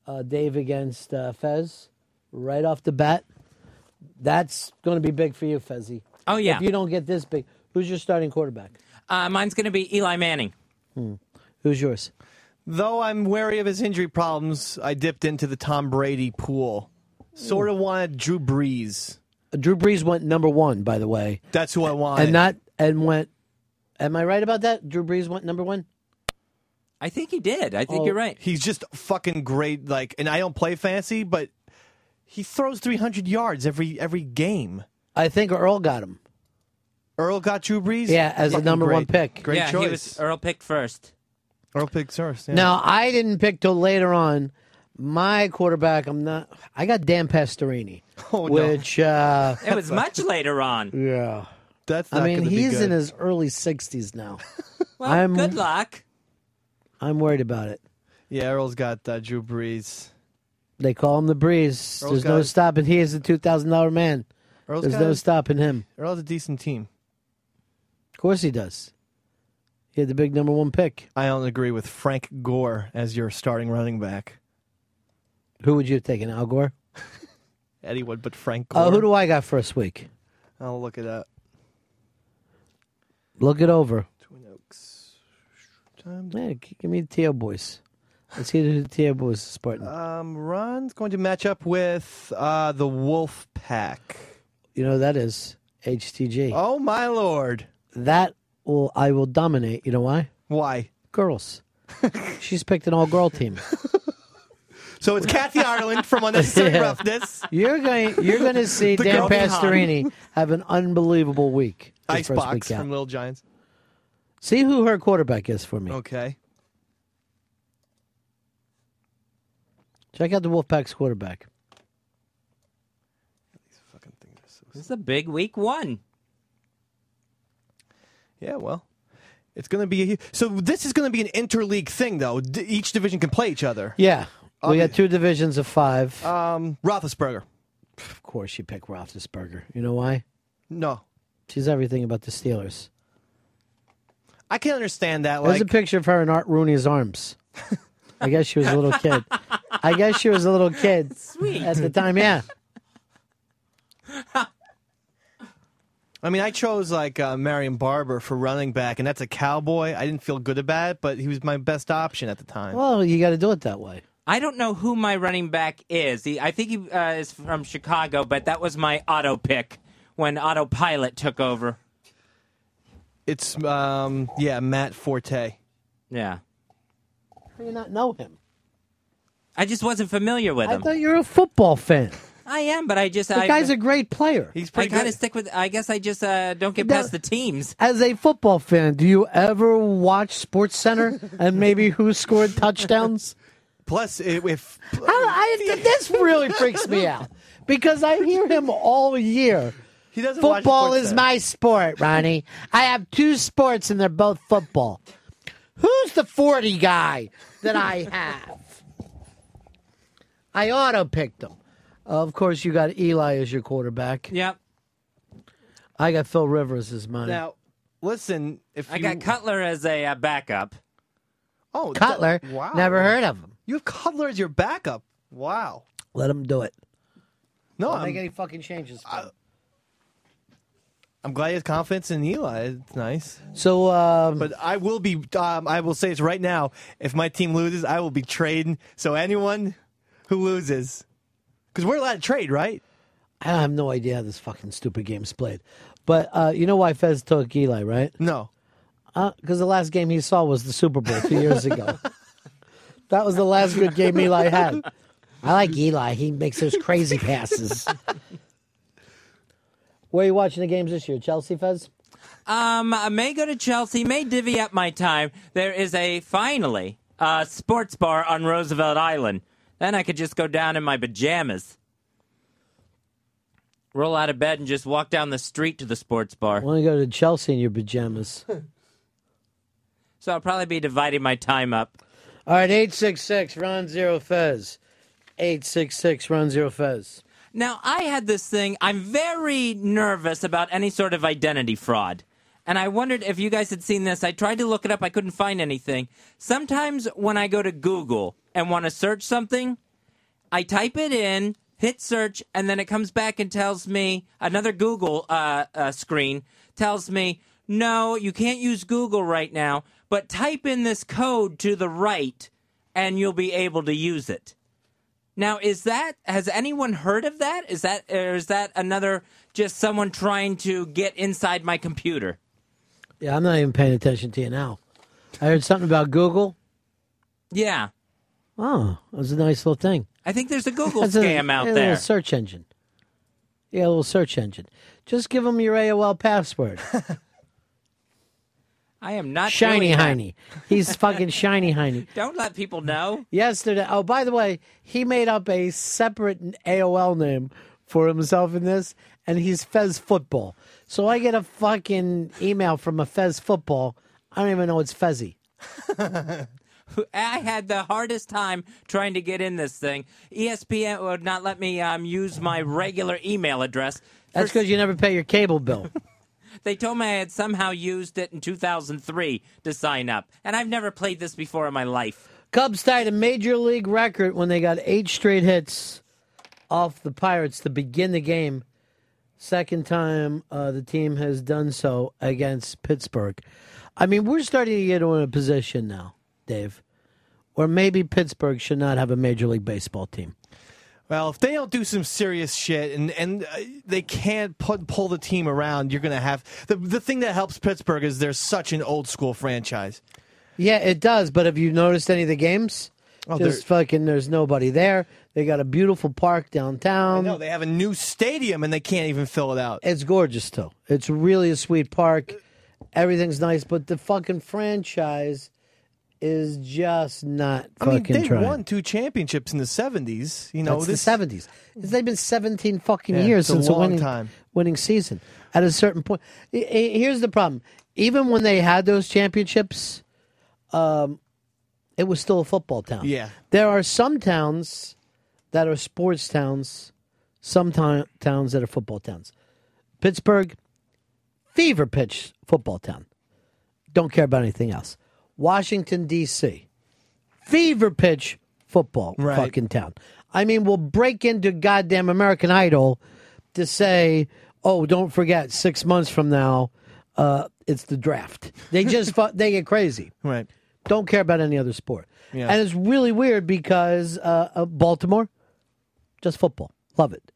S6: uh, Dave against uh, Fez, right off the bat. That's going to be big for you, Fezzy.
S10: Oh, yeah.
S6: If you don't get this big, who's your starting quarterback?
S10: Uh, mine's going to be Eli Manning. Hmm.
S6: Who's yours?
S7: Though I'm wary of his injury problems, I dipped into the Tom Brady pool. Sort
S10: Hmm.
S7: of wanted Drew Brees.
S6: Drew Brees went number one, by the way.
S7: That's who I wanted.
S6: and not and went. Am I right about that? Drew Brees went number one.
S10: <laughs> I think he did. I think
S6: Oh.
S10: you're right.
S7: He's just fucking great. Like, and I don't play fancy, but he throws 300 yards every every game.
S6: I think Earl got him.
S7: Earl got Drew Brees.
S6: Yeah, as the
S7: Fucking
S6: number one
S7: great.
S6: pick.
S7: Great
S10: yeah,
S7: choice.
S10: he was Earl picked first.
S7: Earl picked first. Yeah.
S6: Now I didn't pick till later on. My quarterback, I'm not. I got Dan Pastorini,
S7: <laughs> Oh, no.
S6: which
S7: <laughs>
S6: uh,
S10: <laughs> It was much later on.
S6: Yeah,
S7: that's.
S6: I
S10: not
S6: mean,
S10: gonna be
S6: he's
S10: good.
S6: in his early 60s
S7: <laughs>
S6: now.
S10: Well,
S6: I'm-
S10: good luck.
S6: I'm worried about it.
S7: yeah, Earl's got uh, Drew Brees.
S6: They call him the Breeze.
S7: Earl's
S6: There's
S7: got
S6: no
S7: his-
S6: stopping. He is the two thousand dollar man.
S7: Earl's
S6: There's
S7: got
S6: no
S7: his-
S6: stopping him.
S7: Earl's a decent team.
S6: Of course, he does. He had the big number one pick.
S7: I don't agree with Frank Gore as your starting running back.
S6: Who would you have taken, Al Gore?
S7: Anyone but Frank Gore.
S6: Uh, who do I got first week?
S7: I'll look it up.
S6: Look it over. Twin Oaks. Yeah, g- give me the Teo Boys. Let's hear the Teo Boys, Spartan.
S7: Um, Ron's going to match up with uh, the Wolf Pack.
S6: You know who that is HTG.
S7: Oh my lord!
S6: That will I will dominate. You know why?
S7: Why?
S6: Girls.
S7: <laughs>
S6: She's picked an all-girl team.
S7: So it's Kathy Ireland from
S6: <laughs>
S7: Unnecessary
S6: Yeah.
S7: Roughness.
S6: You're going. You're going
S7: <laughs>
S6: to see
S7: The
S6: Dan
S7: Golden Hog.
S6: Pastorini have an unbelievable week. this first
S7: Icebox
S6: week out.
S7: from Little Giants.
S6: See who her quarterback is for me.
S7: Okay.
S6: Check out the Wolfpack's quarterback.
S10: This is a big week one.
S7: Yeah, well, it's going to be a, hu- so. This is going to be an interleague thing, though. D- each division can play each other.
S6: Yeah, we got two divisions of five.
S7: Um, Roethlisberger.
S6: Of course, you pick Roethlisberger. You know why?
S7: No,
S6: she's everything about the Steelers.
S7: I can understand that.
S6: There's
S7: Like,
S6: a picture of her in Art Rooney's arms. I guess she was a little kid. I guess she was a little kid at the time. Yeah,
S7: I mean, I chose like uh, Marion Barber for running back, and that's a cowboy. I didn't feel good about it, but he was my best option at the time.
S6: Well, you got to do it that way.
S10: I don't know who my running back is. He, I think he uh, is from Chicago, but that was my auto pick when autopilot took over.
S7: It's um, yeah, Matt Forte.
S10: Yeah,
S6: How do you not know him?
S10: I just wasn't familiar with
S6: I
S10: him.
S6: thought you were a football fan.
S10: I am, but I just
S6: The
S10: I,
S6: guy's a great player.
S7: He's
S10: I kind of stick with. I guess I just uh, don't get
S6: Now-
S10: past the teams.
S6: As a football fan, do you ever watch Sports
S7: <laughs>
S6: Center and maybe who scored touchdowns?
S7: Plus, if, if
S6: How, I, this really freaks me out because I hear him all year.
S7: He doesn't watch
S6: football
S7: Sports
S6: is
S7: Center.
S6: my sport, Ronnie. I have two sports and they're both football. Who's the 40 guy that I have? I auto picked him. Of course, you got Eli as your quarterback.
S10: Yep.
S6: I got Phil Rivers as mine.
S7: Now, listen, if
S10: I
S7: you-
S10: got Cutler as a uh, backup.
S7: Oh, th-
S6: Cutler,
S7: wow.
S6: never heard of him.
S7: You have Cutler as your backup. Wow.
S6: Let him do it.
S7: No,
S6: Don't
S7: I'm,
S6: make any fucking changes.
S7: I'm glad he has confidence in Eli. It's nice.
S6: So, um,
S7: but I will be. Um, I will say this right now. If my team loses, I will be trading. So anyone who loses, because we're allowed to trade, right?
S6: I have no idea how this fucking stupid game's played. But uh, you know why Fez took Eli, right?
S7: No.
S6: Because the last game he saw was the Super Bowl two years
S7: <laughs>
S6: ago. that was the last good game Eli had. I like Eli. He makes those crazy
S7: <laughs>
S6: passes. Where are you watching the games this year? Chelsea Fez?
S10: Um, I may go to Chelsea. May divvy up my time. There is a finally uh, sports bar on Roosevelt Island. Then I could just go down in my pajamas, roll out of bed, and just walk down the street to the sports
S6: I
S10: bar.
S6: want to go to Chelsea in your pajamas.
S10: So I'll probably be dividing my time up.
S6: All right, 866 Ron Zero Fez. 866 Ron Zero Fez.
S10: Now, I had this thing. I'm very nervous about any sort of identity fraud. And I wondered if you guys had seen this. I tried to look it up, I couldn't find anything. Sometimes when I go to Google and want to search something, I type it in, hit search, and then it comes back and tells me another Google uh, uh, screen tells me, no, you can't use Google right now, but type in this code to the right and you'll be able to use it. Now, is that has anyone heard of that? Is that or is that another just someone trying to get inside my computer?
S6: Yeah, I'm not even paying attention to you now. I heard something about Google.
S10: Yeah,
S6: Oh, that was a nice little thing.
S10: I think there's a Google
S6: That's a-
S10: scam out
S6: a little
S10: there.
S6: search engine. Yeah, a little search engine. Just give them your AOL
S10: <laughs>
S6: password.
S10: I am not
S6: shiny
S10: doing that.
S6: Heiny.
S10: <laughs>
S6: He's fucking Shiny Heiny.
S10: Don't let people know.
S6: Yesterday, oh, by the way, he made up a separate AOL name for himself in this, and he's Fez Football. So I get a fucking email from a Fez Football. I don't even know it's Fezzy.
S10: I had the hardest time trying to get in this thing. E ESPN would not let me um, use my regular email address.
S6: That's because you never pay your cable bill.
S10: They told me I had somehow used it in 2003 to sign up, and I've never played this before in my life.
S6: Cubs tied a major league record when they got eight straight hits off the Pirates to begin the game. Second time uh, the team has done so against Pittsburgh. I mean, we're starting to get in a position now, Dave, where maybe Pittsburgh should not have a Major League Baseball team.
S7: Well, if they don't do some serious shit and and uh, they can't put, pull the team around, you're gonna have the the thing that helps Pittsburgh is they're such an old school franchise.
S6: Yeah, it does. But have you noticed any of the games?
S7: Oh,
S6: Just fucking, there's nobody there. They got a beautiful park downtown.
S7: No, they have a new stadium and they can't even fill it out.
S6: It's gorgeous too. It's really a sweet park. Everything's nice, but the fucking franchise is just not
S7: I mean,
S6: fucking
S7: they
S6: trying.
S7: won two championships in the '70s. You know,
S6: That's the 70s.
S7: this
S6: They've been 17 fucking
S7: Yeah,
S6: years
S7: it's a
S6: since
S7: long
S6: winning
S7: time.
S6: winning season. At a certain point, I- I- here's the problem. Even when they had those championships, um, it was still a football town.
S7: Yeah.
S6: there are some towns that are sports towns, some town towns that are football towns. Pittsburgh, fever pitch football town. Don't care about anything else. Washington D.C., fever pitch football fucking town. I mean, we'll break into goddamn American Idol to say, "Oh, don't forget, six months from now, uh, it's the draft." They
S7: <laughs>
S6: just fu- they get crazy,
S7: right?
S6: Don't care about any other sport,
S7: Yeah.
S6: and it's really weird because uh, uh, Baltimore, just football, love it.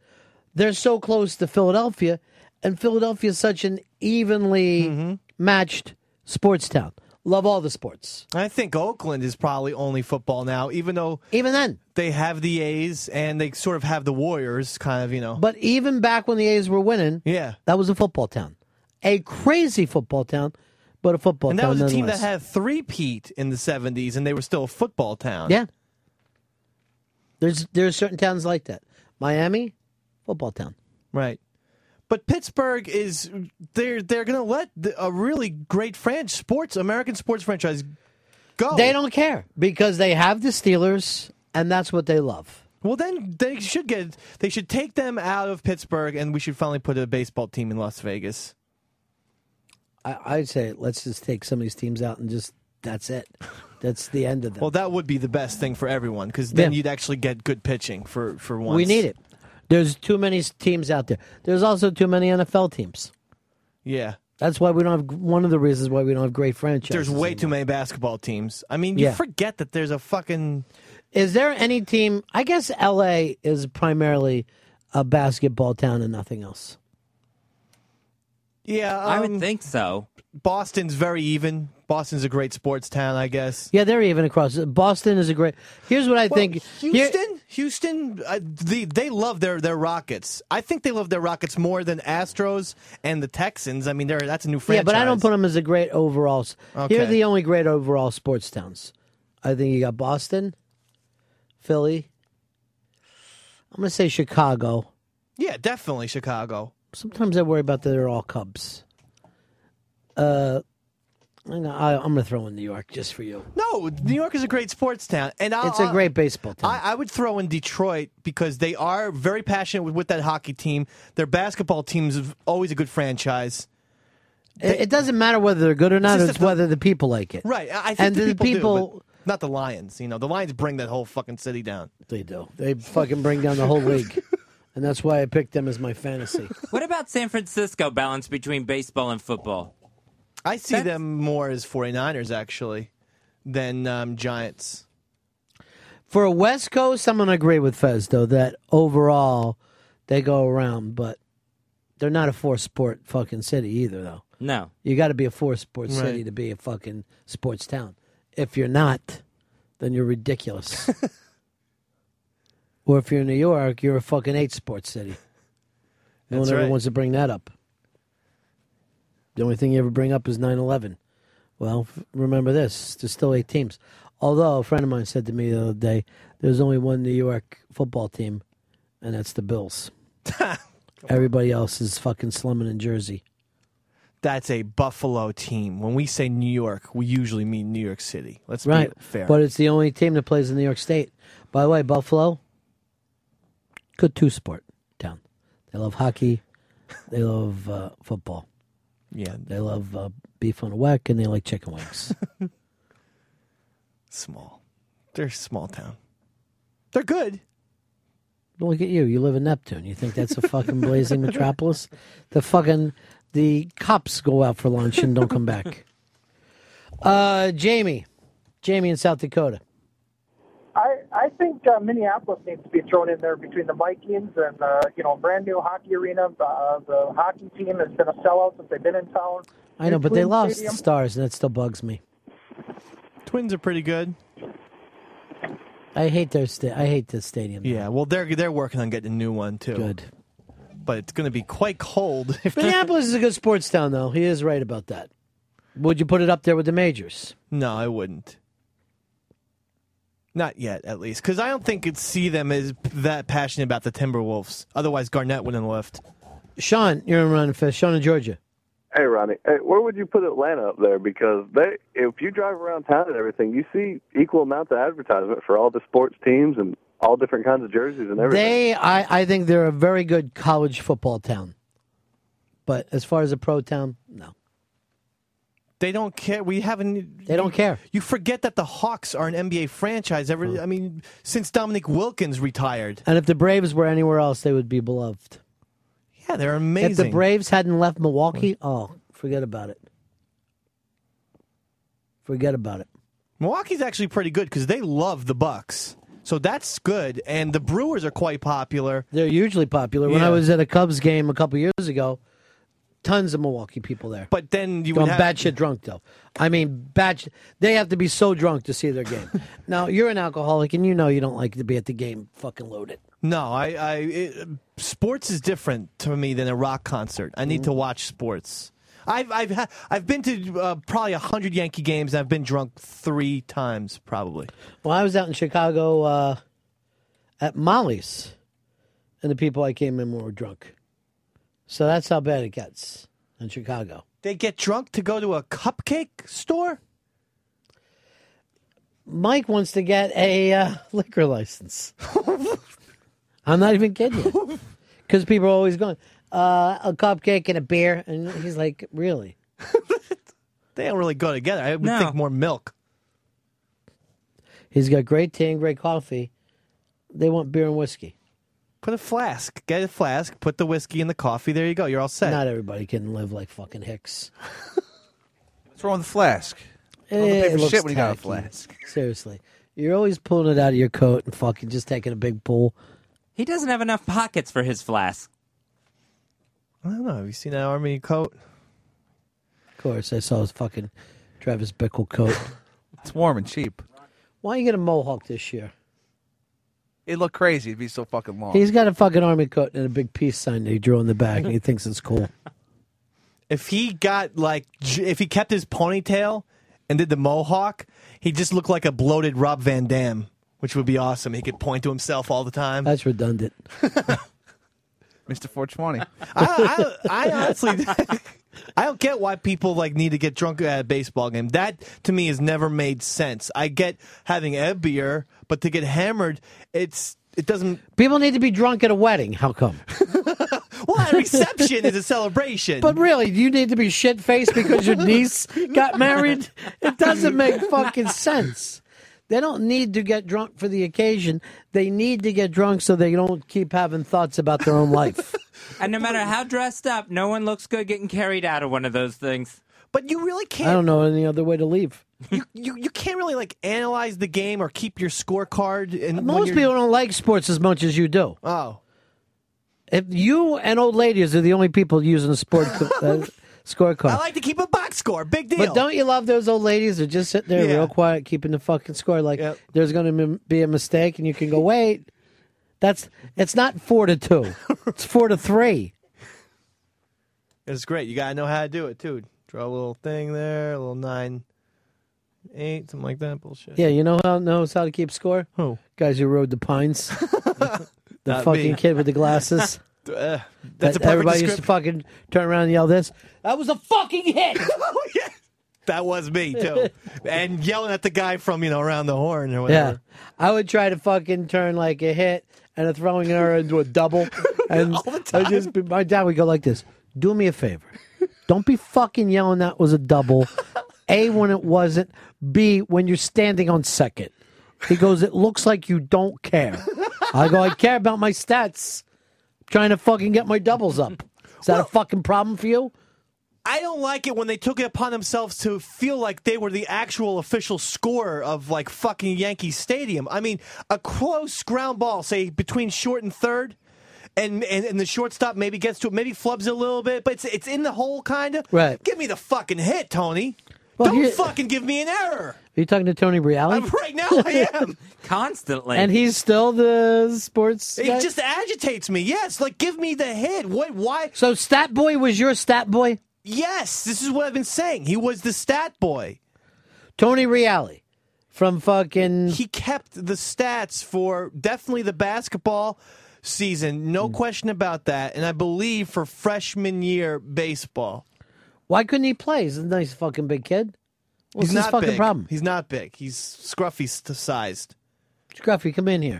S6: They're so close to Philadelphia, and Philadelphia is such an evenly
S7: Mm-hmm.
S6: matched sports town. Love all the sports.
S7: I think Oakland is probably only football now, even though
S6: even then
S7: they have the A's and they sort of have the Warriors, kind of. You know,
S6: But even back when the A's were winning,
S7: yeah,
S6: that was a football town, a crazy football town, but a football
S7: and that
S6: town.
S7: was a team that
S6: nonetheless.
S7: had three Pete in the '70s, and they were still a football town.
S6: yeah. There's there's certain towns like that. Miami, football town.
S7: Right. But Pittsburgh is they're they're going to let the, a really great French sports American sports franchise go.
S6: They don't care because they have the Steelers, and that's what they love.
S7: Well, then they should get they should take them out of Pittsburgh, and we should finally put a baseball team in Las Vegas.
S6: I, I'd say let's just take some of these teams out and just that's it. That's the end of them.
S7: Well, that would be the best thing for everyone because then
S6: Yeah.
S7: you'd actually get good pitching for for once.
S6: We need it. There's too many teams out there. There's also too many NFL teams.
S7: Yeah,
S6: That's why we don't have one of the reasons why we don't have great franchises.
S7: there's way too many basketball teams. I mean, you
S6: Yeah.
S7: forget that there's a fucking
S6: Is there any team? I guess LA is primarily a basketball town and nothing else.
S7: yeah. I would think
S10: so.
S7: Boston's very even. Boston's a great sports town, I guess.
S6: Yeah, they're even across. Boston is a great. Here's what I
S7: Well,
S6: think. Here-
S7: Houston, Houston, uh, they they love their their Rockets. I think they love their Rockets more than Astros and the Texans. I mean, they're that's a new franchise.
S6: yeah, but I don't put them as a great overall. s- Here are
S7: Okay.
S6: the only great overall sports towns. I think you got Boston, Philly. I'm gonna say Chicago.
S7: Yeah, definitely Chicago.
S6: Sometimes I worry about that they're all Cubs. Uh, I'm gonna, I, I'm gonna throw in New York just for you.
S7: No, New York is a great sports town, and I'll,
S6: It's a great baseball town.
S7: I, I would throw in Detroit because they are very passionate with, with that hockey team. Their basketball team's always a good franchise.
S6: It, it doesn't matter whether they're good or not;
S7: It's
S6: it's,
S7: just
S6: whether the people like it.
S7: Right, I I think
S6: and
S7: the, people, do,
S6: people
S7: but not the Lions. You know, the Lions bring that whole fucking city down.
S6: They do. They fucking bring down the whole league, and that's why I picked them as my fantasy.
S10: What about San Francisco balance between baseball and football?
S7: <laughs> I see them more as 49ers actually than um, Giants.
S6: For a West Coast, I'm gonna agree with Fez though that overall they go around, but they're not a four sport fucking city either though.
S10: No.
S6: You got to be a four sport
S10: Right.
S6: city to be a fucking sports town. If you're not, then you're ridiculous. or if you're in New York, you're a fucking eight sport city. No
S7: That's
S6: one ever
S7: right.
S6: wants to bring that up. The only thing you ever bring up is 9 11. Well, f- remember this there's still eight teams. Although a friend of mine said to me the other day, there's only one New York football team, and that's the
S7: <laughs>
S6: Bills. Everybody else is fucking slumming in Jersey.
S7: that's a Buffalo team. When we say New York, we usually mean New York City. Let's
S6: right.
S7: be fair.
S6: But it's the only team that plays in New York State. By the way, Buffalo, good two sport town. They love hockey, they love uh, football.
S7: Yeah.
S6: They love uh, beef on a whack and they like chicken
S7: <laughs>
S6: wings.
S7: small. They're a small town. They're good.
S6: Look at you. You live in Neptune. You think that's a fucking blazing metropolis? The fucking the cops go out for lunch and don't come back. Uh, Jamie, Jamie in South Dakota.
S1: I, I think uh, Minneapolis needs to be thrown in there between the Vikings and uh, you know brand new hockey arena. Uh, the hockey team has been a sellout since they've been in town.
S6: I know, but they
S1: New Queen
S6: lost
S1: Stadium.
S6: the Stars, and it still bugs me.
S7: Twins are pretty good.
S6: I hate their sta- I hate this stadium.
S7: Yeah, well, they're they're working on getting a new one too. Good, but it's going to be quite cold. <laughs> If
S6: Minneapolis is a good sports town, though. He is right about that. Would you put it up there with the majors?
S7: no, I wouldn't. Not yet, at least, because I don't think could see them as p- that passionate about the Timberwolves. Otherwise, Garnett wouldn't have left.
S6: Sean, you're in running fist. Sean in Georgia.
S17: Hey, Ronnie, hey, where would you put Atlanta up there? Because they, if you drive around town and everything, you see equal amounts of advertisement for all the sports teams and all different kinds of jerseys and everything.
S6: They, I, I think they're a very good college football town. But as far as a pro town, no.
S7: They don't care. We haven't. e-,
S6: They don't care.
S7: You forget that the Hawks are an NBA franchise. Ever, I mean, since Dominic Wilkins retired.
S6: And if the Braves were anywhere else, they would be beloved.
S7: Yeah, they're
S6: If the
S7: amazing.
S6: Braves hadn't left Milwaukee, oh, forget about it. Forget about it.
S7: Milwaukee's actually pretty good because they love the Bucks, so that's good. And the Brewers are quite popular.
S6: They're usually popular. When I
S7: Yeah.
S6: was at a Cubs game a couple years ago, tons of Milwaukee people there.
S7: But then you
S6: Going
S7: would have
S6: batshit drunk though. I mean, batch. They have to be so drunk to see their
S7: <laughs>
S6: game. now you're an alcoholic, and you know you don't like to be at the game fucking loaded.
S7: no. I, I it, sports is different to me than a rock concert. I
S6: Mm.
S7: need to watch sports. I've I've ha- I've been to uh, probably hundred Yankee games. and I've been drunk three times probably.
S6: Well, I was out in Chicago uh, at Molly's, and the people I came in with were drunk. So that's how bad it gets in Chicago.
S7: They get drunk to go to a cupcake store.
S6: Mike wants to get a uh, <laughs>
S22: <laughs>
S6: liquor license. I'm not even kidding you, because people are always going uh, a cupcake and a beer, and he's like, "Really?
S7: They don't really go together. I would
S6: No.
S7: think more milk.
S6: He's got great tea and great coffee. They want beer and whiskey."
S7: Put a flask. Get a flask. Put the whiskey in the coffee. There you go. You're all set.
S6: Not everybody can live like fucking Hicks.
S22: <laughs> What's wrong with the flask?
S6: Eh,
S22: I don't pay for
S6: it looks
S22: shit when you got a
S6: tacky.
S22: flask.
S6: Seriously. You're always pulling it out of your coat and fucking just taking a big pull.
S10: He doesn't have enough pockets for his flask.
S7: I don't know. Have you seen that army coat?
S6: Of course, I saw his fucking Travis Bickle coat.
S22: It's warm and cheap.
S6: Why don't you get a mohawk this year?
S22: It'd look crazy. It'd be so fucking long.
S6: He's got a fucking army coat and a big peace sign that he drew on the back and he thinks it's cool.
S7: If he got like, j- if he kept his ponytail and did the mohawk, he just looked like a bloated Rob Van Dam, which would be awesome. He could point to himself all the time.
S6: That's redundant.
S22: Mr. 420.
S7: I, I, I honestly, <laughs> I don't get why people like need to get drunk at a baseball game. That to me has never made sense. I get having a beer, but to get hammered, it's it doesn't.
S6: People need to be drunk at a wedding. How come?
S7: <laughs> Well, a reception is a celebration.
S6: But really, do you need to be shit faced because your niece got married? It doesn't make fucking sense. They don't need to get drunk for the occasion. They need to get drunk so they don't keep having thoughts about their own life.
S10: And no matter how dressed up, no one looks good getting carried out of one of those things.
S7: But you really
S6: I don't know any other way to leave.
S7: you you can't really like analyze the game or keep your scorecard. And when
S6: Most
S7: you're-
S6: people don't like sports as much as you do.
S7: Oh.
S6: If you and old ladies are the only people using the sport
S7: <laughs>
S6: uh, scorecard.
S7: I like to keep a box score. Big deal.
S6: But don't you love those old ladies that just sit there
S7: Yeah.
S6: real quiet, keeping the fucking score? Like there's going to be a mistake, and you can go, "Wait, that's it's not four to
S7: <laughs>
S6: two, it's four to three.
S7: It's great. You gotta know how to do it too. Draw a little thing there, a little nine, eight, something like that. Bullshit.
S6: Yeah, you know how knows how to keep score?
S7: Who
S6: guys who rode the
S7: <laughs>
S6: pines? the
S7: Not
S6: fucking
S7: me.
S6: kid with the glasses.
S7: Uh, <laughs> that's a
S6: that
S7: perfect
S6: everybody used to
S7: description.
S6: fucking turn around and yell this. That was a fucking hit.
S7: That
S6: <laughs>
S7: was me too, and yelling at the guy from you know around the horn or
S6: Yeah,
S7: whatever.
S6: I would try to fucking turn like a hit and a throwing error into a double, and I just be, my dad would go like this: "Do me a favor, don't be fucking yelling that was a double, a when it wasn't, b when you're standing on second. He goes, "It looks like you don't care." I go, I care about my stats. Trying to fucking get my doubles up. Is that a fucking problem for you?
S7: I don't like it when they took it upon themselves to feel like they were the actual official scorer of like fucking Yankee Stadium. I mean, a close ground ball, say between short and third, and and, and the shortstop maybe gets to it, maybe flubs it a little bit, but it's it's in the hole kind of.
S6: Right.
S7: Give me the fucking hit, Tony. don't fucking give me an error.
S6: Are you talking to Tony Reale?
S7: Right now I am.
S10: Constantly.
S6: and he's still the sports.
S7: It
S6: guy?
S7: just agitates me. Yes, like give me the hit. What? Why?
S6: So Stat Boy was your Stat Boy?
S7: Yes, this is what I've been saying. He was the Stat Boy.
S6: Tony Reale from fucking.
S7: He kept the stats for definitely the basketball season,
S6: Hmm.
S7: no question about that. And I believe for freshman year baseball.
S6: Why couldn't he play? He's a nice fucking big kid. What's
S7: He's
S6: his
S7: not
S6: fucking
S7: big.
S6: problem?
S7: He's not big. He's scruffy s- sized.
S6: Scruffy, come in
S29: <laughs>
S6: here.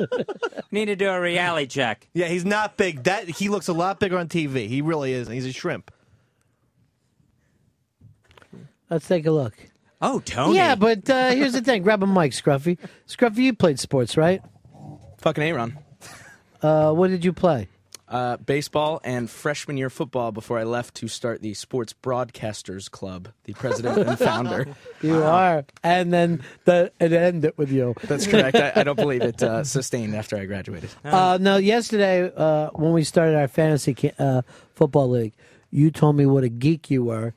S10: <laughs> Need to do a reality check.
S7: Yeah, he's not big. That he looks a lot bigger on TV. He really is. He's
S6: <laughs>
S7: a shrimp.
S6: Let's take a look.
S10: Oh, Tony.
S6: Yeah, but uh, here's the thing. Grab a mic, Scruffy. Scruffy, you played sports, right?
S29: Fucking Aaron.
S6: Uh, what did you play?
S29: Uh, baseball and freshman year football before I left to start the Sports Broadcasters Club, the president
S12: <laughs>
S29: and founder.
S6: You are, and then the it ended with you.
S29: That's correct. I, I don't believe
S12: <laughs>
S6: <laughs>
S29: it uh, sustained after I graduated.
S6: Uh, no, yesterday uh, when we started our fantasy ca- uh, football league, you told me what a geek you were,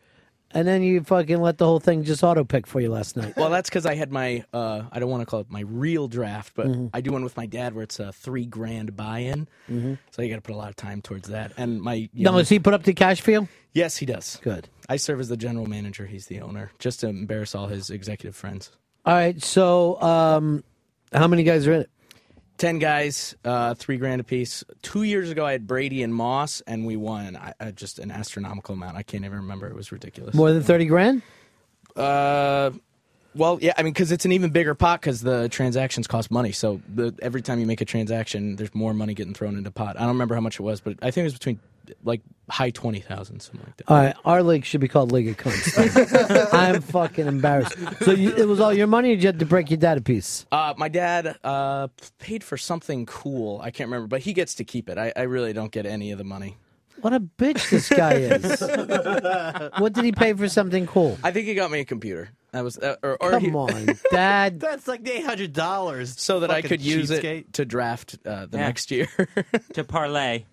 S6: and then you fucking let the whole thing just auto pick for you last night.
S29: well, that's because I had my, uh, I don't want to call it my real draft, but
S12: Mm-hmm.
S6: Mhm.
S29: I do one with my dad where it's a three grand buy in.
S6: Mhm.
S29: So you got to put a lot of time towards that. And my.
S6: Now, is he put up the cash for you?
S29: Yes, he does.
S6: Good.
S29: I serve as the general manager. He's the owner, just to embarrass all his executive friends.
S6: All right, so um, how many guys are in it?
S29: Ten guys, uh, three grand apiece. Two years ago, I had Brady and Moss, and we won I, uh, just an astronomical amount. I can't even remember; it was ridiculous.
S6: More than thirty grand?
S29: Uh, well, yeah, I mean, because it's an even bigger pot because the transactions cost money. So the, every time you make a transaction, there's more money getting thrown into pot. I don't remember how much it was, but I think it was between like high twenty thousand, something like that.
S6: All right, our league should be called League of <laughs> Cunts. I'm fucking embarrassed. So you, it was all your money, or did you had to break your dad a piece?
S29: Uh, my dad uh, paid for something cool. I can't remember, but he gets to keep it. I, I really don't get any of the money.
S6: What a bitch this guy <laughs> is. what did he pay for something cool?
S29: I think he got me a computer. That was uh, or, or
S6: Come
S29: he- <laughs>
S6: on, Dad.
S7: That's like eight hundred dollars,
S29: so that I could use
S7: cheapskate.
S29: it to draft uh, the
S10: Yeah.
S29: next year.
S10: to parlay.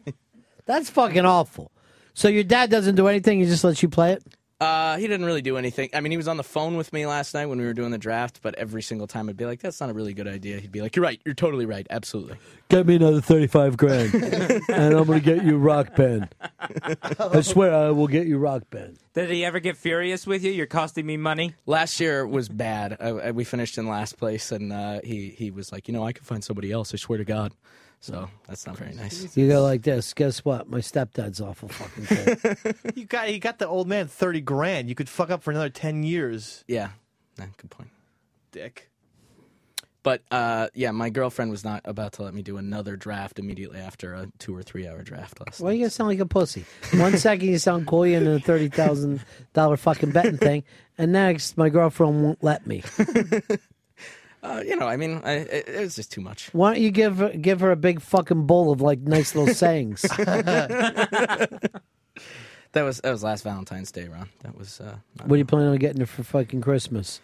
S6: That's fucking awful. So your dad doesn't do anything; he just lets you play it.
S29: <laughs> Uh, he didn't really do anything. I mean, he was on the phone with me last night when we were doing the draft, but every single time I'd be like, "That's not a really good idea." He'd be like, "You're right. You're totally right.
S10: <laughs>
S29: Absolutely."
S6: Get me another thirty-five grand, <laughs> and I'm gonna get you Rock <laughs> Band. I swear, I will get you Rock Band.
S10: Did he ever get furious with you? You're costing me money.
S29: Last year was bad. I, I, we finished in last place, and uh, he he was like, "You know, I could find somebody else. I swear to God." So that's not very nice.
S6: You go like this. Guess what? My stepdad's awful fucking cool.
S7: You got you got the old man thirty grand. You could fuck up for another ten years.
S29: Yeah, Yeah, good point.
S7: Dick.
S29: But uh, yeah, my girlfriend was not about to let me do another draft immediately after a two or three hour draft last.
S6: Why you gonna sound like a pussy? One second you sound cool, you're in a thirty thousand dollar fucking betting thing, and next my girlfriend won't let me.
S29: Uh, you know, I mean, I, it, it was just too much. <laughs>
S6: Why don't you give her- give her a big fucking bowl of like nice little
S29: <laughs>
S6: sayings?
S29: That was that was last Valentine's Day, Ron. That was uh,
S6: What are you planning on getting her for fucking Christmas?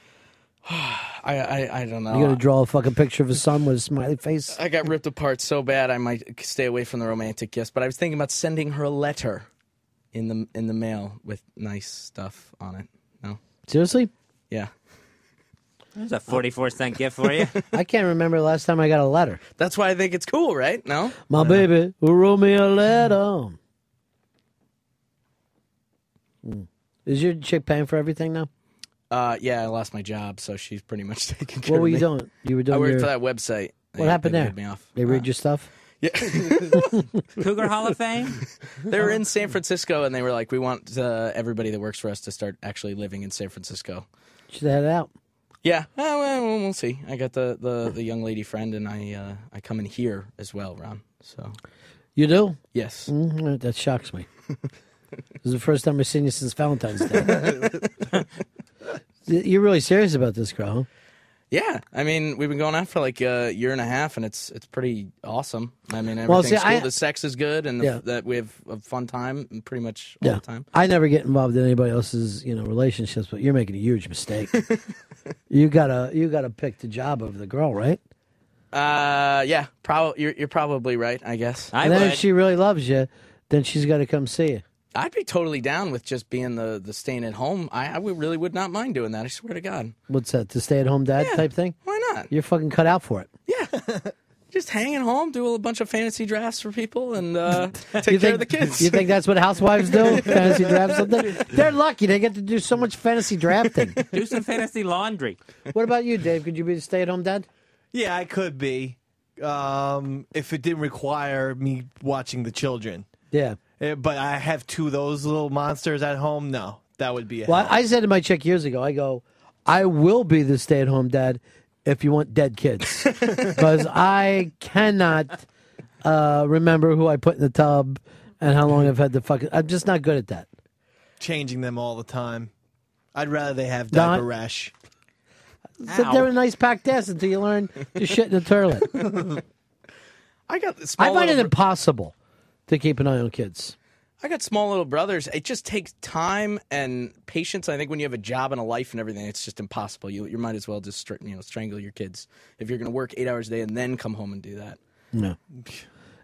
S29: I, I I don't know.
S6: You gonna draw a fucking picture of a son with a smiley face?
S29: I got ripped apart so bad I might stay away from the romantic gifts, but I was thinking about sending her a letter in the in the mail with nice stuff on it. No.
S6: Seriously?
S29: Yeah.
S10: There's a 44 cent gift for you.
S6: I can't remember the last time I got a letter.
S29: That's why I think it's cool, right? No?
S6: My baby wrote me a letter. Hmm. Is your chick paying for everything now?
S29: Uh yeah, I lost my job, so she's pretty much <laughs> taking care
S6: What
S29: of
S6: were you
S29: me.
S6: doing? You were doing
S29: I worked
S6: your-
S29: for that website.
S6: What
S29: They-
S6: happened
S29: they
S6: there?
S29: laid Me off. <laughs> Uh,
S6: They read your stuff. <laughs>
S10: <laughs>
S29: Yeah.
S10: Cougar Hall of Fame?
S29: They were in San Francisco and they were like, We want uh, everybody that works for us to start actually living in San Francisco.
S6: Should head out.
S29: Yeah, uh, well, we'll- we'll see. I got the, the, the young lady friend, and I uh, I come in here as well, Ron. So
S6: You do?
S29: Yes.
S6: Mhm, that shocks me. this is the first time I've seen
S29: <laughs>
S6: you since Valentine's Day. You're really serious about this girl, huh?
S29: Yeah, I mean, we've been going out for like a year and a half, and it's it's pretty awesome. I mean, everything's
S6: Well, see,
S29: cool.
S6: I-
S29: the sex is good, and the,
S6: Yeah.
S29: that we have a fun time and pretty much all
S6: Yeah.
S29: the time.
S6: I never get involved in anybody else's, you know, relationships, but you're making a huge
S29: <laughs>
S6: mistake. you gotta you gotta pick the job of the girl, right?
S29: Uh, yeah, probably you're, you're probably right. I guess
S6: and then if she really loves you, then she's gotta come see you.
S29: I'd be totally down with just being the the staying at home. I, I would, really would not mind doing that. I swear to God,
S6: What's that? The stay at home dad
S29: Yeah,
S6: type thing?
S29: Why not?
S6: You're fucking cut out for it.
S29: just hanging home, do a bunch of fantasy drafts for people,
S6: <laughs>
S29: and uh, take care of the kids.
S6: You think that's what housewives do? fantasy drafts? Something? They're lucky. They get to do so much fantasy drafting.
S10: <laughs> Do some fantasy laundry.
S6: <laughs> What about you, Dave? Could you be the stay at home dad?
S7: Yeah, I could be. Um, if it didn't require me watching the children.
S6: Yeah.
S7: Eh, But I have two of those little monsters at home. No, that would be a
S6: Well, I said to my chick years ago, I go, I will be the stay at home dad if you want dead
S29: <laughs>
S6: kids. Because I cannot uh, remember who I put in the tub and how long I've had the fucking. I'm just not good at that.
S7: changing them all the time. I'd rather they have
S6: Don-
S7: diaper rash.
S6: Sit there in a nice packed ass until you learn to shit in a toilet.
S29: <laughs> I got this.
S6: I find it impossible to keep an eye on kids.
S29: I got small little brothers. It just takes time and patience. I think when you have a job and a life and everything, it's just impossible. You you might as well just str- you know strangle your kids if you're going to work eight hours a day and then come home and do that.
S6: No.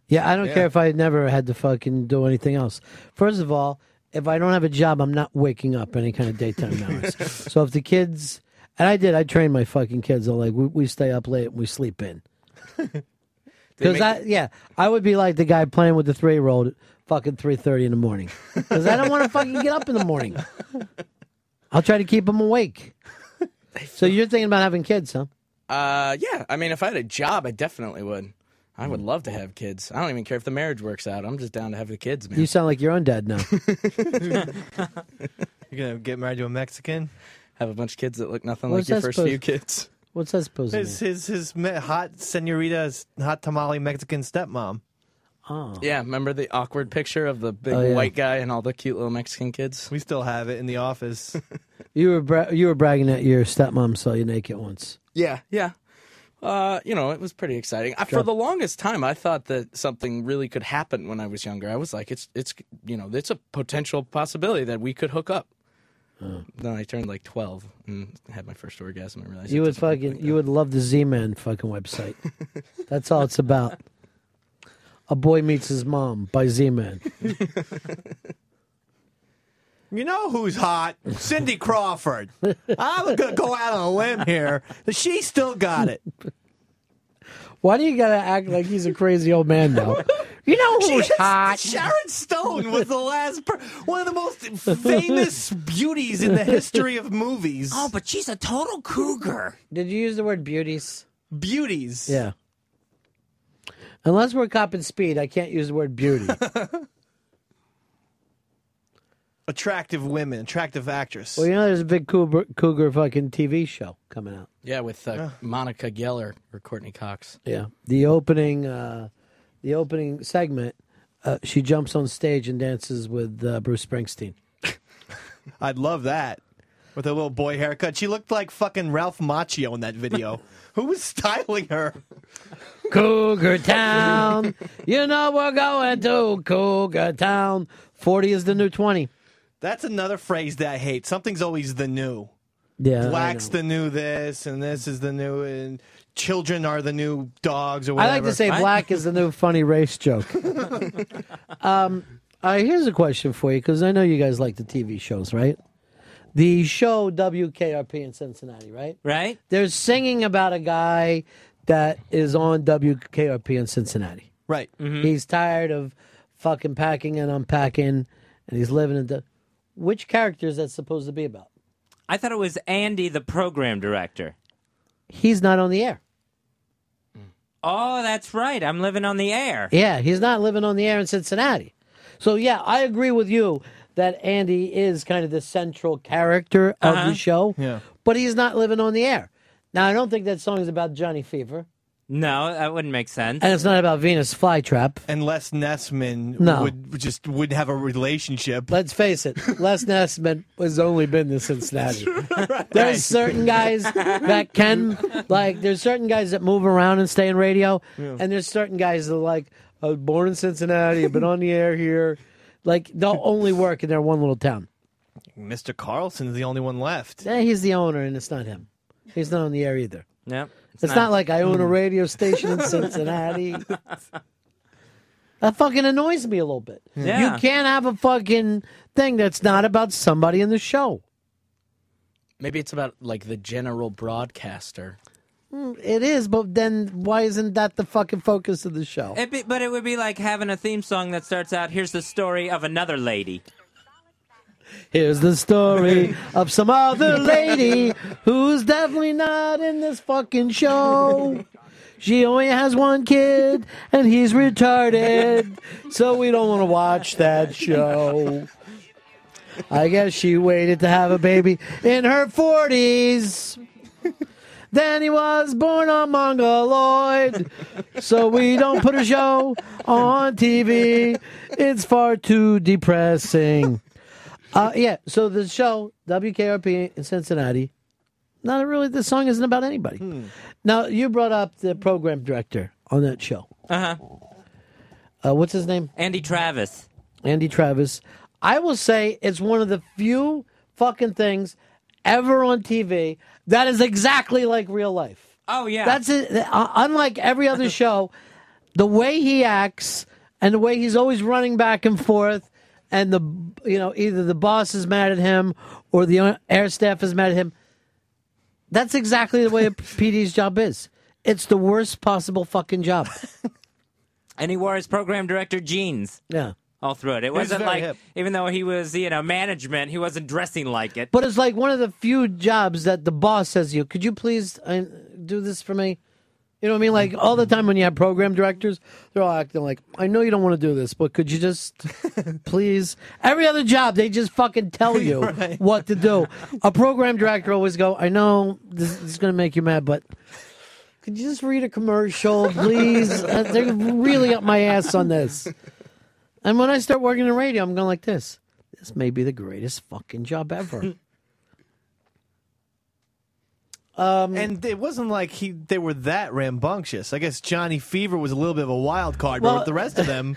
S6: Yeah, I don't
S29: Yeah.
S6: care if I never had to fucking do anything else. First of all, if I don't have a job, I'm not waking up any kind of daytime hours. so if the kids, and I did, I trained my fucking kids. They're like, we, we stay up late and we sleep in.
S4: They
S6: Because
S4: make-
S6: I, yeah, I would be like the guy playing with the three year old at fucking three thirty in the morning. Because I don't
S1: <laughs>
S6: want to fucking get up in the morning. I'll try to keep them awake. So you're thinking about having kids, huh?
S29: Uh, yeah. I mean, if I had a job, I definitely would. I would love to
S6: Mm.
S29: have kids. I don't even care if the marriage works out. I'm just down to have the kids, <laughs> man.
S6: You sound like your own dad now.
S29: You're gonna get married to a Mexican, have a bunch of kids that look nothing
S6: What's
S29: like your
S6: that
S29: first
S6: supposed-
S29: few kids.
S6: What's that supposed to mean?
S7: His his his me- hot senorita's hot tamale Mexican stepmom.
S6: Oh.
S29: Yeah, remember the awkward picture of the big
S7: Oh, yeah.
S29: white guy and all the cute little Mexican kids?
S7: We still have it in the office.
S6: You were bra- you were bragging that your stepmom saw you naked once.
S29: <laughs> yeah, yeah. Uh, you know, it was pretty exciting. I,
S6: Sure.
S29: for the longest time, I thought that something really could happen when I was younger. I was like, it's it's you know, it's a potential possibility that we could hook up. Then I turned like twelve and had my first orgasm. and realized
S6: you
S29: it
S6: would fucking you would love the Z Man fucking
S10: <laughs>
S6: website. That's all it's about. A boy meets his mom by Z Man.
S7: You know who's hot?
S6: <laughs>
S7: Cindy Crawford. I'm gonna go out on a limb here. She still got it.
S6: Why do you gotta act like he's a crazy old man now? You know <laughs> who's hot?
S7: Sharon Stone was the last, per- one of the most famous beauties in the history of movies. Oh,
S10: but she's a total cougar.
S6: Did you use the word beauties?
S7: Beauties.
S6: Yeah. Unless we're copping speed, I can't use the word beauty.
S7: <laughs> Attractive women, attractive actress.
S6: well, you know, there's a big cougar, cougar fucking TV show coming out.
S29: Yeah, with uh, Monica Geller or Courtney Cox.
S6: Yeah. The opening, uh, the opening segment, uh, she jumps on stage and dances with uh, Bruce Springsteen.
S7: I'd love that. With a little boy haircut. She looked like fucking Ralph Macchio in that video. Who was styling her?
S6: Cougar Town. you know we're going to Cougar Town. Forty is the new twenty.
S7: That's another phrase that I hate. Something's always the new.
S6: Yeah, I
S7: Wax the new this, and this is the new, and children are the new dogs or
S6: I
S7: whatever.
S6: like to say black is the new funny race
S7: <laughs>
S6: joke. um, uh, here's a question for you because I know you guys like the TV shows, right? The show WKRP in Cincinnati, right?
S10: Right?
S6: They're singing about a guy that is on WKRP in Cincinnati.
S7: Right. Mm-hmm.
S6: He's tired of fucking packing and unpacking, and he's living in the. Which character is that supposed to be about?
S10: I thought it was Andy, the program director.
S6: He's not on the air.
S10: Oh, that's right. I'm living on the air.
S6: <laughs> Yeah, he's not living on the air in Cincinnati. So yeah, I agree with you that Andy is kind of the central character of
S10: Uh-huh.
S6: the show.
S7: Yeah.
S6: But he's not living on the air. Now I don't think that song is about Johnny Fever.
S10: No, that wouldn't make sense.
S6: And it's not about Venus flytrap.
S7: Unless Nessman
S6: No.
S7: would just would have a relationship.
S6: Let's face
S7: <laughs>
S6: it, Les Nessman has only been to Cincinnati.
S7: Right.
S6: There's certain guys that can, like, there's certain guys that move around and stay in radio,
S4: Yeah.
S6: and there's certain guys that, like, I was born in Cincinnati, been on the air here. Like, they'll only work in their one little town.
S7: Mr. Carlson's the only one left.
S6: Yeah, he's the owner, and it's not him. He's not on the air either.
S10: Yep.
S6: It's, not, Mm. like I
S7: Mm.
S6: own a radio station <laughs> in
S7: <laughs>
S6: Cincinnati. That fucking annoys me a little bit.
S4: Yeah.
S6: You can't have a fucking thing that's not about somebody in the show.
S29: Maybe it's about like the general broadcaster.
S6: Mm, It is, but then why isn't that the fucking focus of the show?
S10: It'd be, but it would be like having a theme song that starts out, here's the story of another lady.
S6: Here's the story of some other lady who's definitely not in this fucking show. She only has one kid and he's retarded, so we don't want to watch that show. I guess she waited to have a baby in her 40s. Then he was born on Mongoloid, so we don't put a show on TV. It's far too depressing. Uh, yeah, so the show, WKRP in Cincinnati, not really, the song isn't about anybody. Now, you brought up the program director on that show.
S10: Uh huh.
S6: Uh, what's his name?
S10: Andy Travis.
S6: Andy Travis. I will say it's one of the few fucking things ever on TV that is exactly like real life.
S10: Oh, yeah.
S6: That's it. Uh, unlike every other show, the way he acts and the way he's always running back and forth, and the you know either the boss is mad at him or the on- air staff is mad at him. That's exactly the way a PD's job is. It's the worst possible fucking job.
S10: And he wore his program director jeans.
S6: Yeah.
S10: All through it. It
S6: was
S10: wasn't
S6: very
S10: like,
S6: hip.
S10: even though he was, you know, management, he wasn't dressing like it.
S6: But it's like one of the few jobs that the boss says to you, could you please uh, do this for me? You know what I mean? Like all the time when you have program directors, they're all acting like, I know you don't want to do this, but could you just please? Every other job, they just fucking tell you what to do. A program director always go, I know this is going to make you mad, but could you just read a commercial, please? Uh, they're really up my ass on this. And when I start working in radio, I'm going like this. This may be the greatest fucking job ever. Um,
S7: and it wasn't like he they were that rambunctious. I guess Johnny Fever was a little bit of a wild card, but
S6: Well-
S7: with the rest
S6: <laughs>
S7: of them,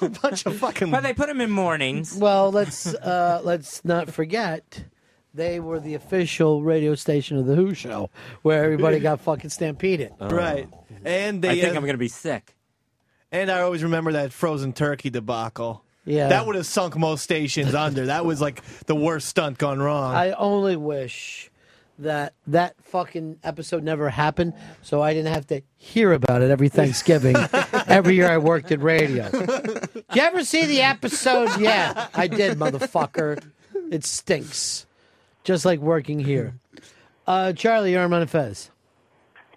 S7: a bunch of fucking. But
S10: they put him in mornings.
S6: well, let's uh, let's not forget they were the official radio station of the Who show, where everybody got fucking stampeded.
S7: <laughs> Right, and they. uh,
S10: I think I'm gonna be sick.
S7: And I always remember that frozen turkey debacle.
S6: Yeah.
S7: that would have sunk most stations under. That was like the worst stunt gone wrong.
S6: Uh-huh. I only wish that that fucking episode never happened, so I didn't have to hear about it every
S4: <laughs>
S6: Thanksgiving, every year I worked in radio. Did you ever see the episode? Yeah, I did, motherfucker. It stinks, just like working here. Uh, Charlie, you're on Fez.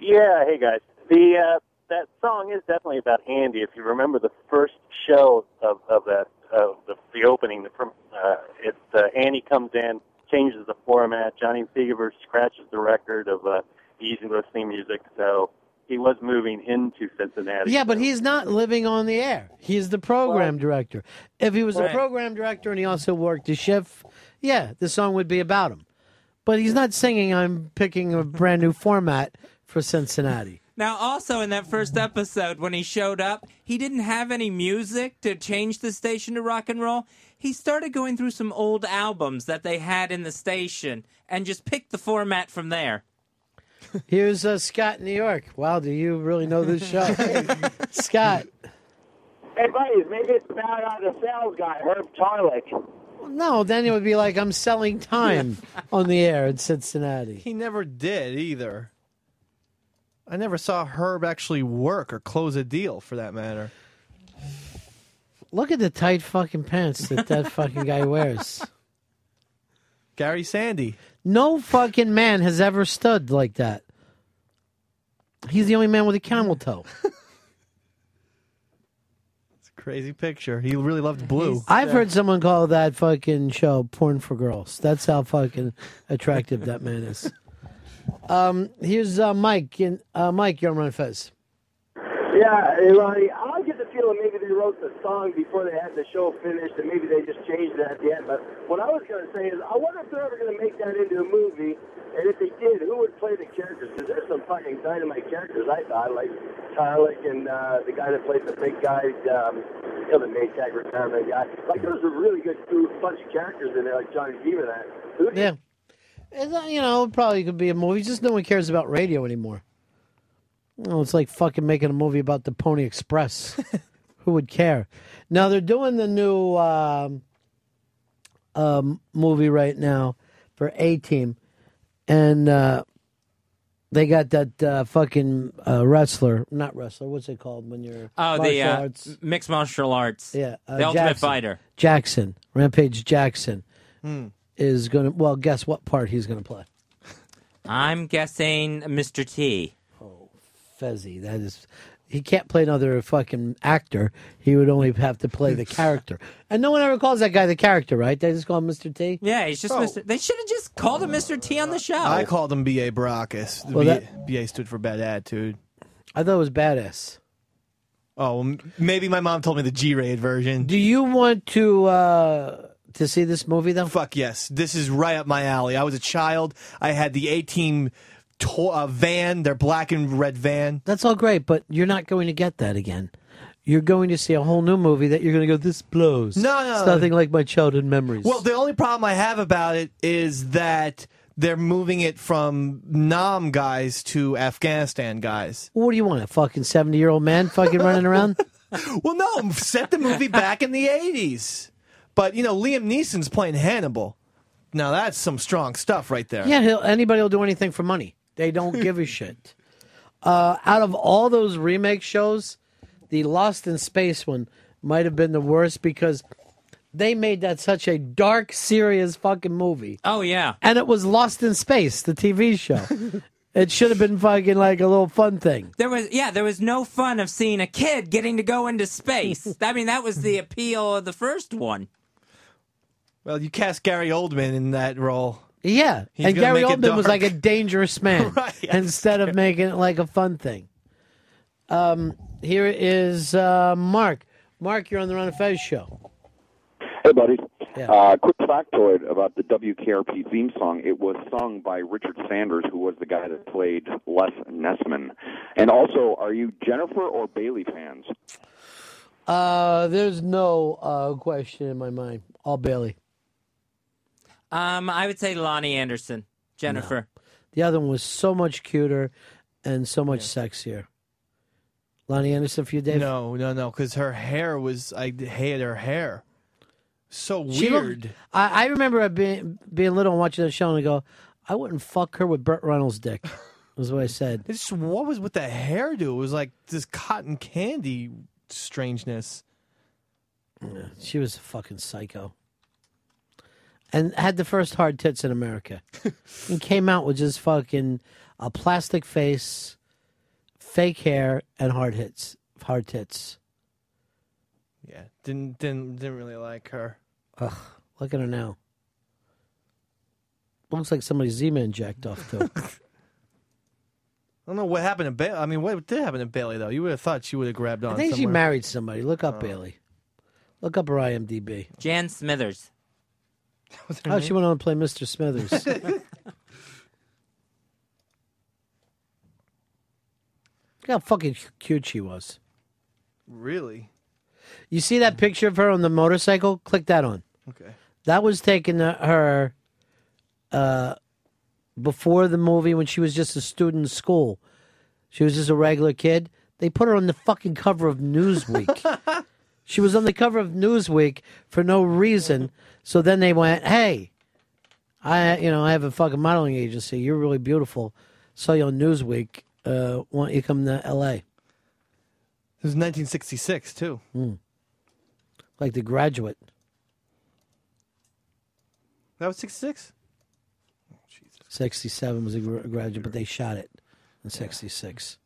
S18: Yeah, hey guys. The uh, that song is definitely about Andy. If you remember the first show of of that of the, the opening, the prim- uh, it uh, Andy comes in, changes the format. Johnny Seaver scratches the record of uh, the Easy Listening Music, so he was moving into Cincinnati.
S6: Yeah, but he's not living on the air. He's the program director. If he was
S18: Right.
S6: a program director and he also worked a shift, yeah, the song would be about him. But he's not singing, I'm picking a brand new format for Cincinnati.
S10: Now, also in that first episode, when he showed up, he didn't have any music to change the station to rock and roll. He started going through some old albums that they had in the station and just picked the format from there.
S6: Here's uh, Scott in New York. Wow, do you really know this show? Scott.
S19: Hey, buddies, maybe it's about uh, the sales guy, Herb Tarlick.
S6: No, then it would be like I'm selling time on the air in Cincinnati.
S7: He never did either. I never saw Herb actually work or close a deal for that matter.
S6: Look at the tight fucking pants that that fucking guy wears.
S7: Gary Sandy.
S6: No fucking man has ever stood like that. He's the only man with a camel toe.
S7: It's a crazy picture. He really loved blue.
S6: I've heard someone call that fucking show porn for girls. That's how fucking attractive that man is. Um, here's uh, Mike. In, uh, Mike, you're on Run Fez.
S12: Yeah, eh, Ronnie, I get the feeling maybe they wrote the song before they had the show finished, and maybe they just changed it at the end. But what I was going to say is, I wonder if they're ever going to make that into a movie, and if they did, who would play the characters? Because there's some fucking dynamite characters, I thought, like Tarlick and uh, the guy that played the big guy, um, you know, the main tag retirement guy. Like, there was a really good group, bunch of characters in there, like Johnny Fever, that. Who
S6: Yeah. It's not- you know, it probably could be a movie. Just no one cares about radio anymore. Oh, it's like fucking making a movie about the Pony Express. Who would care? Now they're doing the new um, um, movie right now for A Team, and uh, they got that uh, fucking uh, wrestler, not wrestler. What's it called when you're
S10: Oh, the
S6: martial
S10: uh,
S6: arts?
S10: m- mixed martial arts.
S6: Yeah, uh,
S10: the Ultimate
S6: Jackson.
S10: Fighter.
S6: Jackson, Rampage Jackson,
S10: Hmm.
S6: is gonna. Well, guess what part he's gonna play?
S10: I'm guessing Mr. T.
S6: Oh. Fezzi. That is, he can't play another fucking actor. He would only have to play
S7: <laughs>
S6: the character. And no one ever calls that guy the character, right? They just call him Mr. T.
S10: Yeah, he's
S6: Oh.
S10: just Mr. They should have just called him Mr. T on the show.
S7: I called him B.A. Baracus. The
S6: Well,
S7: B.A. BA stood for bad attitude.
S6: I thought it was badass.
S7: Oh, well, m- maybe my mom told me the G-rated version.
S6: Do you want to uh to see this movie though?
S7: Fuck yes, this is right up my alley. I was a child. I had the A Team to- uh, van, their black and red van.
S6: That's all great, but you're not going to get that again. You're going to see a whole new movie that you're going to go. This blows.
S7: No, no.
S6: it's nothing like my childhood memories.
S7: Well, the only problem I have about it is that they're moving it from Nam guys to Afghanistan guys.
S6: what do you want? A fucking seventy year old man fucking running around?
S7: Well, no, set the movie back in the '80s. But you know, Liam Neeson's playing Hannibal. <laughs> Now that's some strong stuff right there.
S6: Yeah, he'll, anybody will do anything for money. They don't
S7: <laughs>
S6: give a shit. Uh, out of all those remake shows, the Lost in Space one might have been the worst because they made that such a dark, serious fucking movie.
S10: Oh yeah.
S6: And it was Lost in Space, the TV
S7: <laughs>
S6: show. it should have been fucking like a little fun thing.
S10: There was yeah, there was no fun of seeing a kid getting to go into space. I mean, that was the appeal of the first one.
S7: Well, you cast Gary Oldman in that role.
S6: Yeah.
S7: He's
S6: and
S7: gonna
S6: Gary
S7: make it
S6: Oldman was
S7: dark.
S6: like a dangerous
S7: <laughs>
S6: man instead of making it like a fun thing. Um, here is uh, Mark. Mark, you're on the Run of Fez show.
S24: Hey, buddy.
S6: Yeah.
S24: Uh, quick factoid about the WKRP theme song. It was sung by Richard Sanders, who was the guy that played Les Nessman. And also, are you Jennifer or Bailey fans?
S6: Uh, there's no uh, question in my mind. All Bailey.
S10: Um, I would say Lonnie Anderson, Jennifer.
S6: The other one was so much cuter and so much sexier. Lonnie Anderson for you, Dave.
S7: No, no, no, because her hair was I hated her hair. So
S6: She looked-
S7: weird.
S6: I, I remember being being little and watching that show and I go, I wouldn't fuck her with Burt Reynolds'
S7: <laughs>
S6: dick. Was what I said.
S7: It's just what was with the hairdo? It was like this cotton candy strangeness.
S6: She was a fucking psycho. And had the first hard tits in
S7: <laughs>
S6: America. and came out with just fucking a plastic face, fake hair, and hard hits. Hard tits.
S7: Yeah, didn't didn't didn't really like her.
S6: Ugh, look at her now. Looks like somebody Z-Man jacked off
S7: <laughs>
S6: to.
S7: I don't know what happened to Bailey. I mean, what did happen to Bailey though? You would have thought she would have grabbed on.
S6: I think she
S7: somewhere.
S6: married somebody. Look up
S7: Oh.
S6: Bailey. Look up her IMDb.
S7: <laughs>
S10: Jan Smithers.
S6: Oh, she went on to play Mr.
S7: <laughs>
S6: Smithers. Look how fucking cute she was.
S7: Really?
S6: You see that picture of her on the motorcycle? Click that on.
S7: Okay.
S6: That was taken to her uh, before the movie when she was just a student in school. She was just a regular kid. They put her on the fucking cover of
S7: <laughs>
S6: Newsweek. she was on the cover of Newsweek for no reason. So then they went, "Hey, I you know I have a fucking modeling agency. You're really beautiful. Saw you on Newsweek. Uh, why don't you come to L.A.
S7: It was 1966 too.
S6: Hmm. like The Graduate?"
S7: That was 66.
S6: 67 was a gra- graduate, but they shot it in 66.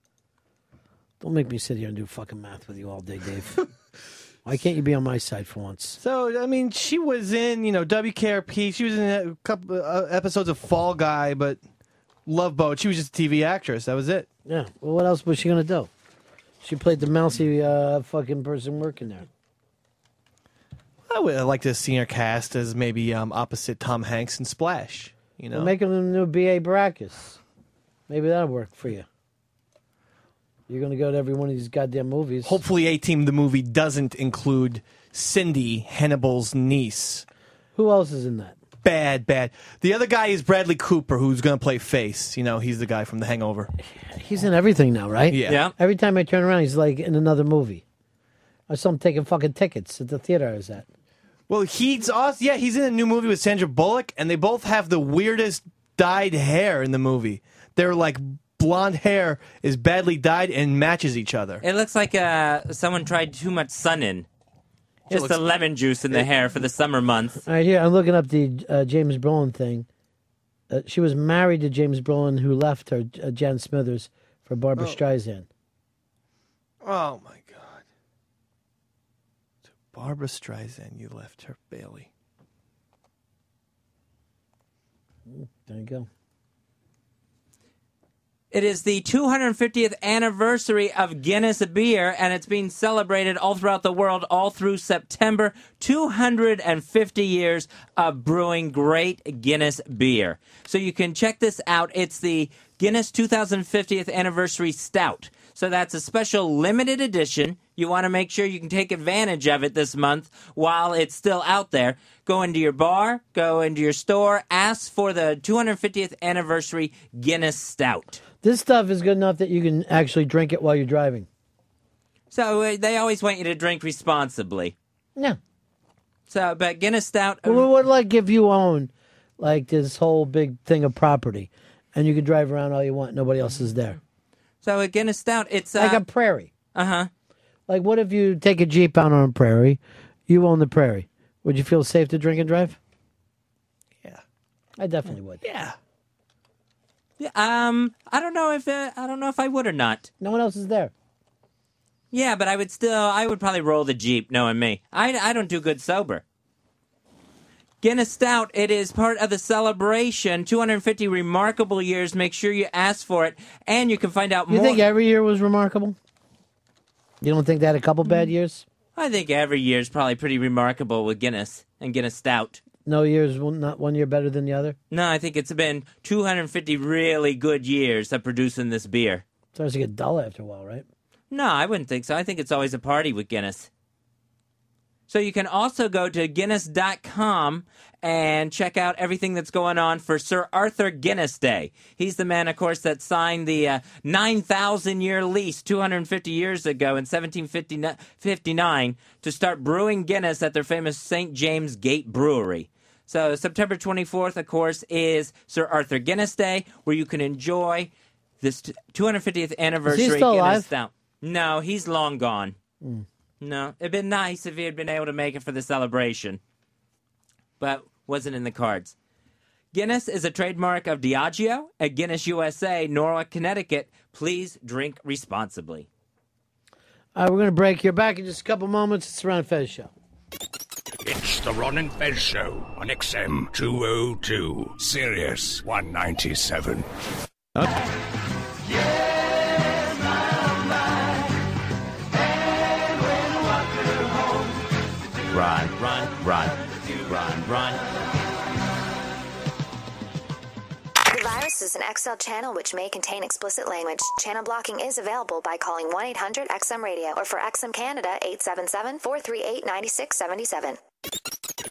S6: Don't make me sit here and do fucking math with you all day, Dave. <laughs> Why can't you be on my side for once?
S7: So I mean, she was in you know WKRP. She was in a couple uh, episodes of Fall Guy, but Love Boat. She was just a TV actress. That was it.
S6: Yeah. Well, what else was she going to do? She played the mousy uh, fucking person working there.
S7: I would uh, like to have seen her cast as maybe um, opposite Tom Hanks and Splash. You know,
S6: We're making them new BA Baracus. Maybe that'll work for you. You're going to go to every one of these goddamn movies.
S7: hopefully, A Team the movie doesn't include Cindy Hannibal's niece.
S6: Who else is in that?
S7: Bad, bad. The other guy is Bradley Cooper, who's going to play Face. You know, he's the guy from The Hangover.
S6: He's in everything now, right?
S7: Yeah. Yeah.
S6: Every time I turn around, he's like in another movie. I saw him taking fucking tickets at the theater I was at.
S7: Well, he's awesome. Yeah, he's in a new movie with Sandra Bullock, and they both have the weirdest dyed hair in the movie. Their like blonde hair is badly dyed and matches each other.
S10: It looks like uh, someone tried too much sun in. Just the lemon juice in the hair for the summer months.
S6: All right, here, I'm looking up the uh, James Brolin thing. Uh, she was married to James Brolin, who left her, uh, Jan Smithers, for Barbara Streisand.
S7: Oh my god. To Barbara Streisand, you left her Bailey.
S6: There you go.
S10: It is the 250th anniversary of Guinness beer, and it's being celebrated all throughout the world all through September. 250 years of brewing great Guinness beer. So you can check this out. It's the Guinness 2050th anniversary stout. So that's a special limited edition. You want to make sure you can take advantage of it this month while it's still out there. Go into your bar, go into your store, ask for the 250th anniversary Guinness Stout.
S6: This stuff is good enough that you can actually drink it while you're driving.
S10: So uh, they always want you to drink responsibly.
S6: Yeah.
S10: So, but Guinness Stout. uh,
S6: Well, what like if you own like this whole big thing of property, and you can drive around all you want, nobody else is there.
S10: So a Guinness Stout, it's uh,
S6: Like a prairie.
S10: Uh huh.
S6: Like, what if you take a jeep out on a prairie? You own the prairie. Would you feel safe to drink and drive? I definitely would.
S7: Yeah.
S10: Yeah, Um, I don't know if uh, I don't know if I would or not.
S6: No one else is there.
S10: Yeah, but I would still. I would probably roll the jeep, knowing me. I I don't do good sober. Guinness Stout. It is part of the celebration. 250 remarkable years. Make sure you ask for it, and you can find out
S6: You
S10: more.
S6: think every year was remarkable? You don't think they had a couple bad years?
S10: I think every year is probably pretty remarkable with Guinness and Guinness Stout.
S6: No years, one- not one year better than the other.
S10: No, I think it's been 250 really good years of producing this beer.
S6: Starts to get dull after a while, right?
S10: No, I wouldn't think so. I think it's always a party with Guinness. So you can also go to Guinness.com and check out everything that's going on for Sir Arthur Guinness Day. He's the man, of course, that signed the uh, 9,000 year lease 250 years ago in 1759 to start brewing Guinness at their famous St. James Gate Brewery. So September 24th, of course, is Sir Arthur Guinness Day, where you can enjoy this t- 250th anniversary
S6: still
S10: Guinness
S6: alive?
S10: Stout. No, he's long gone.
S6: Mm.
S10: No, it'd been nice if he had been able to make it for the celebration, but wasn't in the cards. Guinness is a trademark of Diageo at Guinness USA, Norwalk, Connecticut. Please drink responsibly.
S6: All right, we're going to break here. Back in just a couple moments. It's the Ron Fez Show.
S2: It's the Ron and Fez Show on XM 202, Sirius 197.
S4: Run, run, run, run, run.
S8: The virus is an XL channel which may contain explicit language. Channel blocking is available by calling 1 800 XM Radio or for XM Canada 877 438 9677.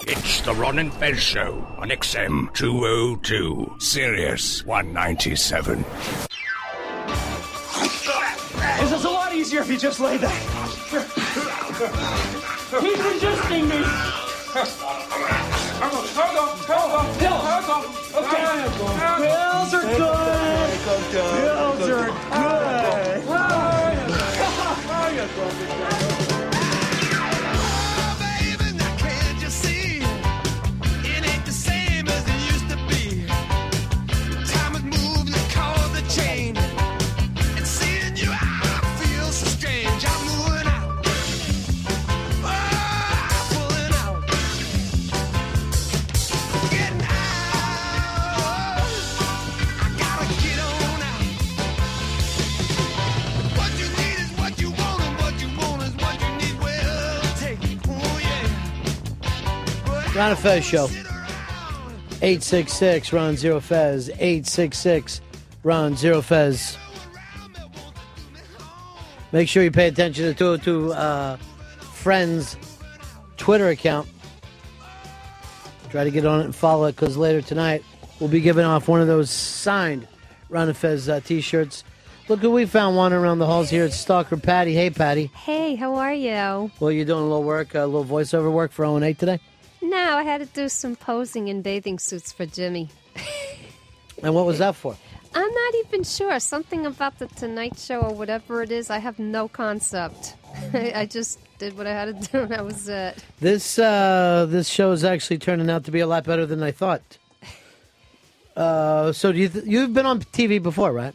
S2: It's the Ron and Fez Show on XM 202, Sirius 197.
S4: This is a lot easier if you just lay there. He's resisting me. Pills are good. Pills are good.
S6: Ron and Fez Show. 866 Ron Zero Fez. 866 Ron Zero Fez. Make sure you pay attention to 202 uh, Friends Twitter account. Try to get on it and follow it because later tonight we'll be giving off one of those signed Ron and Fez uh, t shirts. Look who we found wandering around the halls here. It's Stalker Patty. Hey, Patty.
S25: Hey, how are you?
S6: Well, you're doing a little work, a little voiceover work for O&A today?
S25: No, I had to do some posing in bathing suits for Jimmy.
S6: And what was that for?
S25: I'm not even sure. Something about the Tonight Show or whatever it is, I have no concept. <laughs> I, I just did what I had to do, and that was it.
S6: This uh, this show is actually turning out to be a lot better than I thought. Uh, so do you th- you've been on TV before, right?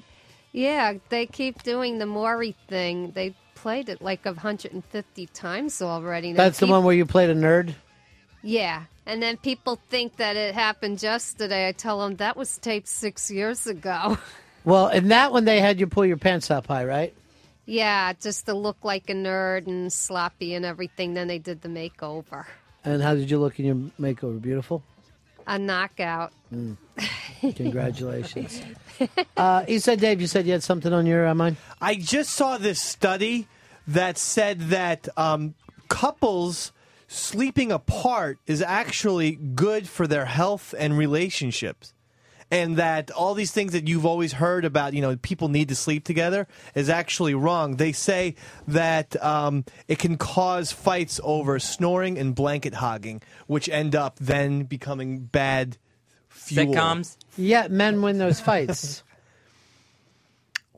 S25: Yeah, they keep doing the Maury thing. They played it like 150 times already. and
S6: That's the
S25: peop-
S6: one where you played a nerd.
S25: Yeah, and then people think that it happened yesterday. I tell them that was taped six years ago. <laughs>
S6: Well, in that one they had you pull your pants up high, right?
S25: yeah, just to look like a nerd and sloppy and everything. Then they did the makeover,
S6: And how did you look in your makeover? Beautiful.
S25: a knockout.
S6: Mm. Congratulations. uh, Eastside Dave, you said you had something on your uh, mind.
S7: I just saw this study that said that um, couples sleeping apart is actually good for their health and relationships. And that all these things that you've always heard about, you know, people need to sleep together, is actually wrong. They say that um, it can cause fights over snoring and blanket hogging, which end up then becoming bad fuel.
S6: Yeah, men win those
S7: <laughs>
S6: fights.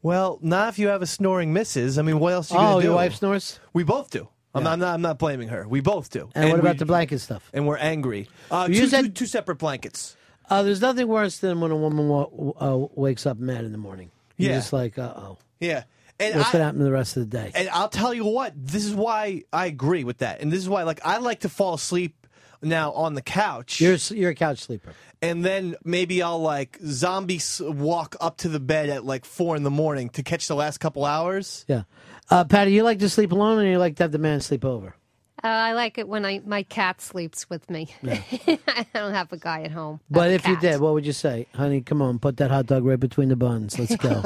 S7: Well, not if you have a snoring missus. I mean, what else? Are you
S6: Oh,
S7: gonna do?
S6: your wife snores.
S7: We both do. I'm, I'm not. I'm not blaming her. We both do.
S6: And, what
S7: we-
S6: about the blanket stuff?
S7: And we're angry. Uh,
S6: You
S7: two,
S6: said-
S7: two- two separate blankets.
S6: Uh, there's nothing worse than when a woman wa- uh, wakes up mad in the morning. You're
S7: Yeah.
S6: just like, uh oh.
S7: Yeah.
S6: What's
S7: And
S6: going
S7: I-
S6: to happen the rest of the day?
S7: And I'll tell you what, this is why I agree with that. And this is why, like, I like to fall asleep now on the couch. You're,
S6: you're a couch sleeper.
S7: And then maybe I'll, like, zombie s- walk up to the bed at, like, four in the morning to catch the last couple hours.
S6: Yeah. Uh, Patty, you like to sleep alone or you like to have the man sleep over?
S25: Uh, I like it when I my cat sleeps with me. <laughs> I don't have a guy at home. I
S6: But
S25: have a
S6: if you
S25: cat.
S6: did, what would you say? Honey, come on, put that hot dog right between the buns. Let's
S25: <laughs>
S6: go.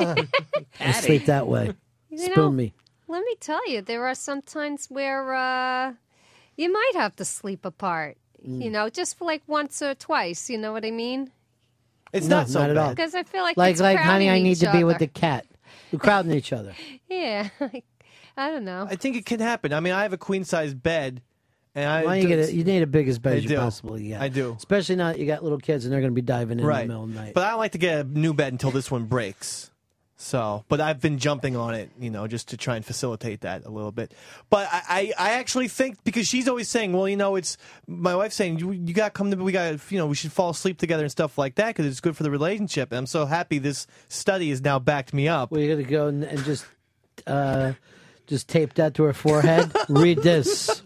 S6: Let's sleep that way.
S25: You
S6: Spoon
S25: know-
S6: me.
S25: Let me tell you, there are some times where uh, you might have to sleep apart.
S6: Mm.
S25: You know, just for like once or twice. You know what I mean?
S7: It's
S6: No,
S7: not so
S6: not at
S7: bad.
S6: all.
S25: Because I feel like
S6: Like,
S25: it's
S6: like, honey,
S25: crowding
S6: I need
S25: each
S6: to be with
S25: other.
S6: the cat. We're crowding each other.
S25: <laughs> Yeah, I don't know.
S7: I think it can happen. I mean, I have a queen size bed, and <laughs> I
S6: Why you, get a, you need a big as bed
S7: I
S6: as you
S7: do.
S6: possibly get.
S7: I do.
S6: Especially now that you got little kids and they're going to be diving in, in
S7: right.
S6: the middle of the night.
S7: But I don't like to get a new bed until this one breaks. So, but I've been jumping on it, you know, just to try and facilitate that a little bit. But I, I, I actually think because she's always saying, well, you know, it's my wife's saying you, you got to come to we got to you know we should fall asleep together and stuff like that because it's good for the relationship. And I'm so happy this study has now backed me up.
S6: We're going to go and, and just uh, just tape that to her
S7: <laughs>
S6: forehead. Read this.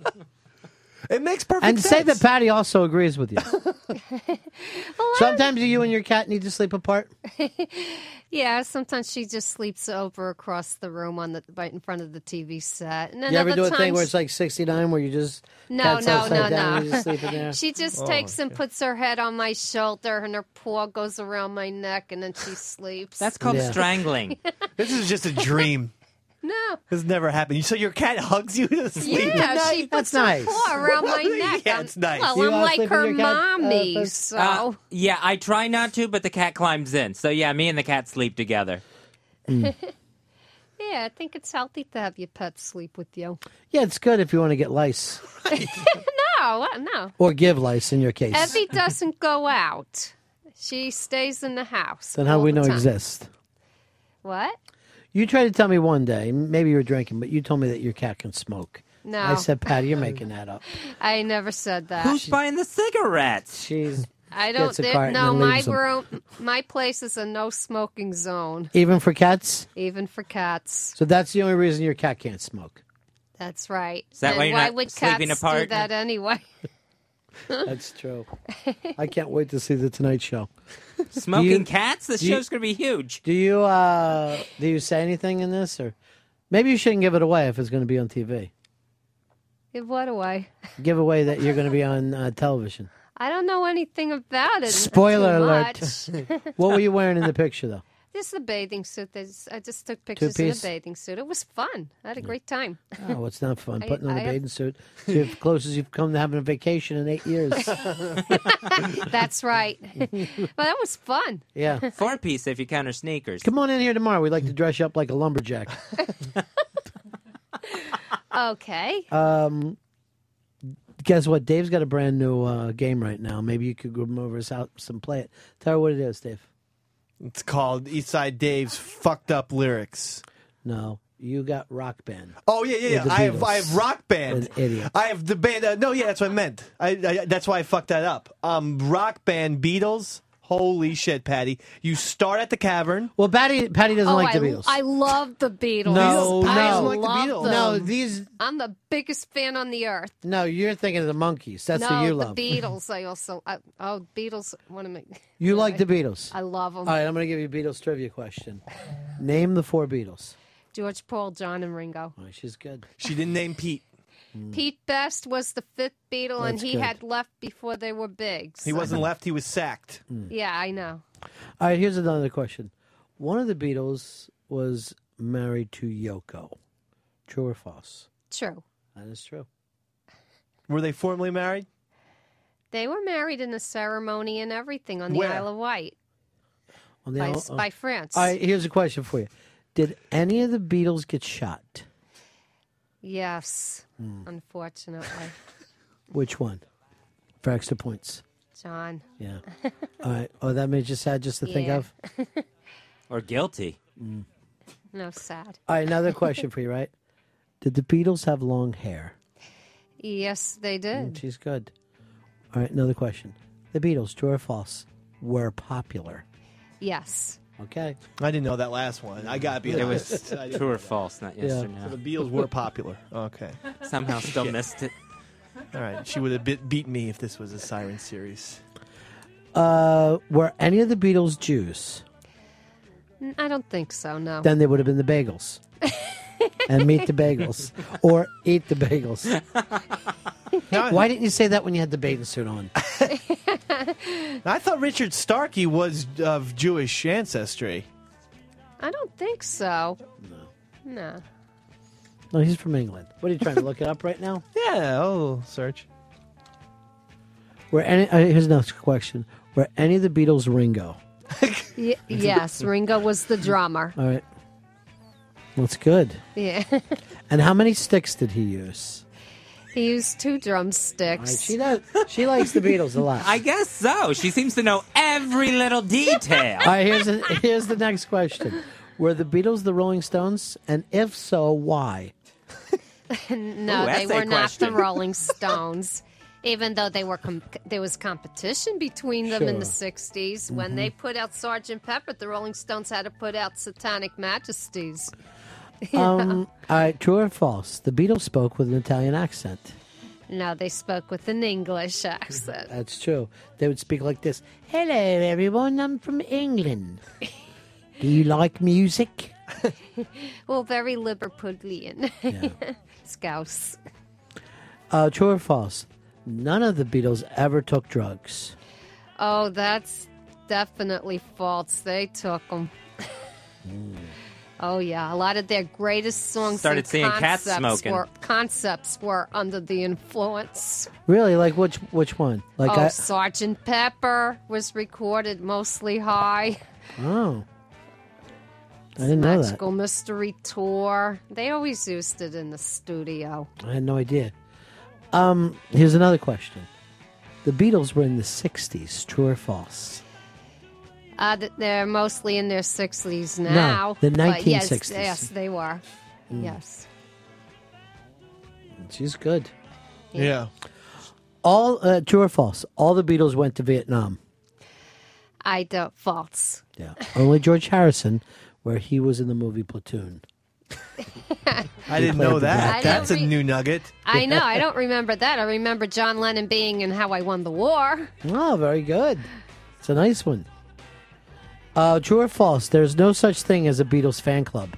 S7: It makes perfect
S6: And say
S7: sense.
S6: that Patty also agrees
S25: <laughs>
S6: with you. Sometimes you and your cat need to sleep apart.
S25: Yeah, sometimes she just sleeps over across the room on the right in front of the TV set. And then
S6: you ever
S25: other
S6: do a
S25: times,
S6: thing where it's like 69 where you just
S25: No,
S6: cat's
S25: no, no,
S6: upside down and you just sleep in
S25: no.
S6: there?
S25: <laughs> she
S7: Oh,
S25: just
S10: Oh,
S25: takes and puts her head on my shoulder, and her paw goes around my neck, and then she sleeps.
S10: That's called
S6: <laughs>
S10: strangling.
S7: this is just a dream.
S25: No.
S7: This never happened. So your cat hugs you to sleep.
S25: Yeah,
S7: at
S25: she
S7: night?
S25: puts her paw
S7: <laughs>
S25: around my neck.
S7: yeah,
S25: I'm-
S7: it's nice.
S25: Well, I'm like her mommy, so
S10: Uh, yeah, I try not to, but the cat climbs in. So yeah, me and the cat sleep together.
S6: Hmm.
S25: <laughs> yeah, I think it's healthy to have your pet sleep with you. <laughs>
S6: Yeah, it's good if you want to get lice
S25: no, what- no.
S6: or give lice in your case.
S25: Evie doesn't go out. She stays in the house.
S6: then how
S25: all
S6: we
S25: the
S6: know
S25: time.
S6: exist?
S25: What?
S6: You tried to tell me one day, maybe you were drinking, but you told me that your cat can smoke.
S25: No.
S6: I said, Patty, you're making that
S25: <laughs>
S6: up.
S25: I never said that.
S10: Who's buying the cigarettes?
S6: She's
S25: <laughs> I don't.
S6: Gets a
S25: there-
S6: carton
S25: no,
S6: and
S25: my
S6: leaves 'em.
S25: room, my place is a no smoking zone,
S6: Even for cats?
S25: even for cats.
S6: So that's the only reason your cat can't smoke.
S25: That's right.
S6: Is that
S25: and
S6: why you're not
S25: would
S6: sleeping
S25: cats do
S6: apart?
S25: that anyway? <laughs>
S6: That's true. I can't wait to see the Tonight Show.
S10: Smoking
S6: <laughs> Do you-
S10: cats? This
S6: do you-
S10: show's gonna be huge.
S6: Do you uh do you say anything in this or maybe you shouldn't give it away if it's going to be on TV?
S25: Give what away?
S6: Giveaway that you're going to be on uh,
S25: <laughs>
S6: television.
S25: I don't know anything about it.
S6: Spoiler
S25: too
S6: alert. <laughs>
S25: much. <laughs>
S6: what were you wearing in the picture, though?
S25: This is the bathing suit. There's, I just took pictures in the
S6: Two-piece?
S25: bathing suit. It was fun. I had a great time.
S6: Oh, it's not fun
S25: <laughs> I-
S6: putting on
S25: I
S6: a
S25: have-
S6: bathing suit. It's the closest you've come to having a vacation in eight
S25: <laughs>
S6: years. <laughs>
S25: That's right. but that was fun.
S6: Yeah.
S10: <laughs> Four piece if you count her sneakers.
S6: Come on in here tomorrow. We'd like to dress you up like a lumberjack.
S25: Okay.
S6: Um, guess what? Dave's got a brand new uh, game right now. Maybe you could come over his house and play it. Tell her what it is, Dave.
S7: It's called Eastside Dave's fucked up lyrics.
S6: No, you got rock band.
S7: Oh yeah, yeah, yeah.
S6: With the
S7: I have
S6: Beatles.
S7: I have rock band.
S6: An idiot.
S7: I have the band. Uh, no, yeah, that's what I meant. I, I that's why I fucked that up. Um, rock band Beatles. Holy shit, Patty! You start at the cavern.
S6: Well, Patty Patty doesn't
S25: oh,
S6: like
S25: I,
S6: the Beatles.
S25: I love the Beatles.
S6: No,
S25: I
S6: no.
S25: love
S6: Like the Beatles.
S25: them.
S6: No, these-
S25: I'm the biggest fan on the earth.
S6: no, you're thinking of the monkeys. That's
S25: no,
S6: who you love.
S25: the Beatles. I also. I, oh, Beatles. One of my.
S6: You like the Beatles.
S25: I love them.
S6: All right, I'm going to give you a Beatles trivia question. Name the four Beatles.
S25: George, Paul, John, and Ringo.
S6: Oh, she's good.
S7: She didn't name Pete. Hmm.
S25: Pete Best was the fifth Beatle, and
S6: Mm. That's
S25: he
S6: good.
S25: had left before they were big.
S7: He
S25: so-
S7: wasn't left. He was sacked.
S6: Hmm.
S25: Yeah, I know.
S6: All right, here's another question. One of the Beatles was married to Yoko. True or false?
S25: True.
S6: That is true.
S7: Were they formally married?
S25: They were married in a ceremony and everything on the
S6: Where?
S25: Isle of Wight.
S6: On the
S25: By-
S6: Isle-
S25: by France.
S6: All right, here's a question for you. Did any of the Beatles get shot?
S25: Yes,
S6: Hmm.
S25: unfortunately,
S6: Which one? For extra points.
S25: John. <laughs>
S6: Yeah. All right. Oh, that made you sad <laughs> just to think
S25: Yeah.
S6: of?
S10: Or guilty.
S25: <laughs>
S6: Mm.
S25: No, sad.
S6: All right, another question for you, right? Did the Beatles have long hair?
S25: Yes, they
S6: Mm,
S25: did.
S6: she's good. All right, another question. The Beatles, true or false, were popular.
S25: Yes.
S6: Okay.
S7: I didn't know that last one. I gotta be
S10: It
S6: <laughs>
S7: honest.
S10: was
S7: I didn't
S10: true
S7: know
S10: or
S7: that.
S10: false, not yes or no.
S7: So the Beatles were popular. Okay. <laughs>
S10: Somehow still missed it.
S7: All right. She would have bit, beat me if this was a Siren series.
S6: Uh, were any of the Beatles Jews?
S25: N- I don't think so. No.
S6: Then they would have been the Bagels. and meet the Bagels. Or eat the Bagels. Why didn't you say that when you had the bathing suit on?
S7: I thought Richard Starkey was of Jewish ancestry.
S25: I don't think so. No. No.
S6: No, he's from England. What are you trying to look it up right now?
S7: <laughs> Yeah, I'll search.
S6: Were any? Uh, here's another question. Were any of the Beatles Ringo?
S25: Y-
S6: <laughs>
S25: yes, Ringo was the drummer.
S6: All right, that's good.
S25: Yeah. <laughs>
S6: And how many sticks did he use?
S25: he used two drumsticks.
S6: she does. She likes the Beatles a
S25: <laughs>
S6: lot.
S10: I guess so. She seems to know every little detail.
S6: <laughs> All right, here's a, here's the next question. Were the Beatles the Rolling Stones? And if so, why?
S25: no,
S6: Ooh, essay
S25: they were not the
S6: question. <laughs>
S25: Rolling Stones. Even though they were com- there was competition between them in the
S6: Sure.
S25: 60s when
S6: Mhm.
S25: they put out Sergeant Pepper, the Rolling Stones had to put out Satanic Majesties. <laughs>
S6: Um, all right, true or false? The Beatles spoke with an Italian accent.
S25: No, they spoke with an English
S6: <laughs>
S25: accent.
S6: That's true. They would speak like this. Hello, everyone. I'm from England. Do you like music?
S25: Well, very Liverpudlian. <laughs> Scouse.
S6: Uh, true or false? None of the Beatles ever took drugs.
S25: Oh, that's definitely false. They took them.
S6: Hmm.
S25: oh yeah, a lot of their greatest songs
S10: Started
S25: and
S10: seeing cats
S25: concepts
S10: smoking.
S25: Were, concepts were under the influence.
S6: Really? Like which which one? Like
S25: oh,
S6: I
S25: Sergeant Pepper was recorded mostly high.
S6: oh. I didn't know that.
S25: Magical Mystery Tour. They always used it in the studio.
S6: I had no idea. Um, here's another question. The Beatles were in the '60s. True or false?
S25: Uh, th- they're mostly in their 60s
S6: No,
S25: now.
S6: the
S25: but yes,
S6: 1960s.
S25: Yes, they were.
S6: Mm.
S25: Yes.
S6: She's good.
S7: Yeah.
S6: All uh, true or false? All the Beatles went to Vietnam.
S25: I don't. False.
S6: Yeah. Only George Harrison, where he was in the movie Platoon.
S7: <laughs> I
S6: He
S7: didn't
S6: played
S7: know
S6: the
S7: that.
S25: I
S7: That's
S25: don't
S7: a new nugget.
S6: <laughs>
S25: I know. I don't remember that. I remember John Lennon being in How I Won the War.
S6: Oh, very good. It's a nice one. Uh, true or false? There's no such thing as a Beatles fan club.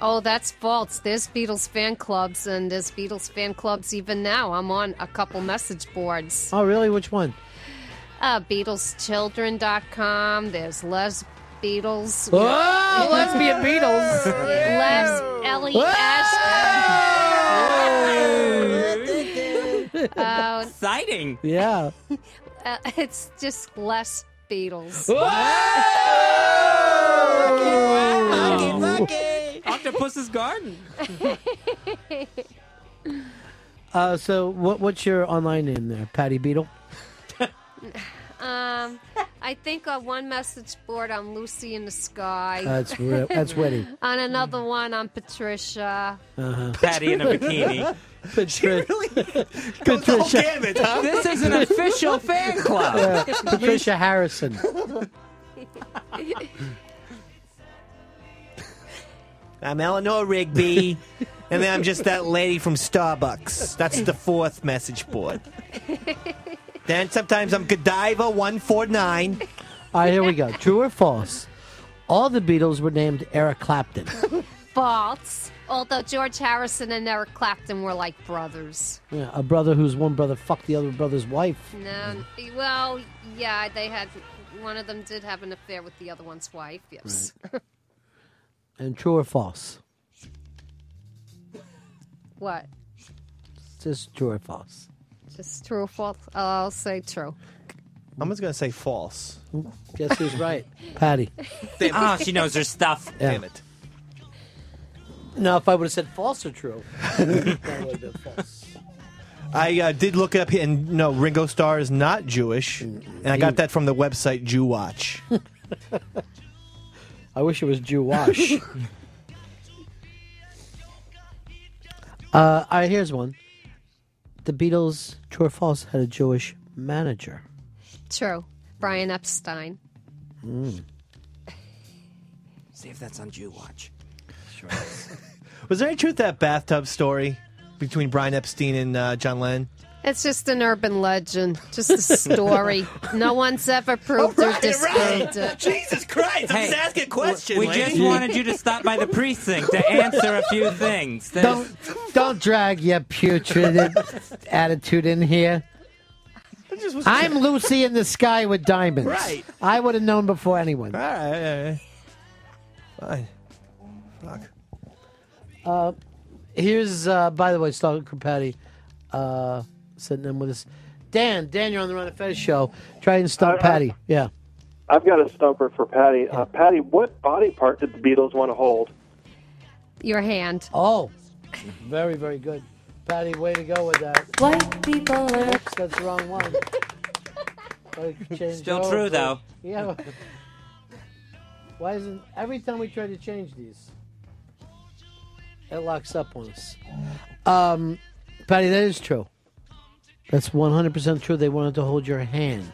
S25: Oh, that's false. There's Beatles fan clubs, and there's Beatles fan clubs even now. I'm on a couple message boards.
S6: Oh, really? Which one?
S25: Uh, BeatlesChildren.com. There's Les Beatles.
S6: Oh, <laughs> lesbian Beatles.
S25: Les Ellie Ash. Uh,
S10: Exciting.
S6: Yeah.
S25: uh, it's just Les Beatles. <laughs>
S10: Octopus's garden.
S6: Uh, so, what, what's your online name there? Patty Beetle?
S25: Um, I think on one message board I'm Lucy in the sky.
S6: That's ri- that's witty.
S25: <laughs> on another one I'm Patricia. <laughs>
S6: Uh-huh.
S10: Patty in
S6: <laughs>
S10: a bikini.
S6: Patri- <laughs>
S10: whole
S6: Patricia.
S10: gamut, huh? This is an official fan club.
S6: Yeah, Patricia
S10: <laughs>
S6: Harrison.
S7: I'm Eleanor Rigby,
S6: <laughs>
S7: and then I'm just that lady from Starbucks. That's the fourth message board. Then sometimes I'm Godiva one four nine.
S6: <laughs> All right, here we go. True or false? All the Beatles were named Eric
S7: <laughs>
S6: Clapton.
S25: False. Although George Harrison and Eric Clapton were like brothers.
S6: Yeah, a brother whose one brother fucked the other brother's wife.
S25: No, well, yeah, they had one of them did have an affair with the other one's wife. Yes.
S6: And true or false?
S25: <laughs> what?
S6: Just true or false.
S25: Just true or false? I'll say true.
S7: I'm just gonna say false.
S6: Guess who's
S7: <laughs>
S6: right? Patty.
S10: Ah, she knows her stuff.
S6: Yeah.
S7: Damn it.
S6: Now, if I would have said false or <laughs> true, that would have been false.
S7: I uh, did look it up, and no, Ringo Starr is not Jewish, and I got that from the website Jew Watch.
S6: <laughs> I wish it was Jew Wash. uh, all right, here's one. The Beatles, true or false, had a Jewish manager.
S25: True. Brian Epstein.
S7: Hmm.
S6: Mm.
S10: See if that's on Jew Watch.
S7: Was there any truth to that bathtub story between Brian Epstein and uh, John Lennon?
S25: It's just an urban legend, just
S6: <laughs>
S25: a story. no one's ever proved or disproved it.
S7: Jesus Christ!
S10: Hey,
S7: just asking a question.
S10: We just
S7: lady.
S10: wanted you to stop by the precinct to answer a few things. There's-
S6: Don't don't drag your
S7: <laughs>
S6: putrid attitude in here. I'm Lucy in the sky with diamonds.
S7: Right.
S6: I would have known before anyone.
S7: All right, all right, all right. Fine. Fuck.
S6: Uh, here's, uh, by the way, Stalker Patty uh, sitting in with us. Dan, Dan, you're on the Run of Fez show. Try and stump Patty. Yeah.
S9: I've got a stumper for Patty. Uh, Patty, what body part did the Beatles want to hold?
S25: Your hand.
S6: Oh. Very, very good. Patty, way to go with that. White people are. Oops, that's the wrong one.
S10: <laughs>
S6: Gotta change
S10: Still
S6: over.
S10: true, though.
S6: <laughs> Yeah. but- Why isn't. Every time we try to change these, it locks up on us. Um, Patty, that is true. That's 100% true. They wanted to hold your hand.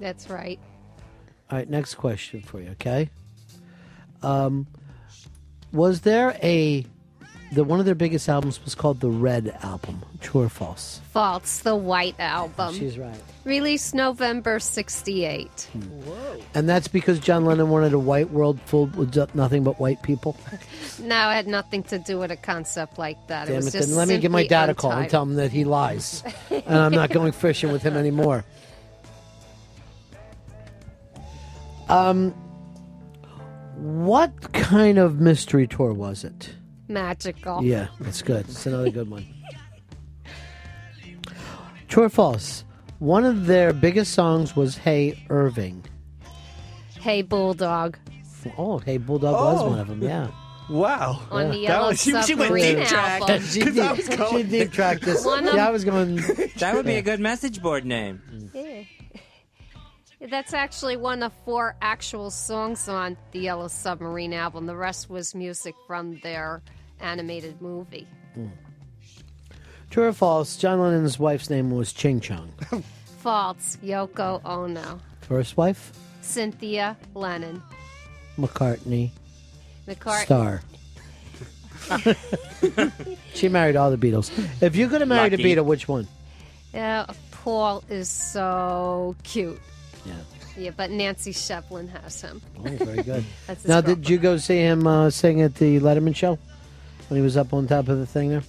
S25: That's right.
S6: All right, next question for you, okay? Um, was there a the one of their biggest albums was called the Red Album? True or false?
S25: False, the White Album.
S6: She's right. Hmm.
S25: Released November 68.
S6: And that's because John Lennon wanted a white world filled with ju- nothing but white people.
S25: No, it had nothing to do with a concept like that. it
S6: Damn
S25: was
S6: it!
S25: just
S6: Then let me give my
S25: simply
S6: dad a call and
S25: untitled.
S6: tell him that he lies, and I'm not going fishing with him
S25: <laughs>
S6: anymore. Um, what kind of mystery tour was it?
S25: Magical.
S6: Yeah, that's good. It's another good one. True or false? One of their biggest songs was "Hey Irving."
S25: Hey, Bulldog.
S6: Oh, "Hey Bulldog" was one of them. Yeah.
S7: Wow.
S25: <laughs> On the
S7: That
S25: Yellow
S7: was- she- she went
S25: Submarine
S7: deep track.
S25: album.
S6: She did, she did track this.
S25: One of-
S6: Yeah, I was going.
S10: That would be a good message board name.
S25: Yeah. That's actually one of four actual songs on the Yellow Submarine album. The rest was music from their animated movie.
S6: True or false? John Lennon's wife's name was Ching Chong.
S25: False, Yoko Ono.
S6: First wife,
S25: Cynthia Lennon.
S6: McCartney.
S25: McCartney.
S6: Star. <laughs> she married all the Beatles. If you could have married
S10: Lucky.
S6: a Beatle, which one?
S25: Yeah, Paul is so cute.
S6: Yeah.
S25: Yeah, but Nancy Shevlin has him.
S6: Oh, very good.
S25: That's his
S6: now,
S25: girl.
S6: did you go see him uh, sing at the Letterman show when he was up on top of the thing there?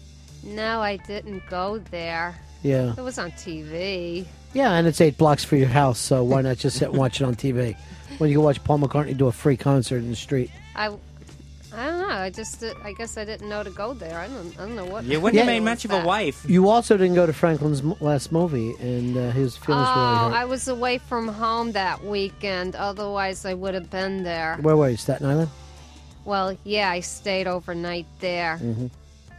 S25: No, I didn't go there.
S6: Yeah.
S25: It was on TV.
S6: Yeah, and it's eight blocks for your house, so why not just sit and watch it on TV? When you can watch Paul McCartney do a free concert in the street.
S25: I, I don't know. I just, I guess I didn't know to go there. I don't, I don't know what.
S10: You wouldn't have
S6: Yeah.
S10: made much of a wife.
S6: You also didn't go to Franklin's m- last movie, and uh, his feelings were really
S25: oh,
S6: hurt.
S25: I was away from home that weekend. Otherwise, I would have been there.
S6: Where were you, Staten Island?
S25: Well, yeah, I stayed overnight there.
S10: Mm-hmm.
S6: hmm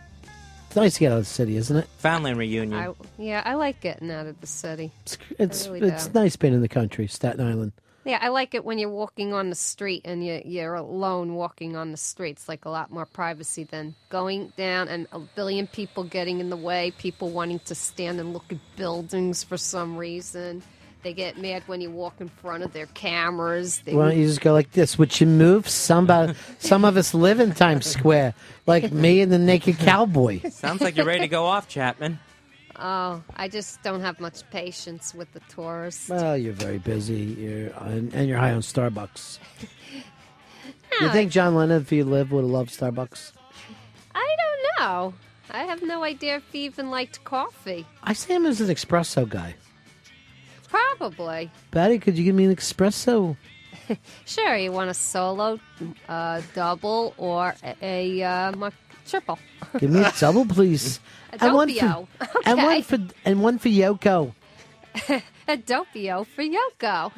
S6: It's nice to get out of the city, isn't it?
S10: Family reunion.
S25: I, yeah, I like getting out of the city. I
S6: It's
S25: really
S6: it's
S25: do.
S6: nice being in the country, Staten Island.
S25: Yeah, I like it when you're walking on the street and you, you're alone walking on the street. It's like a lot more privacy than going down and a billion people getting in the way, people wanting to stand and look at buildings for some reason. They get mad when you walk in front of their cameras. They,
S6: Why don't you just go like this? Would you move? Some of,
S25: <laughs>
S6: some of us live in Times Square, like me and the naked
S25: <laughs>
S6: cowboy.
S10: Sounds like you're ready to go off, Chapman.
S25: oh, I just don't have much patience with the tourists.
S6: Well, you're very busy, you're on, and you're high on Starbucks. You
S25: No,
S6: think John Lennon, if he lived, would have loved Starbucks?
S25: I don't know. I have no idea if he even liked coffee.
S6: I see him as an espresso guy.
S25: Probably.
S6: Batty, could you give me an espresso?
S25: Sure, you want a solo, uh, double, or a, a uh, mar- triple.
S6: Give
S25: <laughs>
S6: me a double, please.
S25: A
S6: And one
S25: dopio.
S6: for and
S25: Okay.
S6: one for and one for Yoko.
S25: <laughs> a dopio for Yoko.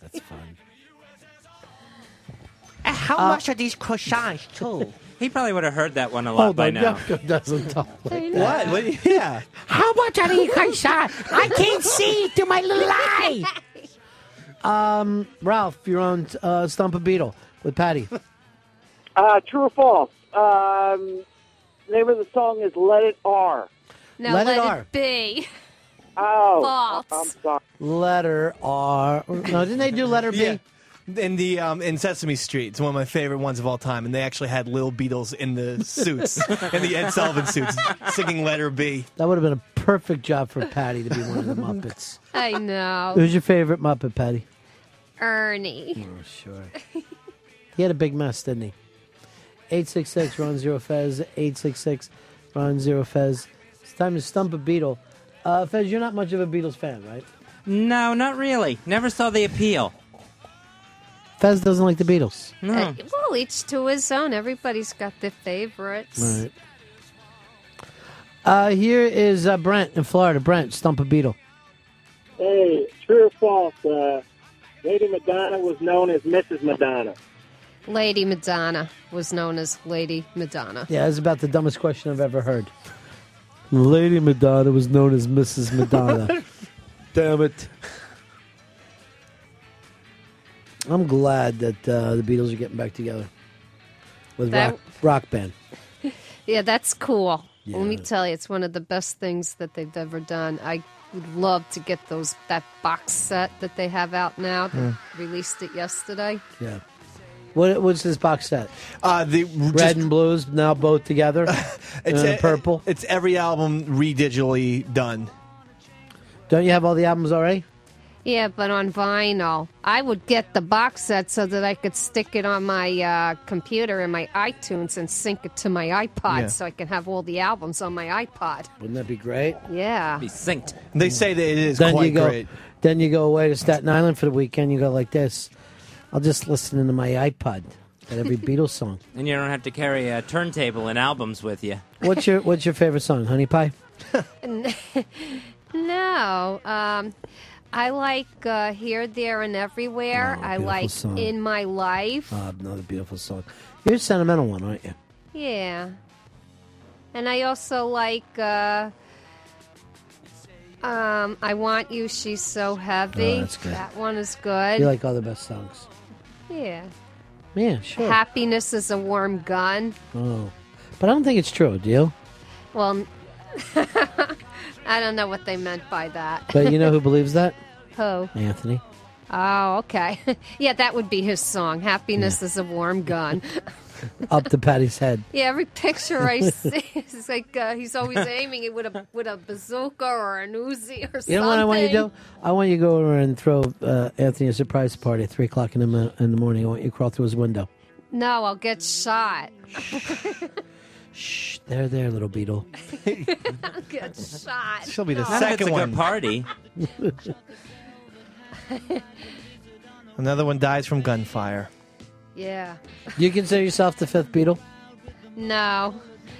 S6: That's fun.
S10: How
S6: Uh,
S10: much are these croissants, too? He probably would have heard that one a lot
S6: Hold
S10: by
S6: on, <laughs>
S10: now.
S6: Yoko <laughs> doesn't talk like
S10: What?
S6: that.
S10: What? Yeah.
S4: How much are these croissants? I can't see through my little eye.
S6: Um, Ralph, you're on uh, Stump a Beetle with Patty.
S19: Uh, true or false? Um, name of the song is "Let It R."
S25: Now
S6: Let
S25: let,
S6: it R.
S25: it be.
S19: Oh,
S25: False.
S7: um,
S19: I'm sorry.
S6: Letter R. No, didn't they do letter B?
S7: Yeah. In the um, in Sesame Street, it's one of my favorite ones of all time, and they actually had little Beatles in the
S6: <laughs>
S7: suits, in the Ed Sullivan suits, singing letter B.
S6: That would have been a perfect job for Patty to be one of the Muppets. <laughs>
S25: I know.
S6: Who's your favorite Muppet, Patty?
S25: Ernie.
S6: Oh, sure.
S25: <laughs>
S6: He had a big mess, didn't he? 866 Ron Zero Fez, 866 Ron Zero Fez. It's time to stump a Beatle. Uh, Fez, you're not much of a Beatles fan, right?
S10: No, not really. Never saw the appeal.
S6: Fez doesn't like the Beatles.
S25: Uh, well, each to his own. Everybody's got their favorites.
S6: Right. Uh, here is uh, Brent in Florida. Brent, stump a Beatle.
S19: Hey, true or false? Uh, Lady Madonna was known as Mrs. Madonna.
S25: Lady Madonna was known as Lady Madonna.
S6: Yeah, that's about the dumbest question I've ever heard. Lady Madonna was known as Mrs. Madonna. Damn it. I'm glad that uh, the Beatles are getting back together with
S25: That-
S6: rock, rock band.
S25: Yeah, that's cool. Let me tell you, it's one of the best things that they've ever done. I would love to get those that box set that they have out now. They
S6: Hmm.
S25: released it yesterday.
S6: Yeah. What what's this box set?
S7: Uh, the
S6: red and blues now both together.
S7: <laughs> It's
S6: Uh,
S7: a-
S6: purple.
S7: It's every album redigitally done.
S6: Don't you have all the albums already?
S25: Yeah, but on vinyl. I would get the box set so that I could stick it on my uh, computer and my iTunes and sync it to my iPod
S7: Yeah.
S25: so I can have all the albums on my iPod.
S6: Wouldn't that be great?
S25: Yeah. <laughs>
S10: synced.
S7: They say that it is
S6: you
S7: quite
S6: go,
S7: great.
S6: Then you go away to Staten Island for the weekend. You go like this. I'll just listen to my iPod at every Beatles song.
S10: And you don't have to carry a turntable and albums with you.
S6: What's your What's your favorite song, Honey Pie?
S25: No. Um, I like uh, Here, There, and Everywhere. I
S6: beautiful
S25: like
S6: song.
S25: In My Life.
S6: Uh, another beautiful song. You're a sentimental one, aren't you?
S25: Yeah. And I also like. Uh, um, I want you. She's so heavy.
S6: Oh, that's good.
S25: That one is good.
S6: You like all the best songs.
S25: yeah.
S6: Yeah, sure.
S25: Happiness is a warm gun.
S6: oh, but I don't think it's true, do you?
S25: Well, <laughs> I don't know what they meant by that. <laughs>
S6: But you know who believes that?
S25: Who?
S6: Anthony.
S25: <laughs>
S6: <laughs>
S25: Oh, okay. yeah, that would be his song. Happiness is a warm gun.
S6: up to Patty's head.
S25: Yeah, every picture I see <laughs> is like uh, he's always aiming it with a with a bazooka or an Uzi or something.
S6: You know what I want you to do? I want you to go over and throw uh, Anthony a surprise party at three o'clock in the mo- in the morning. I want you to crawl through his window.
S25: No, I'll get shot.
S6: Shh, there, there, little beetle.
S25: <laughs> I'll get shot.
S6: She'll be the
S25: No.
S10: Not if it's a
S7: second
S10: good
S7: one.
S10: party.
S6: <laughs>
S7: Another one dies from gunfire.
S25: Yeah.
S6: You consider yourself the fifth beetle?
S25: No.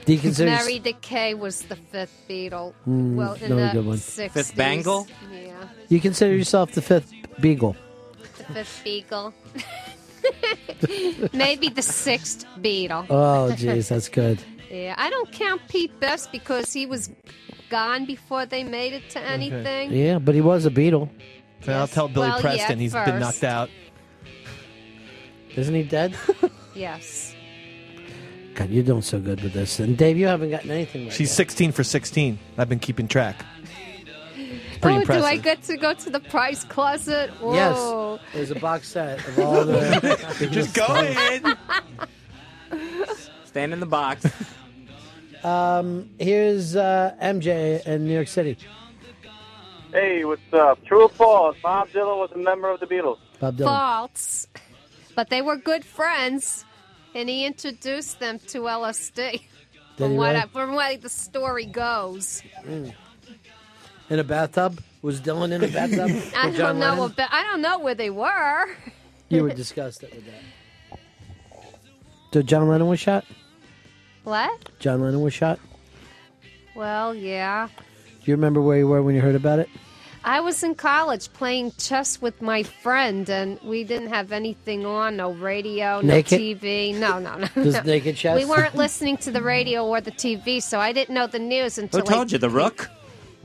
S6: Do you consider
S25: Mary Decay was the fifth Beatle.
S6: Mm,
S25: well, in
S6: another
S25: the
S6: good one. Fifth
S25: 60s.
S6: Bangle?
S25: Yeah.
S6: you consider yourself the fifth beagle?
S25: The fifth Beagle. <laughs> Maybe the sixth Beatle.
S6: Oh, jeez, that's good.
S25: Yeah, I don't count Pete Best because he was gone before they made it to anything.
S6: Yeah, but he was a beetle.
S7: And I'll tell Billy
S25: Well, yeah,
S7: Preston he's been
S25: first.
S7: knocked out.
S6: Isn't he
S25: <laughs>
S6: dead?
S25: Yes.
S6: God, you're doing so good with this. And Dave, you haven't gotten anything right.
S7: She's 16 for 16. I've been keeping track. It's
S25: oh,
S7: pretty
S25: do I
S7: impressive.
S25: get to go to the prize closet? Whoa.
S6: Yes, there's a box set of all
S7: <laughs>
S6: the.
S10: Just go in. Stand in
S6: <laughs>
S10: the box.
S6: Um, here's uh, MJ in New York City.
S11: Hey, what's up? True or false? Bob Dylan was a member of the Beatles.
S6: Bob Dylan.
S25: False. But they were good friends, and he introduced them to LSD. From
S6: he
S25: what,
S6: really?
S25: I, from what the story goes,
S6: Mm. In a bathtub? Was Dylan in a bathtub? with
S25: <laughs> I
S6: John
S25: don't know.
S6: Lennon?
S25: About, I don't know where they were.
S6: You were disgusted with that. So John Lennon was shot.
S25: What?
S6: John Lennon was shot.
S25: Well, yeah.
S6: Do you remember where you were when you heard about it?
S25: <laughs> I was in college playing chess with my friend, and we didn't have anything on no radio, no
S6: Naked?
S25: TV. No, no, no.
S6: <laughs> Just
S25: no.
S6: naked chess?
S25: We weren't listening to the radio or the TV, so I didn't know the news until I,
S10: you, the Rook?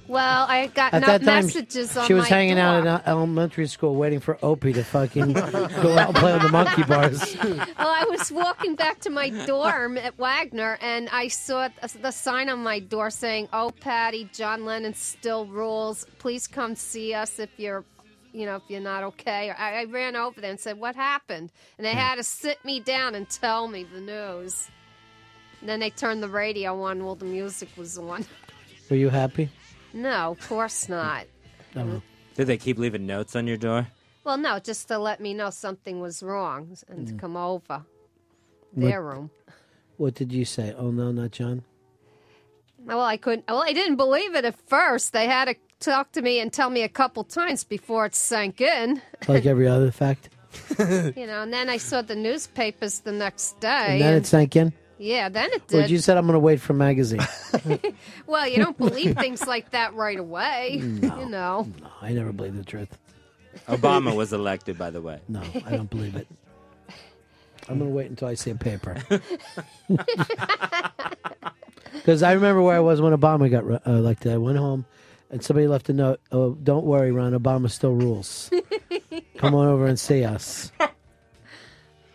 S25: Well, I got
S6: At
S25: no-
S6: that time,
S25: messages on
S6: she was
S25: my
S6: hanging
S25: door.
S6: out in uh, elementary school waiting for Opie to fucking <laughs> go out and play on the monkey
S25: <laughs>
S6: bars.
S25: oh, I was walking back to my dorm at Wagner, and I saw th- the sign on my door saying, "Oh, Patty, John Lennon still rules. Please come see us if you're." You know, if you're not okay, I, I ran over there and said, "What happened?" And they had to sit me down and tell me the news. And then they turned the radio on while the music was on. <laughs>
S6: Were <laughs> you happy?
S25: No, of course not.
S10: Did they keep leaving notes on your door?
S25: Well, no, just to let me know something was wrong and to
S6: Mm.
S25: come over
S6: What-
S25: their room.
S6: What did you say? Oh no, not John.
S25: Well, I couldn't. Well, I didn't believe it at first. They had to talk to me and tell me a couple times before it
S6: <laughs>
S25: sank in.
S6: Like every other
S25: <laughs>
S6: fact.
S25: you know, and then I saw the newspapers the next day.
S6: And then it sank in.
S25: yeah, then it
S6: Well,
S25: did.
S6: you said I'm going to wait for magazine. <laughs>
S25: well, you don't believe things like that right away.
S6: No.
S25: You know.
S6: I never believe the truth.
S10: Obama was elected, by the way.
S6: No, I don't believe it. I'm going to wait until I see a paper. <laughs> Because I remember where I was when Obama got re- uh, elected. I went home and somebody left a note. Oh, don't worry, Ron. Obama still rules. <laughs> Come on over and see
S7: <laughs>
S6: us.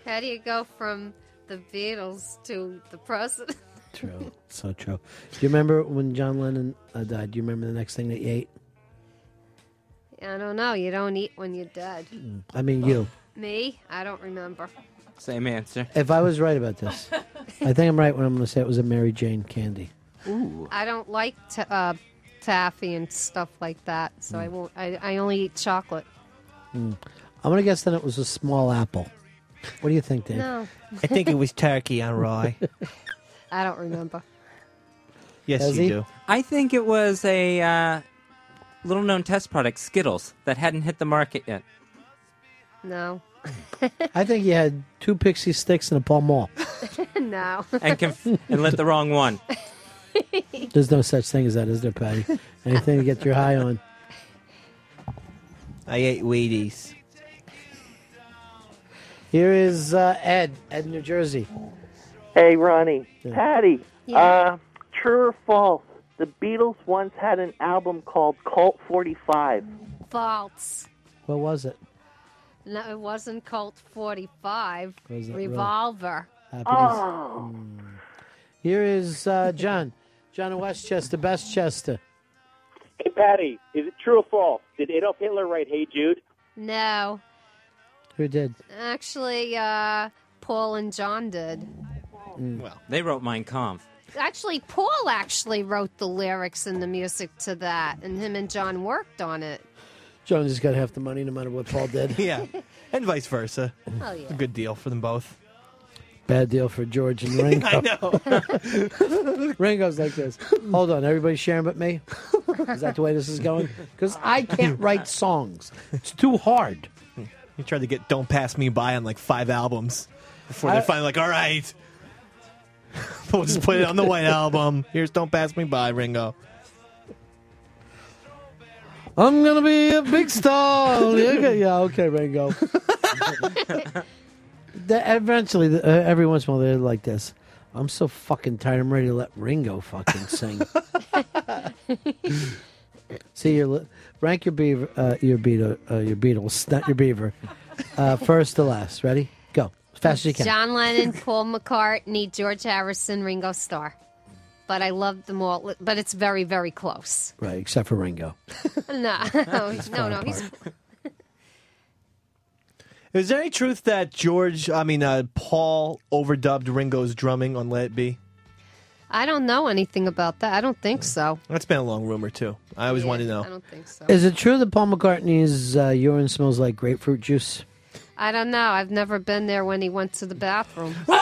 S25: How do you go from the Beatles to the president?
S6: True. So true. Do you remember when John Lennon uh, died? Do you remember the next thing that you ate?
S25: <laughs> I don't know. You don't eat when you're dead.
S6: I mean, you.
S25: Me? I don't remember.
S10: Same answer.
S6: If I was right about this, I think I'm right when I'm going to say it was a Mary Jane candy.
S10: Ooh.
S25: I don't like t- uh, taffy and stuff like that, so I won't. I, I only eat chocolate.
S6: Mm. I'm going to guess then it was a small apple. What do you think, Dave?
S25: No.
S7: I think it was turkey
S6: <laughs>
S7: on rye.
S25: <laughs> I don't remember.
S7: Yes, you do.
S10: I think it was a uh, little known test product, Skittles, that hadn't hit the market yet.
S25: No.
S6: <laughs>
S25: <laughs>
S6: I think you had two pixie sticks and a Pall Mall.
S25: no.
S6: <laughs>
S25: <laughs>
S10: And, conf- and lit the wrong one.
S6: There's no such thing as that, is there, Patty? Anything to get your high on?
S7: I ate Wheaties.
S6: Here is uh, Ed, Ed, New Jersey.
S3: Hey, Ronnie.
S6: Yeah.
S3: Patty.
S6: Yeah.
S3: Uh, true or false? The Beatles once had an album called Cult 45.
S25: False.
S6: What was it?
S25: No, it wasn't Colt 45.
S6: What is that, really?
S25: Revolver. Oh.
S6: Happy to-
S3: Oh.
S6: Mm. Here is uh, John. John in Westchester, Bestchester.
S11: Hey, Patty, is it true or false? Did Adolf Hitler write Hey Jude?
S25: No.
S6: Who did?
S25: Actually, uh, Paul and John did.
S10: Well, they wrote Mein Kampf.
S25: Actually, Paul actually wrote the lyrics and the music to that, and him and John worked on it.
S6: Jones has got half the money, no matter what Paul did.
S7: <laughs> yeah, and vice versa.
S25: Oh, yeah.
S7: It's a good deal for them both.
S6: Bad deal for George
S7: <laughs>
S6: and Ringo. I know. <laughs> Ringo's like this. Hold on, everybody's sharing but me. Is that the way this is
S7: <laughs>
S6: going? Because I can't <laughs> write songs. It's too hard.
S7: You tried to get "Don't Pass Me By" on like five albums before they're
S6: I-
S7: finally <laughs> like, "All right, we'll just put it on the white album." Here's "Don't Pass Me By," Ringo.
S6: I'm gonna be a big
S7: <laughs>
S6: star. yeah, okay, yeah, okay, Ringo. The- eventually, the, uh, every once in a while, they're like this. I'm so fucking tired. I'm ready to let Ringo fucking
S7: <laughs>
S6: sing. See your li- rank your beaver, uh, your beetle, uh, your Beatles, not your beaver. Uh, first to last. Ready? Go fast as you can.
S25: John Lennon, Paul McCartney, George Harrison, Ringo Starr. But I love them all. But it's very, very close. <laughs>
S6: Right, except for Ringo.
S25: No, no, no. He's
S7: Is there any truth that George, I mean uh, Paul, overdubbed Ringo's drumming on "Let It Be"?
S25: I don't know anything about that. I don't think so.
S7: That's been a long rumor too. I always wanted to know.
S25: I don't think so.
S6: Is it true that Paul McCartney's uh, urine smells like grapefruit juice?
S25: I don't know. I've never been there when he went to the bathroom. Uh,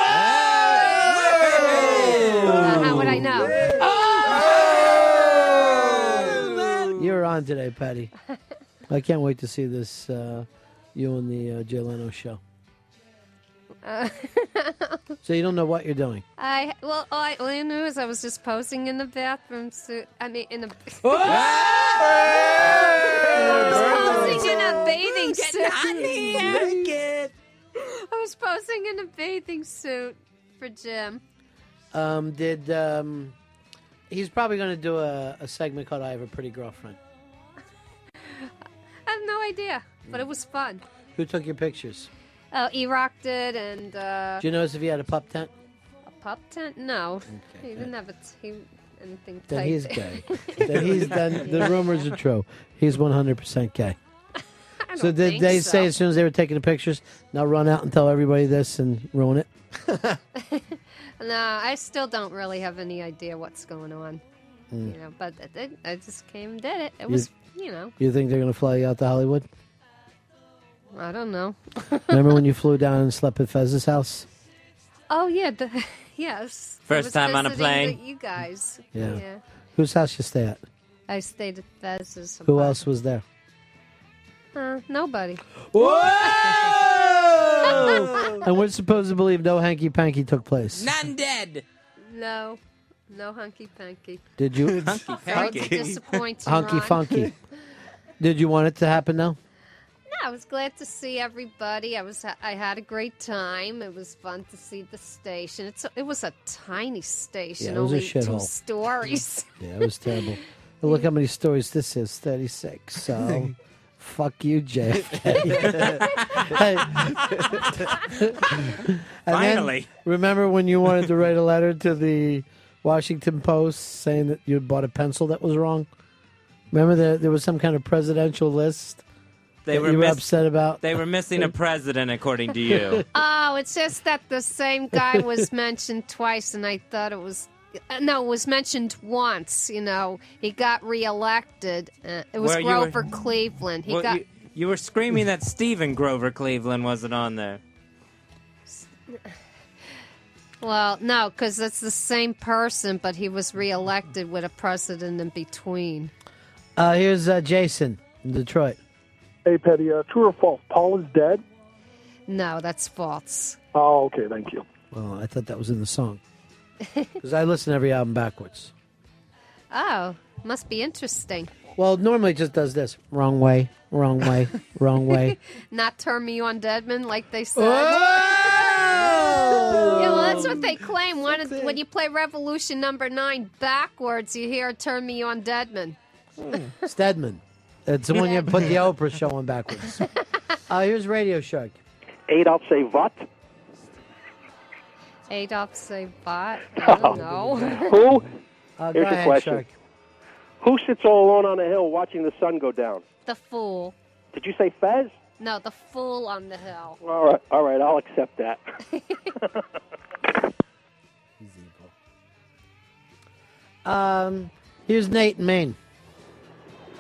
S25: how would I know?
S6: Oh! You're on today, Patty. I can't wait to see this. Uh, you on the uh, Jay Leno
S25: <laughs>
S6: show.
S25: Uh,
S6: So you don't know what you're doing.
S25: I well, all I, all I knew is I was just posing in the bathroom suit. I mean, in a.
S4: Oh!
S6: Oh!
S4: Oh!
S25: I was <laughs> posing in a bathing suit. I was posing in a bathing suit for Jim.
S6: Um, did um, he's probably going to do a, a segment called "I Have a Pretty Girlfriend"?
S25: I have no idea, but it was fun.
S6: Who took your pictures?
S25: Oh, E Rock did, and uh,
S6: Do you notice if he had a pup tent?
S25: a pup tent? No, he didn't have a t- he, anything.
S6: Then
S25: tight. <laughs>
S6: he's gay. then he's then the rumors are true. He's 100 percent
S25: <laughs>
S6: gay. So did
S25: think
S6: they
S25: so.
S6: say as soon as they were taking the pictures, now run out and tell everybody this and ruin it?
S25: No, I still don't really have any idea what's going on.
S6: Mm.
S25: You know, but I, did- I just came and did it.
S6: You-
S25: It was, you know,
S6: You think they're going to fly you out to Hollywood?
S25: I don't know.
S6: Remember when you flew down and slept at Fez's house?
S25: Oh yeah, the, <laughs> yes. I
S6: First
S25: was
S6: time on a
S25: visiting
S6: plane.
S25: the- You guys.
S6: Yeah. Whose house you stay at?
S25: I stayed at Fez's.
S6: Who else was there?
S25: Uh,
S6: <laughs>
S25: nobody.
S6: and we're supposed to believe no hanky panky took place.
S10: None dead.
S25: No, no hunky panky.
S6: Did you?
S25: Sorry to disappoint you,
S6: Hunky
S25: Ron.
S6: funky. Did you want it to happen now?
S25: No, I was glad to see everybody. I was I had a great time. It was fun to see the station. It's it was a tiny station,
S6: Yeah, it was a
S25: only two
S6: shithole.
S10: <laughs>
S25: stories.
S6: Yeah, it was terrible. And look how many stories this is 36.
S10: <laughs>
S6: So fuck you, JFK. And then,
S4: Finally.
S6: remember when you wanted to write a letter to the Washington Post saying that you had bought a pencil that was wrong? Remember there, there was some kind of presidential list
S10: They
S6: that
S10: were
S6: you were
S10: miss-
S6: upset about?
S10: They were missing
S6: <laughs>
S10: a president, according to you.
S25: oh, it's just that the same guy was mentioned twice, and I thought it was. uh, No, it was mentioned once. You know, he got reelected. Uh, it was
S10: Well, you were-
S25: Grover Cleveland. He
S10: Well,
S25: got
S10: you, you were screaming that Stephen Grover Cleveland wasn't on there.
S25: well, no, because that's the same person, but he was reelected with a president in between.
S6: Uh, here's uh, Jason in Detroit.
S23: Hey, Petty, uh, true or false? Paul is dead?
S25: No, that's false.
S23: Oh, okay, thank you.
S6: Well, I thought that was in the
S10: <laughs>
S6: song. Because I listen to every album backwards.
S25: Oh, must be interesting.
S6: Well, normally it just does this wrong way, wrong way, wrong way.
S25: Not turn me on, Deadman, like they said.
S6: Oh!
S25: Yeah, well, that's what they claim. One of- when you play Revolution Number Nine backwards, you hear "Turn Me On, Deadman."
S6: Stedman. It's the one you put the Oprah show on backwards. Uh, here's Radio Shark.
S23: Adolf
S6: <laughs>
S23: say what?
S25: Adolf Sabat. I
S3: <laughs>
S25: don't <laughs> know.
S19: Who?
S6: Uh,
S25: go
S19: Here's
S25: ahead,
S19: your question.
S25: Shark.
S19: Who sits all alone on a hill watching the sun go down?
S25: the fool.
S19: Did you say Fez?
S25: No, the fool on the hill.
S19: All right, all right, I'll accept that.
S6: Um, here's Nate in Maine.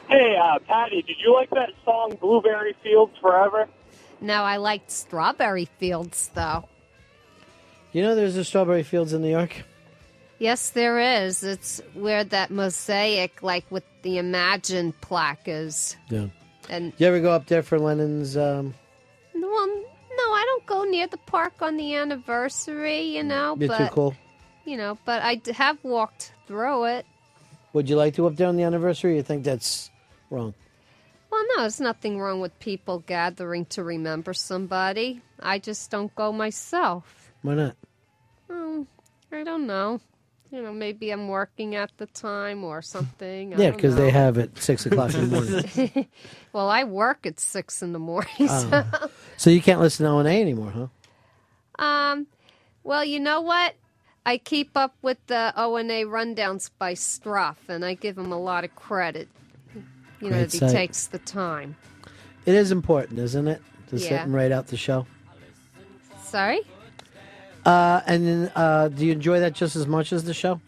S11: Hey, uh, Patty, did you like that song Blueberry Fields Forever?
S25: No, I liked Strawberry Fields, though.
S6: You know, there's a strawberry fields in New York.
S25: Yes, there is. It's where that mosaic, like with the Imagine plaque, is.
S6: Yeah.
S25: And
S6: You ever go up there for Lennon's? Um,
S25: well, no, I don't go near the park on the anniversary. You know,
S6: Mm, you're
S25: but
S6: too cool.
S25: you know, but I d- have walked through it.
S6: Would you like to up there on the anniversary? Or you think that's wrong?
S25: Well, no, there's nothing wrong with people gathering to remember somebody. I just don't go myself.
S6: Why not?
S25: Um, I don't know. You know, maybe I'm working at the time or something. I
S6: Yeah,
S25: don't
S6: because they
S25: know.
S6: have at six o'clock in the
S25: <laughs>
S6: morning,
S25: well, I work at six in the morning. So.
S6: Ah. so you can't listen to O and A anymore, huh?
S25: Um, well, you know what? I keep up with the O and A rundowns by Struff, and I give him a lot of credit. You know,
S6: Great
S25: that he
S6: site.
S25: takes the time.
S6: It is important, isn't it, to sit
S25: Yeah.
S6: and write out the show?
S25: Sorry.
S6: Uh, and then, uh, do you enjoy that just as much as the show?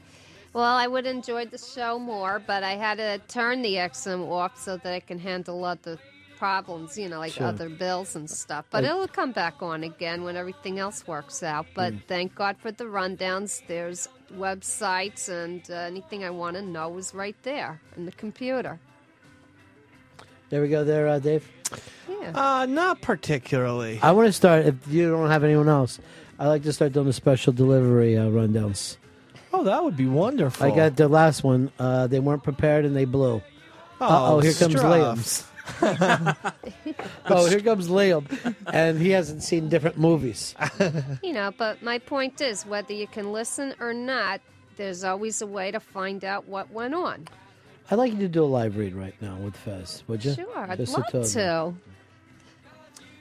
S25: Well, I would enjoy the show more, but I had to turn the XM off so that I can handle other problems, you know, like
S6: Sure.
S25: other bills and stuff. But
S6: Like-
S25: it'll come back on again when everything else works out. But
S6: Mm.
S25: thank God for the rundowns. There's websites, and uh, anything I want to know is right there in the computer.
S6: There we go, there, uh, Dave.
S25: Yeah.
S7: Uh, not particularly.
S6: I want to start. If you don't have anyone else, I like to start doing the special delivery uh, rundowns.
S7: Oh, that would be wonderful.
S6: I got the last one. Uh, they weren't prepared and they blew.
S7: Oh,
S6: oh, here comes
S7: Strauss.
S6: Liam. oh, here comes Liam, and he hasn't seen different movies.
S25: you know, but my point is whether you can listen or not, there's always a way to find out what went on.
S6: I'd like you to do a live read right now with Fez, would you?
S25: Sure, I'd
S6: Just
S25: love
S6: tell them.
S25: to.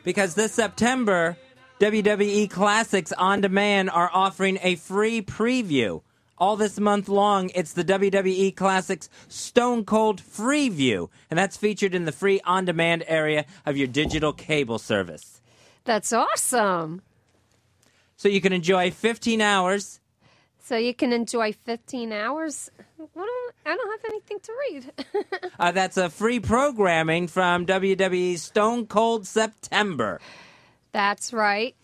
S10: because this September, WWE Classics on Demand are offering a free preview. All this month long, it's the WWE Classics Stone Cold Free View, and that's featured in the free on demand area of your digital cable service.
S25: That's awesome.
S10: So you can enjoy 15 hours.
S25: So you can enjoy 15 hours. What do- I don't have anything to read. <laughs>
S10: Uh, that's a free programming from WWE Stone Cold September.
S25: That's right.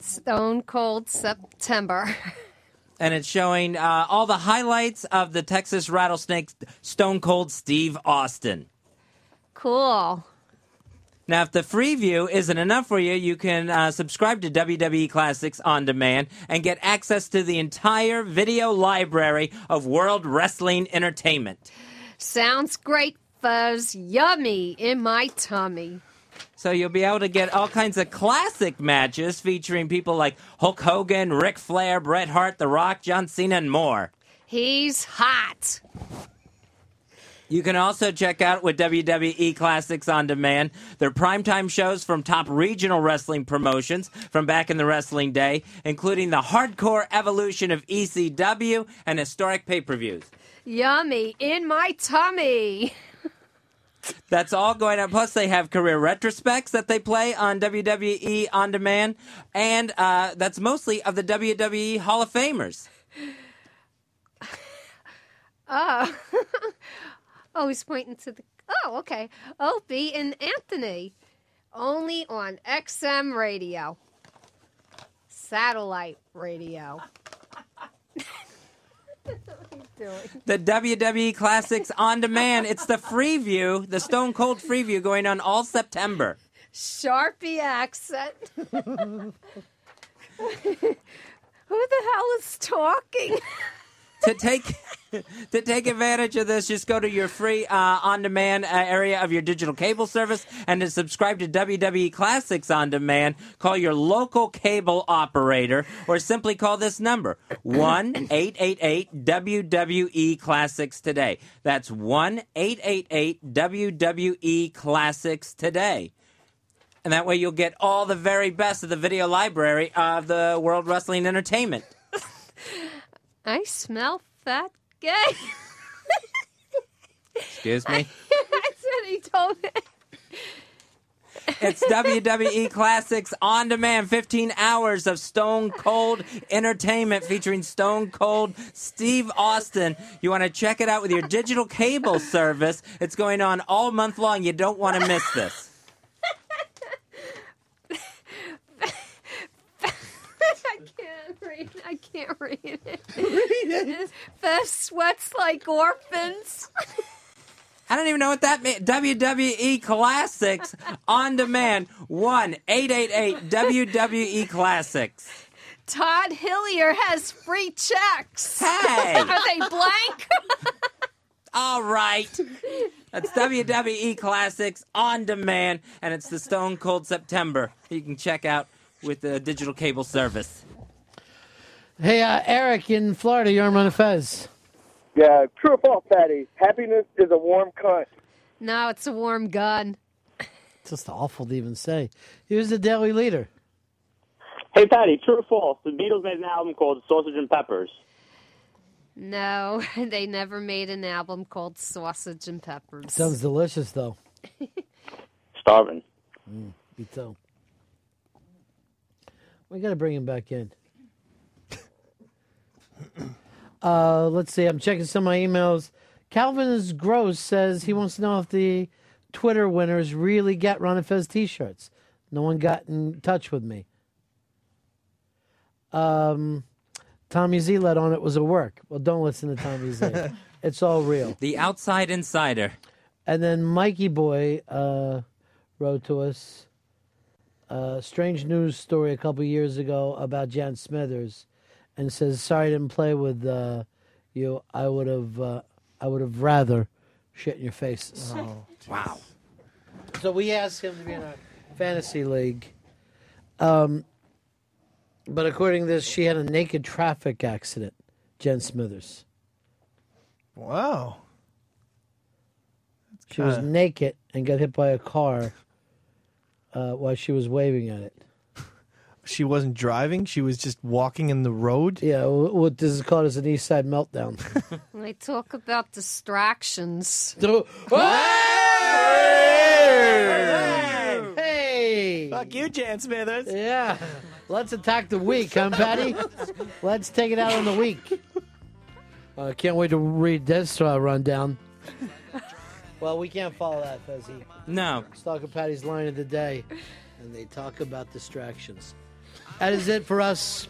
S25: Stone Cold September. <laughs>
S10: and it's showing uh, all the highlights of the Texas Rattlesnake Stone Cold Steve Austin.
S25: Cool.
S10: Now, if the free view isn't enough for you, you can uh, subscribe to WWE Classics on demand and get access to the entire video library of World Wrestling Entertainment.
S25: Sounds great, fuzz. Yummy in my tummy.
S10: So you'll be able to get all kinds of classic matches featuring people like Hulk Hogan, Ric Flair, Bret Hart, The Rock, John Cena, and more.
S25: He's hot.
S10: You can also check out with WWE E Classics on Demand their primetime shows from top regional wrestling promotions from back in the wrestling day, including the hardcore evolution of ECW and historic pay per views.
S25: Yummy in my tummy. <laughs>
S10: That's all going on. Plus, they have career retrospects that they play on WWE On Demand, and uh, that's mostly of the WWE Hall of Famers.
S25: Oh. <laughs> oh, he's pointing to the. Oh, okay. Opie and Anthony. Only on XM radio. Satellite radio. <laughs>
S10: The WWE Classics On Demand. It's the free view, the Stone Cold free view going on all September.
S25: Sharpie accent. <laughs> Who the hell is talking? <laughs>
S10: to take <laughs> to take advantage of this, just go to your free uh, on-demand uh, area of your digital cable service and to subscribe to WWE Classics on demand. Call your local cable operator or simply call this number one eight eight eight WWE Classics today. That's one eight eight eight WWE Classics today. And that way you'll get all the very best of the video library of the World Wrestling Entertainment.
S25: I smell fat gay. <laughs>
S10: Excuse me.
S25: I said he told me.
S10: It's WWE Classics on demand. 15 hours of Stone Cold entertainment featuring Stone Cold Steve Austin. You want to check it out with your digital cable service. It's going on all month long. You don't want to miss this.
S25: <laughs> I can't read. I can't read it. Read it. <laughs> The sweats like orphans.
S10: I don't even know what that means. WWE E Classics on demand. 1 888 WWE E Classics.
S25: Todd Hillier has free checks.
S10: Hey.
S25: Are they blank? <laughs>
S10: All right. That's WWE Classics on demand, and it's the Stone Cold September. You can check out with the digital cable service.
S6: Hey, uh, Eric in Florida, you're on a fez.
S20: Yeah, true or false, Patty? Happiness is a warm cunt.
S25: No, it's a warm gun.
S6: It's just awful to even say. He was the Daily Leader.
S20: Hey, Patty, true or false? The Beatles made an album called Sausage and Peppers.
S25: No, <laughs> they never made an album called Sausage and Peppers.
S6: Sounds delicious, though. Mm,
S20: Starving.
S6: Me too. We got to bring him back in. <coughs> uh, let's see. I'm checking some of my emails. Calvin is gross. Says he wants to know if the Twitter winners really get Ron and Fez T-shirts. No one got in touch with me. Um, Tommy Z let on it was a work. Well, don't listen to Tommy Z. it's all real.
S10: The Outside Insider.
S6: And then Mikey Boy uh, wrote to us uh, strange news story a couple years ago about Jan Smithers, and says sorry I didn't play with uh, you. I would have uh, I would have rather shit in your faces.
S32: Oh,
S10: wow.
S6: So we asked him to be in our fantasy league. Um, but according to this, she had a naked traffic accident. Jen Smithers.
S13: Wow.
S6: She was
S13: kinda-
S6: naked and got hit by a car uh, while she was waving at it.
S13: She wasn't
S7: <laughs>
S13: driving. She was just walking in the road.
S6: Yeah, wh- what this is called is an East Side
S13: <laughs>
S6: meltdown.
S25: They talk about distractions.
S6: Do-
S25: Hey!
S6: Hey!
S13: Fuck you, Jan Smithers.
S6: Yeah. Let's attack the week, huh, Patty? Let's take it out on the <laughs> week. I Uh, can't wait to read this uh, rundown. Well, we can't follow that, Fezzy.
S10: No.
S6: Stalker Patty's line of the day, and they talk about distractions. That is it for us.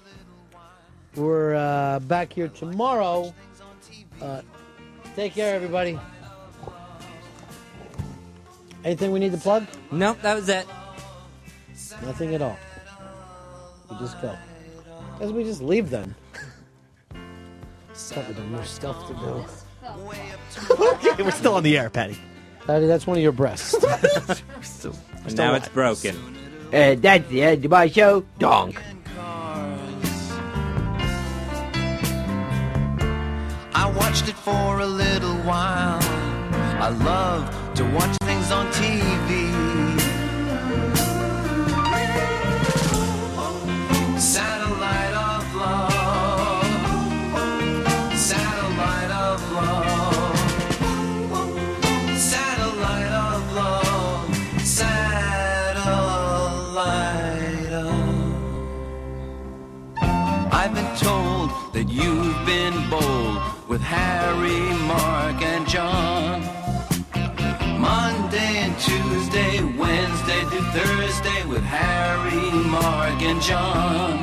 S6: We're uh, back here tomorrow. Uh, take care, everybody. Anything we need to plug?
S10: Nope, that was it.
S6: Nothing at all. We just go. Because we just leave them. Stop with the more stuff to do.
S13: okay, <laughs> we're still on the air, Patty.
S6: Patty, that's one of your
S13: <laughs>
S6: breasts. <laughs>
S10: And now it's broken.
S33: Uh, that's the end of my show. Donk.
S4: I watched it for a little while. I love to watch things on TV. Satellite of love. Satellite of love. Satellite of love. Satellite of I've been told that you've been bold with Harry, Mark, and John. Monday and Tuesday, Wednesday through Thursday with Harry, Mark, and John.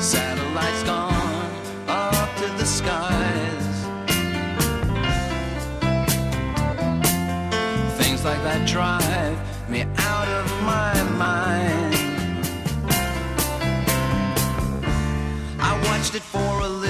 S4: Satellites gone up to the skies. Things like that drive me out of my mind. I watched it for a little